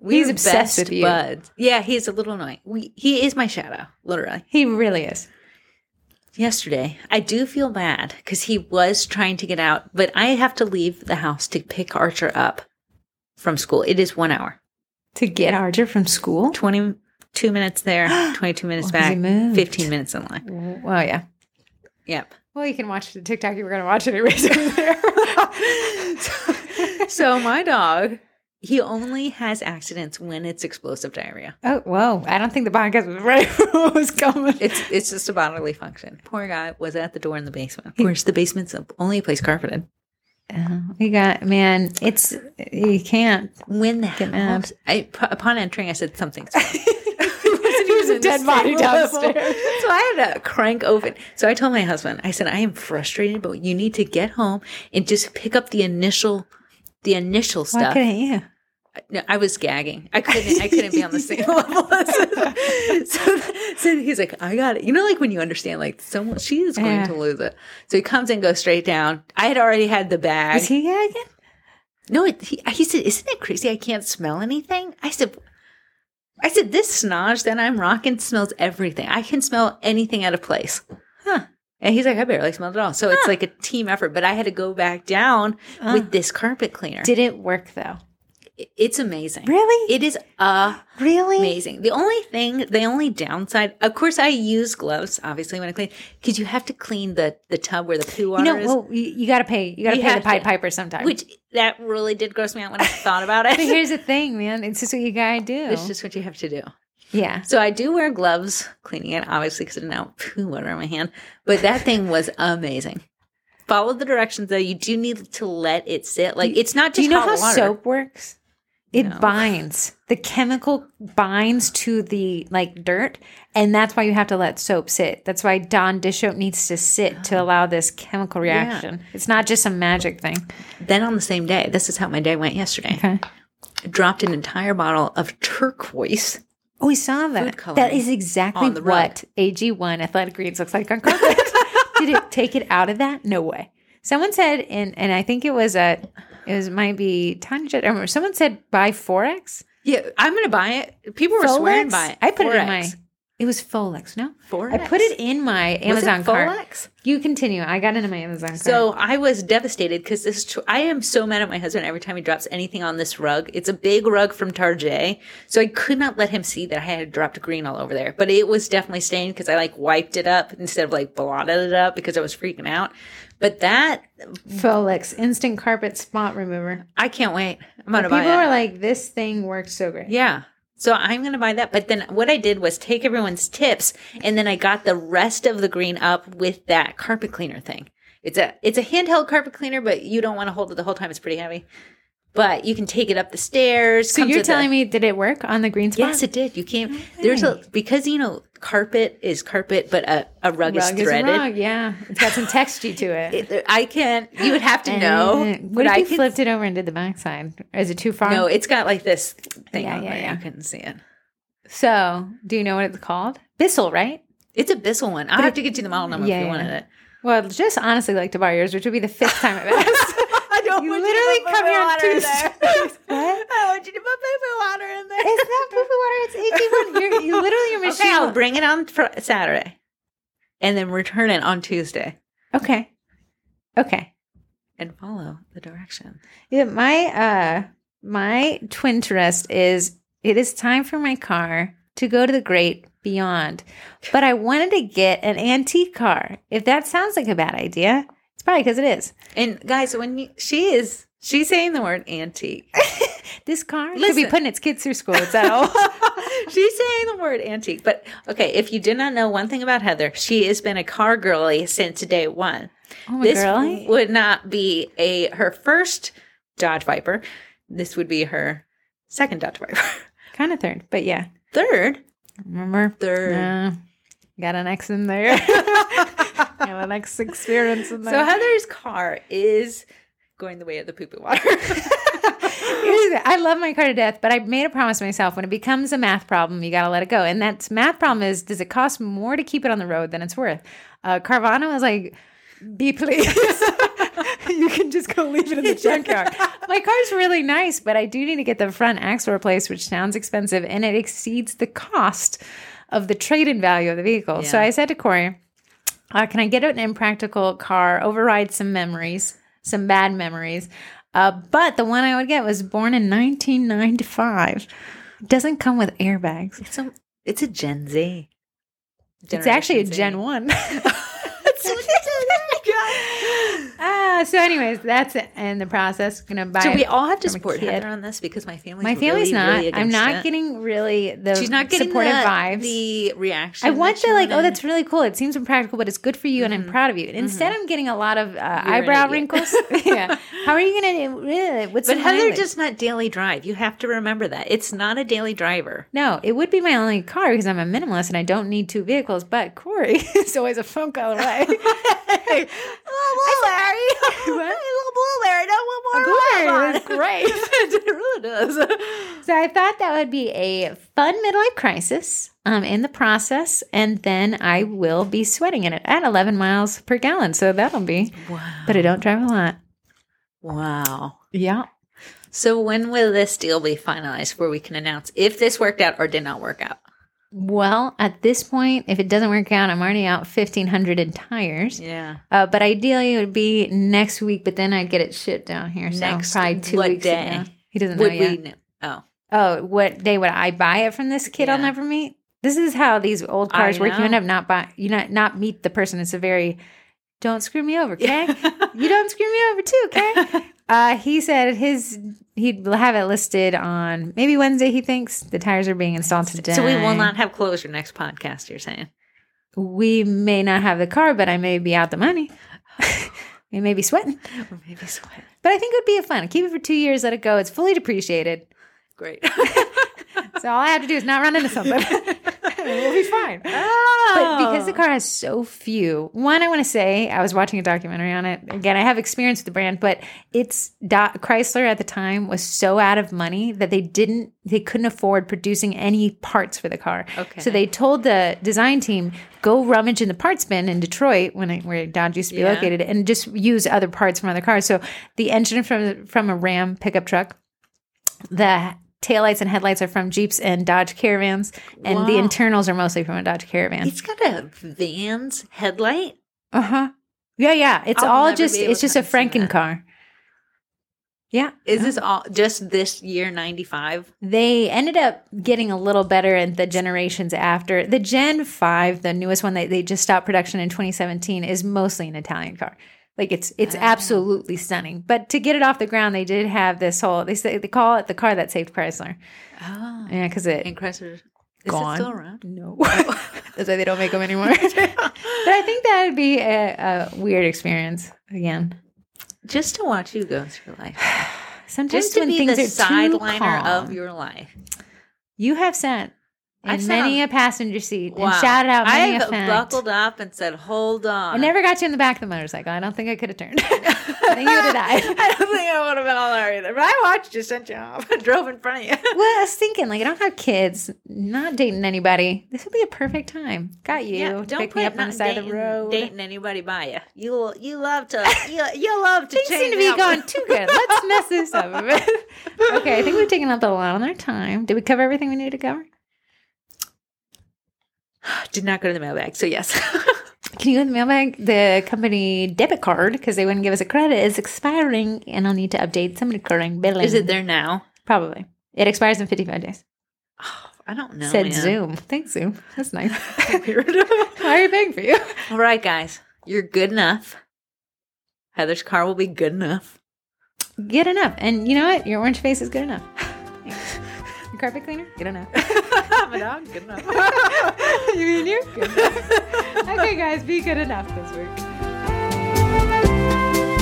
Speaker 2: We're
Speaker 1: He's obsessed with you.
Speaker 2: Buds. Yeah, he's a little annoying. We, he is my shadow, literally.
Speaker 1: He really is.
Speaker 2: yesterday. I do feel bad because he was trying to get out, but I have to leave the house to pick Archer up from school. It is one hour,
Speaker 1: To get Archer from school?
Speaker 2: 22
Speaker 1: *gasps*
Speaker 2: minutes there, 22 minutes
Speaker 1: Well, 'cause he
Speaker 2: back,
Speaker 1: moved.
Speaker 2: 15 minutes in line.
Speaker 1: Well, yeah. *laughs*
Speaker 2: Yep.
Speaker 1: Well, you can watch the TikTok you were going to watch anyways *laughs* over there.
Speaker 2: So my dog, he only has accidents when it's explosive diarrhea.
Speaker 1: oh, whoa. I don't think the podcast was *laughs* ready for what was coming.
Speaker 2: It's it's just a bodily function. Poor guy was at the door in the basement. Of course, the basement's only a place carpeted.
Speaker 1: Oh, you got, man, it's, you can't.
Speaker 2: When the
Speaker 1: mad.
Speaker 2: house, I, upon entering, I said *laughs* something's wrong. *laughs*
Speaker 1: There's a dead body downstairs.
Speaker 2: So I had to crank open. So I told my husband, I said, I am frustrated, but you need to get home and just pick up the initial, the initial
Speaker 1: Why
Speaker 2: stuff.
Speaker 1: couldn't you?
Speaker 2: No, I was gagging. I couldn't. I couldn't be on the same *laughs* level. as- so, *laughs* so he's like, I got it. You know, like when you understand, like someone she is going
Speaker 1: Yeah.
Speaker 2: to lose it. So he comes and goes straight down. I had already had the bag.
Speaker 1: Is he gagging?
Speaker 2: no, it, he, he said, "Isn't it crazy? I can't smell anything." I said. I said, this snosh that I'm rocking smells everything. I can smell anything out of place.
Speaker 1: Huh.
Speaker 2: And he's like, I barely smelled it all. So it's like a team effort, but I had to go back down with this carpet cleaner.
Speaker 1: Did it work though?
Speaker 2: It- it's amazing.
Speaker 1: Really?
Speaker 2: It is a
Speaker 1: Really?
Speaker 2: amazing. The only thing, the only downside, of course, I use gloves obviously when I clean because you have to clean the the tub where the poo water
Speaker 1: You know,
Speaker 2: is,
Speaker 1: well, you, you got to pay. You got to
Speaker 2: You
Speaker 1: pay the
Speaker 2: have
Speaker 1: Pied
Speaker 2: to.
Speaker 1: Piper sometime.
Speaker 2: which that really did gross me out *laughs* when I thought about
Speaker 1: but
Speaker 2: it.
Speaker 1: here's the thing, man. It's just what you gotta do.
Speaker 2: It's just what you have to do.
Speaker 1: yeah.
Speaker 2: So I do wear gloves cleaning it, obviously, because I didn't have poo water on my hand. But that thing was amazing. Follow the directions, though. You do need to let it sit. Like it's not just
Speaker 1: Do you know
Speaker 2: hot
Speaker 1: how
Speaker 2: water.
Speaker 1: soap works? It
Speaker 2: No.
Speaker 1: binds. The chemical binds to the like dirt, and that's why you have to let soap sit. That's why Dawn dish soap needs to sit
Speaker 2: *gasps*
Speaker 1: to allow this chemical reaction. It's not just some magic thing.
Speaker 2: Then on the same day, this is how my day went yesterday.
Speaker 1: Okay.
Speaker 2: I dropped an entire bottle of turquoise
Speaker 1: Oh, we saw that.
Speaker 2: coloring
Speaker 1: That is exactly
Speaker 2: on the rug.
Speaker 1: what AG1 Athletic Greens looks like on
Speaker 2: *laughs*
Speaker 1: carpet. Did it take it out of that? No way. Someone said, and and I think it was a, it was might be Tanja. I don't remember. Someone said buy Forex.
Speaker 2: Yeah, I'm gonna buy it. People were swearing
Speaker 1: Folex?
Speaker 2: by it.
Speaker 1: I put it in my.
Speaker 2: Forex.
Speaker 1: It was Folex. No,
Speaker 2: Forex.
Speaker 1: I put it in my Amazon cart.
Speaker 2: Folex?
Speaker 1: You continue. I got into my Amazon cart.
Speaker 2: So I was devastated because this. tr- I am so mad at my husband every time he drops anything on this rug. It's a big rug from Tarjay, so I could not let him see that I had dropped green all over there. But it was definitely stained because I like wiped it up instead of like blotted it up because I was freaking out. But that
Speaker 1: Folex instant carpet spot remover.
Speaker 2: I can't wait. I'm gonna
Speaker 1: People
Speaker 2: buy it.
Speaker 1: are like, this thing works so great.
Speaker 2: Yeah. So I'm going to buy that. But then what I did was take everyone's tips and then I got the rest of the green up with that carpet cleaner thing. It's a it's a handheld carpet cleaner, but you don't want to hold it the whole time. It's pretty heavy. But you can take it up the stairs.
Speaker 1: So you're telling me, did it work on the green spot?
Speaker 2: Yes, it did. You can't. There's a because you know carpet is carpet, but a, a rug, is
Speaker 1: Rug is
Speaker 2: threaded.
Speaker 1: rug, yeah. It's got some texture to *laughs* it.
Speaker 2: It- I can't. You would have to know.
Speaker 1: Eh, What
Speaker 2: but
Speaker 1: if
Speaker 2: I
Speaker 1: you
Speaker 2: can-
Speaker 1: flipped it over and did the backside? Is it too far?
Speaker 2: No, it's got like this thing
Speaker 1: Yeah,
Speaker 2: on
Speaker 1: yeah,
Speaker 2: there.
Speaker 1: yeah.
Speaker 2: You couldn't see it.
Speaker 1: So, do you know what it's called? Bissell, right?
Speaker 2: It's a Bissell one. I have to get you the model number
Speaker 1: yeah,
Speaker 2: if you
Speaker 1: yeah.
Speaker 2: wanted it.
Speaker 1: Well, just honestly, like to borrow yours, which would be the fifth time I've *laughs* asked.
Speaker 2: *laughs* I don't
Speaker 1: You
Speaker 2: want
Speaker 1: literally
Speaker 2: you to put
Speaker 1: come
Speaker 2: poo
Speaker 1: here on
Speaker 2: water in there. *laughs*
Speaker 1: Tuesday. What?
Speaker 2: I want you to put poo poo water in there.
Speaker 1: it's not poopy water. It's AG1. You're, you literally your
Speaker 2: *laughs* okay, I'll
Speaker 1: machine.
Speaker 2: bring it on fr- Saturday, and then return it on Tuesday,
Speaker 1: Okay. Okay.
Speaker 2: and follow the direction.
Speaker 1: Yeah, my uh my twin interest is it is time for my car to go to the great beyond. But I wanted to get an antique car. If that sounds like a bad idea, it's probably because it is.
Speaker 2: And guys, when you, she is, she's saying the word antique. *laughs*
Speaker 1: This car could
Speaker 2: Listen.
Speaker 1: be putting its kids through school. It's that all?
Speaker 2: she's saying the word antique. But okay, if you did not know one thing about Heather, she has been a car girly since day one.
Speaker 1: *laughs* *laughs* oh my
Speaker 2: this
Speaker 1: girlie.
Speaker 2: would not be a her first Dodge Viper. This would be her second Dodge Viper. *laughs*
Speaker 1: Kind of third, but yeah.
Speaker 2: Third,
Speaker 1: Remember?
Speaker 2: third.
Speaker 1: Uh, got an X in *laughs* there. got an X experience in there.
Speaker 2: So Heather's car is going the way of the poo poo water.
Speaker 1: *laughs* Here's the- I love my car to death, but I made a promise to myself when it becomes a math problem, you got to let it go. And that math problem is does it cost more to keep it on the road than it's worth? Uh, Carvana was like, be pleased. *laughs* you can just go leave it in the junkyard. My car's really nice, but I do need to get the front axle replaced, which sounds expensive and it exceeds the cost of the trade in value of the vehicle. So
Speaker 2: Yeah.
Speaker 1: I said to Corey, Uh, can I get an impractical car, override some memories, some bad memories? Uh, but the one I would get was born in 1995. It doesn't come with airbags.
Speaker 2: *laughs* It's a, it's a Gen Z.
Speaker 1: It's actually a
Speaker 2: Generation Z.
Speaker 1: Gen 1.
Speaker 2: *laughs*
Speaker 1: *laughs* ah, so, anyways, that's it. And the process. Gonna buy
Speaker 2: So
Speaker 1: it
Speaker 2: we all have to
Speaker 1: from a
Speaker 2: support
Speaker 1: kid.
Speaker 2: Heather on this because my family's
Speaker 1: My family's
Speaker 2: really,
Speaker 1: not.
Speaker 2: really
Speaker 1: I'm
Speaker 2: against
Speaker 1: not
Speaker 2: it.
Speaker 1: getting really the
Speaker 2: She's not getting
Speaker 1: supportive
Speaker 2: the,
Speaker 1: vibes.
Speaker 2: the reaction.
Speaker 1: I want
Speaker 2: that she
Speaker 1: the like, oh,
Speaker 2: wanted.
Speaker 1: that's really cool. It seems impractical, but it's good for you, and I'm proud of you. And instead, I'm getting a lot of uh,
Speaker 2: Mm-hmm. You're an
Speaker 1: eyebrow
Speaker 2: idiot.
Speaker 1: wrinkles. *laughs* yeah. How are you gonna? Uh, what's
Speaker 2: But
Speaker 1: the
Speaker 2: Heather
Speaker 1: mileage?
Speaker 2: does not daily drive. You have to remember that it's not a daily driver.
Speaker 1: No, it would be my only car because I'm a minimalist and I don't need two vehicles. But Corey *laughs* is always a phone call *laughs* away.
Speaker 2: *laughs* I said-
Speaker 1: *laughs* What?
Speaker 2: Little Larry, no one
Speaker 1: Corey is
Speaker 2: Blue Larry.
Speaker 1: great.
Speaker 2: *laughs* it really does.
Speaker 1: So I thought that would be a fun midlife crisis um, in the process, and then I will be sweating in it at 11 miles per gallon. So that'll be.
Speaker 2: Wow.
Speaker 1: But I don't drive a lot.
Speaker 2: Wow.
Speaker 1: Yeah.
Speaker 2: So when will this deal be finalized where we can announce if this worked out or did not work out?
Speaker 1: Well, at this point, if it doesn't work out, I'm already out 1,500 in tires.
Speaker 2: Yeah.
Speaker 1: Uh, but ideally, it would be next week. But then I'd get it shipped down here. So
Speaker 2: Next-
Speaker 1: probably two
Speaker 2: what
Speaker 1: weeks
Speaker 2: day?
Speaker 1: Ago. He doesn't
Speaker 2: Would
Speaker 1: know yet.
Speaker 2: we know? Oh.
Speaker 1: Oh, what day would I buy it from this kid I'll
Speaker 2: Yeah.
Speaker 1: never meet? This is how these old
Speaker 2: I
Speaker 1: cars work. You end
Speaker 2: know.
Speaker 1: up not buy you not not meet the person. It's a very don't screw me over,
Speaker 2: *laughs*
Speaker 1: okay?
Speaker 2: Oh.
Speaker 1: you don't screw me over too, okay? uh, he said his he'd have it listed on maybe Wednesday. He thinks the tires are being installed today,
Speaker 2: So we will not have closure next podcast, you're saying.
Speaker 1: We may not have the car, but I may be out the
Speaker 2: *gasps*
Speaker 1: money. *laughs* we may be sweating,
Speaker 2: Or maybe sweat.
Speaker 1: but I think it would be a fun. Keep it for two years, let it go. It's fully depreciated,
Speaker 2: *laughs* Great.
Speaker 1: so all I have to do is not run into something. *laughs* we'll be fine. But because
Speaker 2: Oh.
Speaker 1: the car has so few, one, I want to say I was watching a documentary on it. Again, I have experience with the brand, but it's Do- Chrysler at the time was so out of money that they didn't, they couldn't afford producing any parts for the car.
Speaker 2: Okay.
Speaker 1: So they told the design team, go rummage in the parts bin in Detroit, when it, where Dodge used to be
Speaker 2: Yeah.
Speaker 1: located, and just use other parts from other cars. So the engine from from a Ram pickup truck the taillights and headlights are from Jeeps and Dodge Caravans, and the
Speaker 2: Wow.
Speaker 1: internals are mostly from a Dodge Caravan.
Speaker 2: it's got a van's headlight.
Speaker 1: Uh huh. Yeah, yeah. It's
Speaker 2: I'll
Speaker 1: all
Speaker 2: never
Speaker 1: just
Speaker 2: be able
Speaker 1: it's
Speaker 2: to
Speaker 1: just a
Speaker 2: unsee
Speaker 1: Franken
Speaker 2: that.
Speaker 1: car. Yeah,
Speaker 2: Is this all just this year ninety five?
Speaker 1: they ended up getting a little better in the generations after. The Gen Five, the newest one that they just stopped production in 2017, is mostly an Italian car. Like it's it's
Speaker 2: Ah.
Speaker 1: absolutely stunning. But to get it off the ground, they did have this whole they say they call it the car that saved Chrysler.
Speaker 2: Oh.
Speaker 1: Yeah, because it
Speaker 2: And Chrysler is
Speaker 1: Gone.
Speaker 2: it still around?
Speaker 1: No. *laughs* That's why they don't make them anymore.
Speaker 2: *laughs*
Speaker 1: but I think that would be a, a weird experience again.
Speaker 2: Just to watch you go through life.
Speaker 1: Sometimes
Speaker 2: Just to
Speaker 1: when
Speaker 2: be
Speaker 1: things
Speaker 2: the
Speaker 1: are too
Speaker 2: sideliner
Speaker 1: calm,
Speaker 2: of your life.
Speaker 1: you have sat in
Speaker 2: I've sat
Speaker 1: many
Speaker 2: on-
Speaker 1: a passenger seat
Speaker 2: Wow.
Speaker 1: and shouted out many
Speaker 2: I've
Speaker 1: a fact.
Speaker 2: buckled up and said, Hold on.
Speaker 1: I
Speaker 2: *laughs*
Speaker 1: never *laughs* got you in the back of the motorcycle. I don't think I could have turned. *laughs* I think you would have died.
Speaker 2: I don't think I would have been all there either. But I watched you, sent you off, and *laughs* drove in front of you.
Speaker 1: Well, I was thinking, like, I don't have kids, not dating anybody. This would be a perfect time. Got you.
Speaker 2: Yeah,
Speaker 1: to pick me up on
Speaker 2: not
Speaker 1: the side
Speaker 2: dating,
Speaker 1: of the road.
Speaker 2: dating anybody by you. You you love
Speaker 1: *laughs*
Speaker 2: to you, you love to
Speaker 1: Things
Speaker 2: change
Speaker 1: seem to be
Speaker 2: up.
Speaker 1: going
Speaker 2: *laughs*
Speaker 1: too good. Let's mess this up a bit. *laughs* Okay, I think we've taken up a lot on our time. Did we cover everything we needed to cover?
Speaker 2: Did not go to the mailbag, so yes.
Speaker 1: Can you go to the mailbag? The company debit card, because they wouldn't give us a credit, is expiring, and I'll need to update some recurring billing.
Speaker 2: *laughs* Is it there now?
Speaker 1: Probably. It expires in 55 days.
Speaker 2: I don't know.
Speaker 1: Said
Speaker 2: man. *laughs*
Speaker 1: Zoom. Thanks, Zoom. That's nice. *laughs*
Speaker 2: Weird.
Speaker 1: Why are you paying for you?
Speaker 2: all right, guys, you're good enough. Heather's car will be good enough. *laughs*
Speaker 1: Good enough. And you know what? Your orange face is good enough. *laughs* Thanks. Your carpet cleaner? Good enough. *laughs*
Speaker 2: I'm a dog, good enough.
Speaker 1: you mean you? *laughs* Good enough. okay, guys, be good enough this week.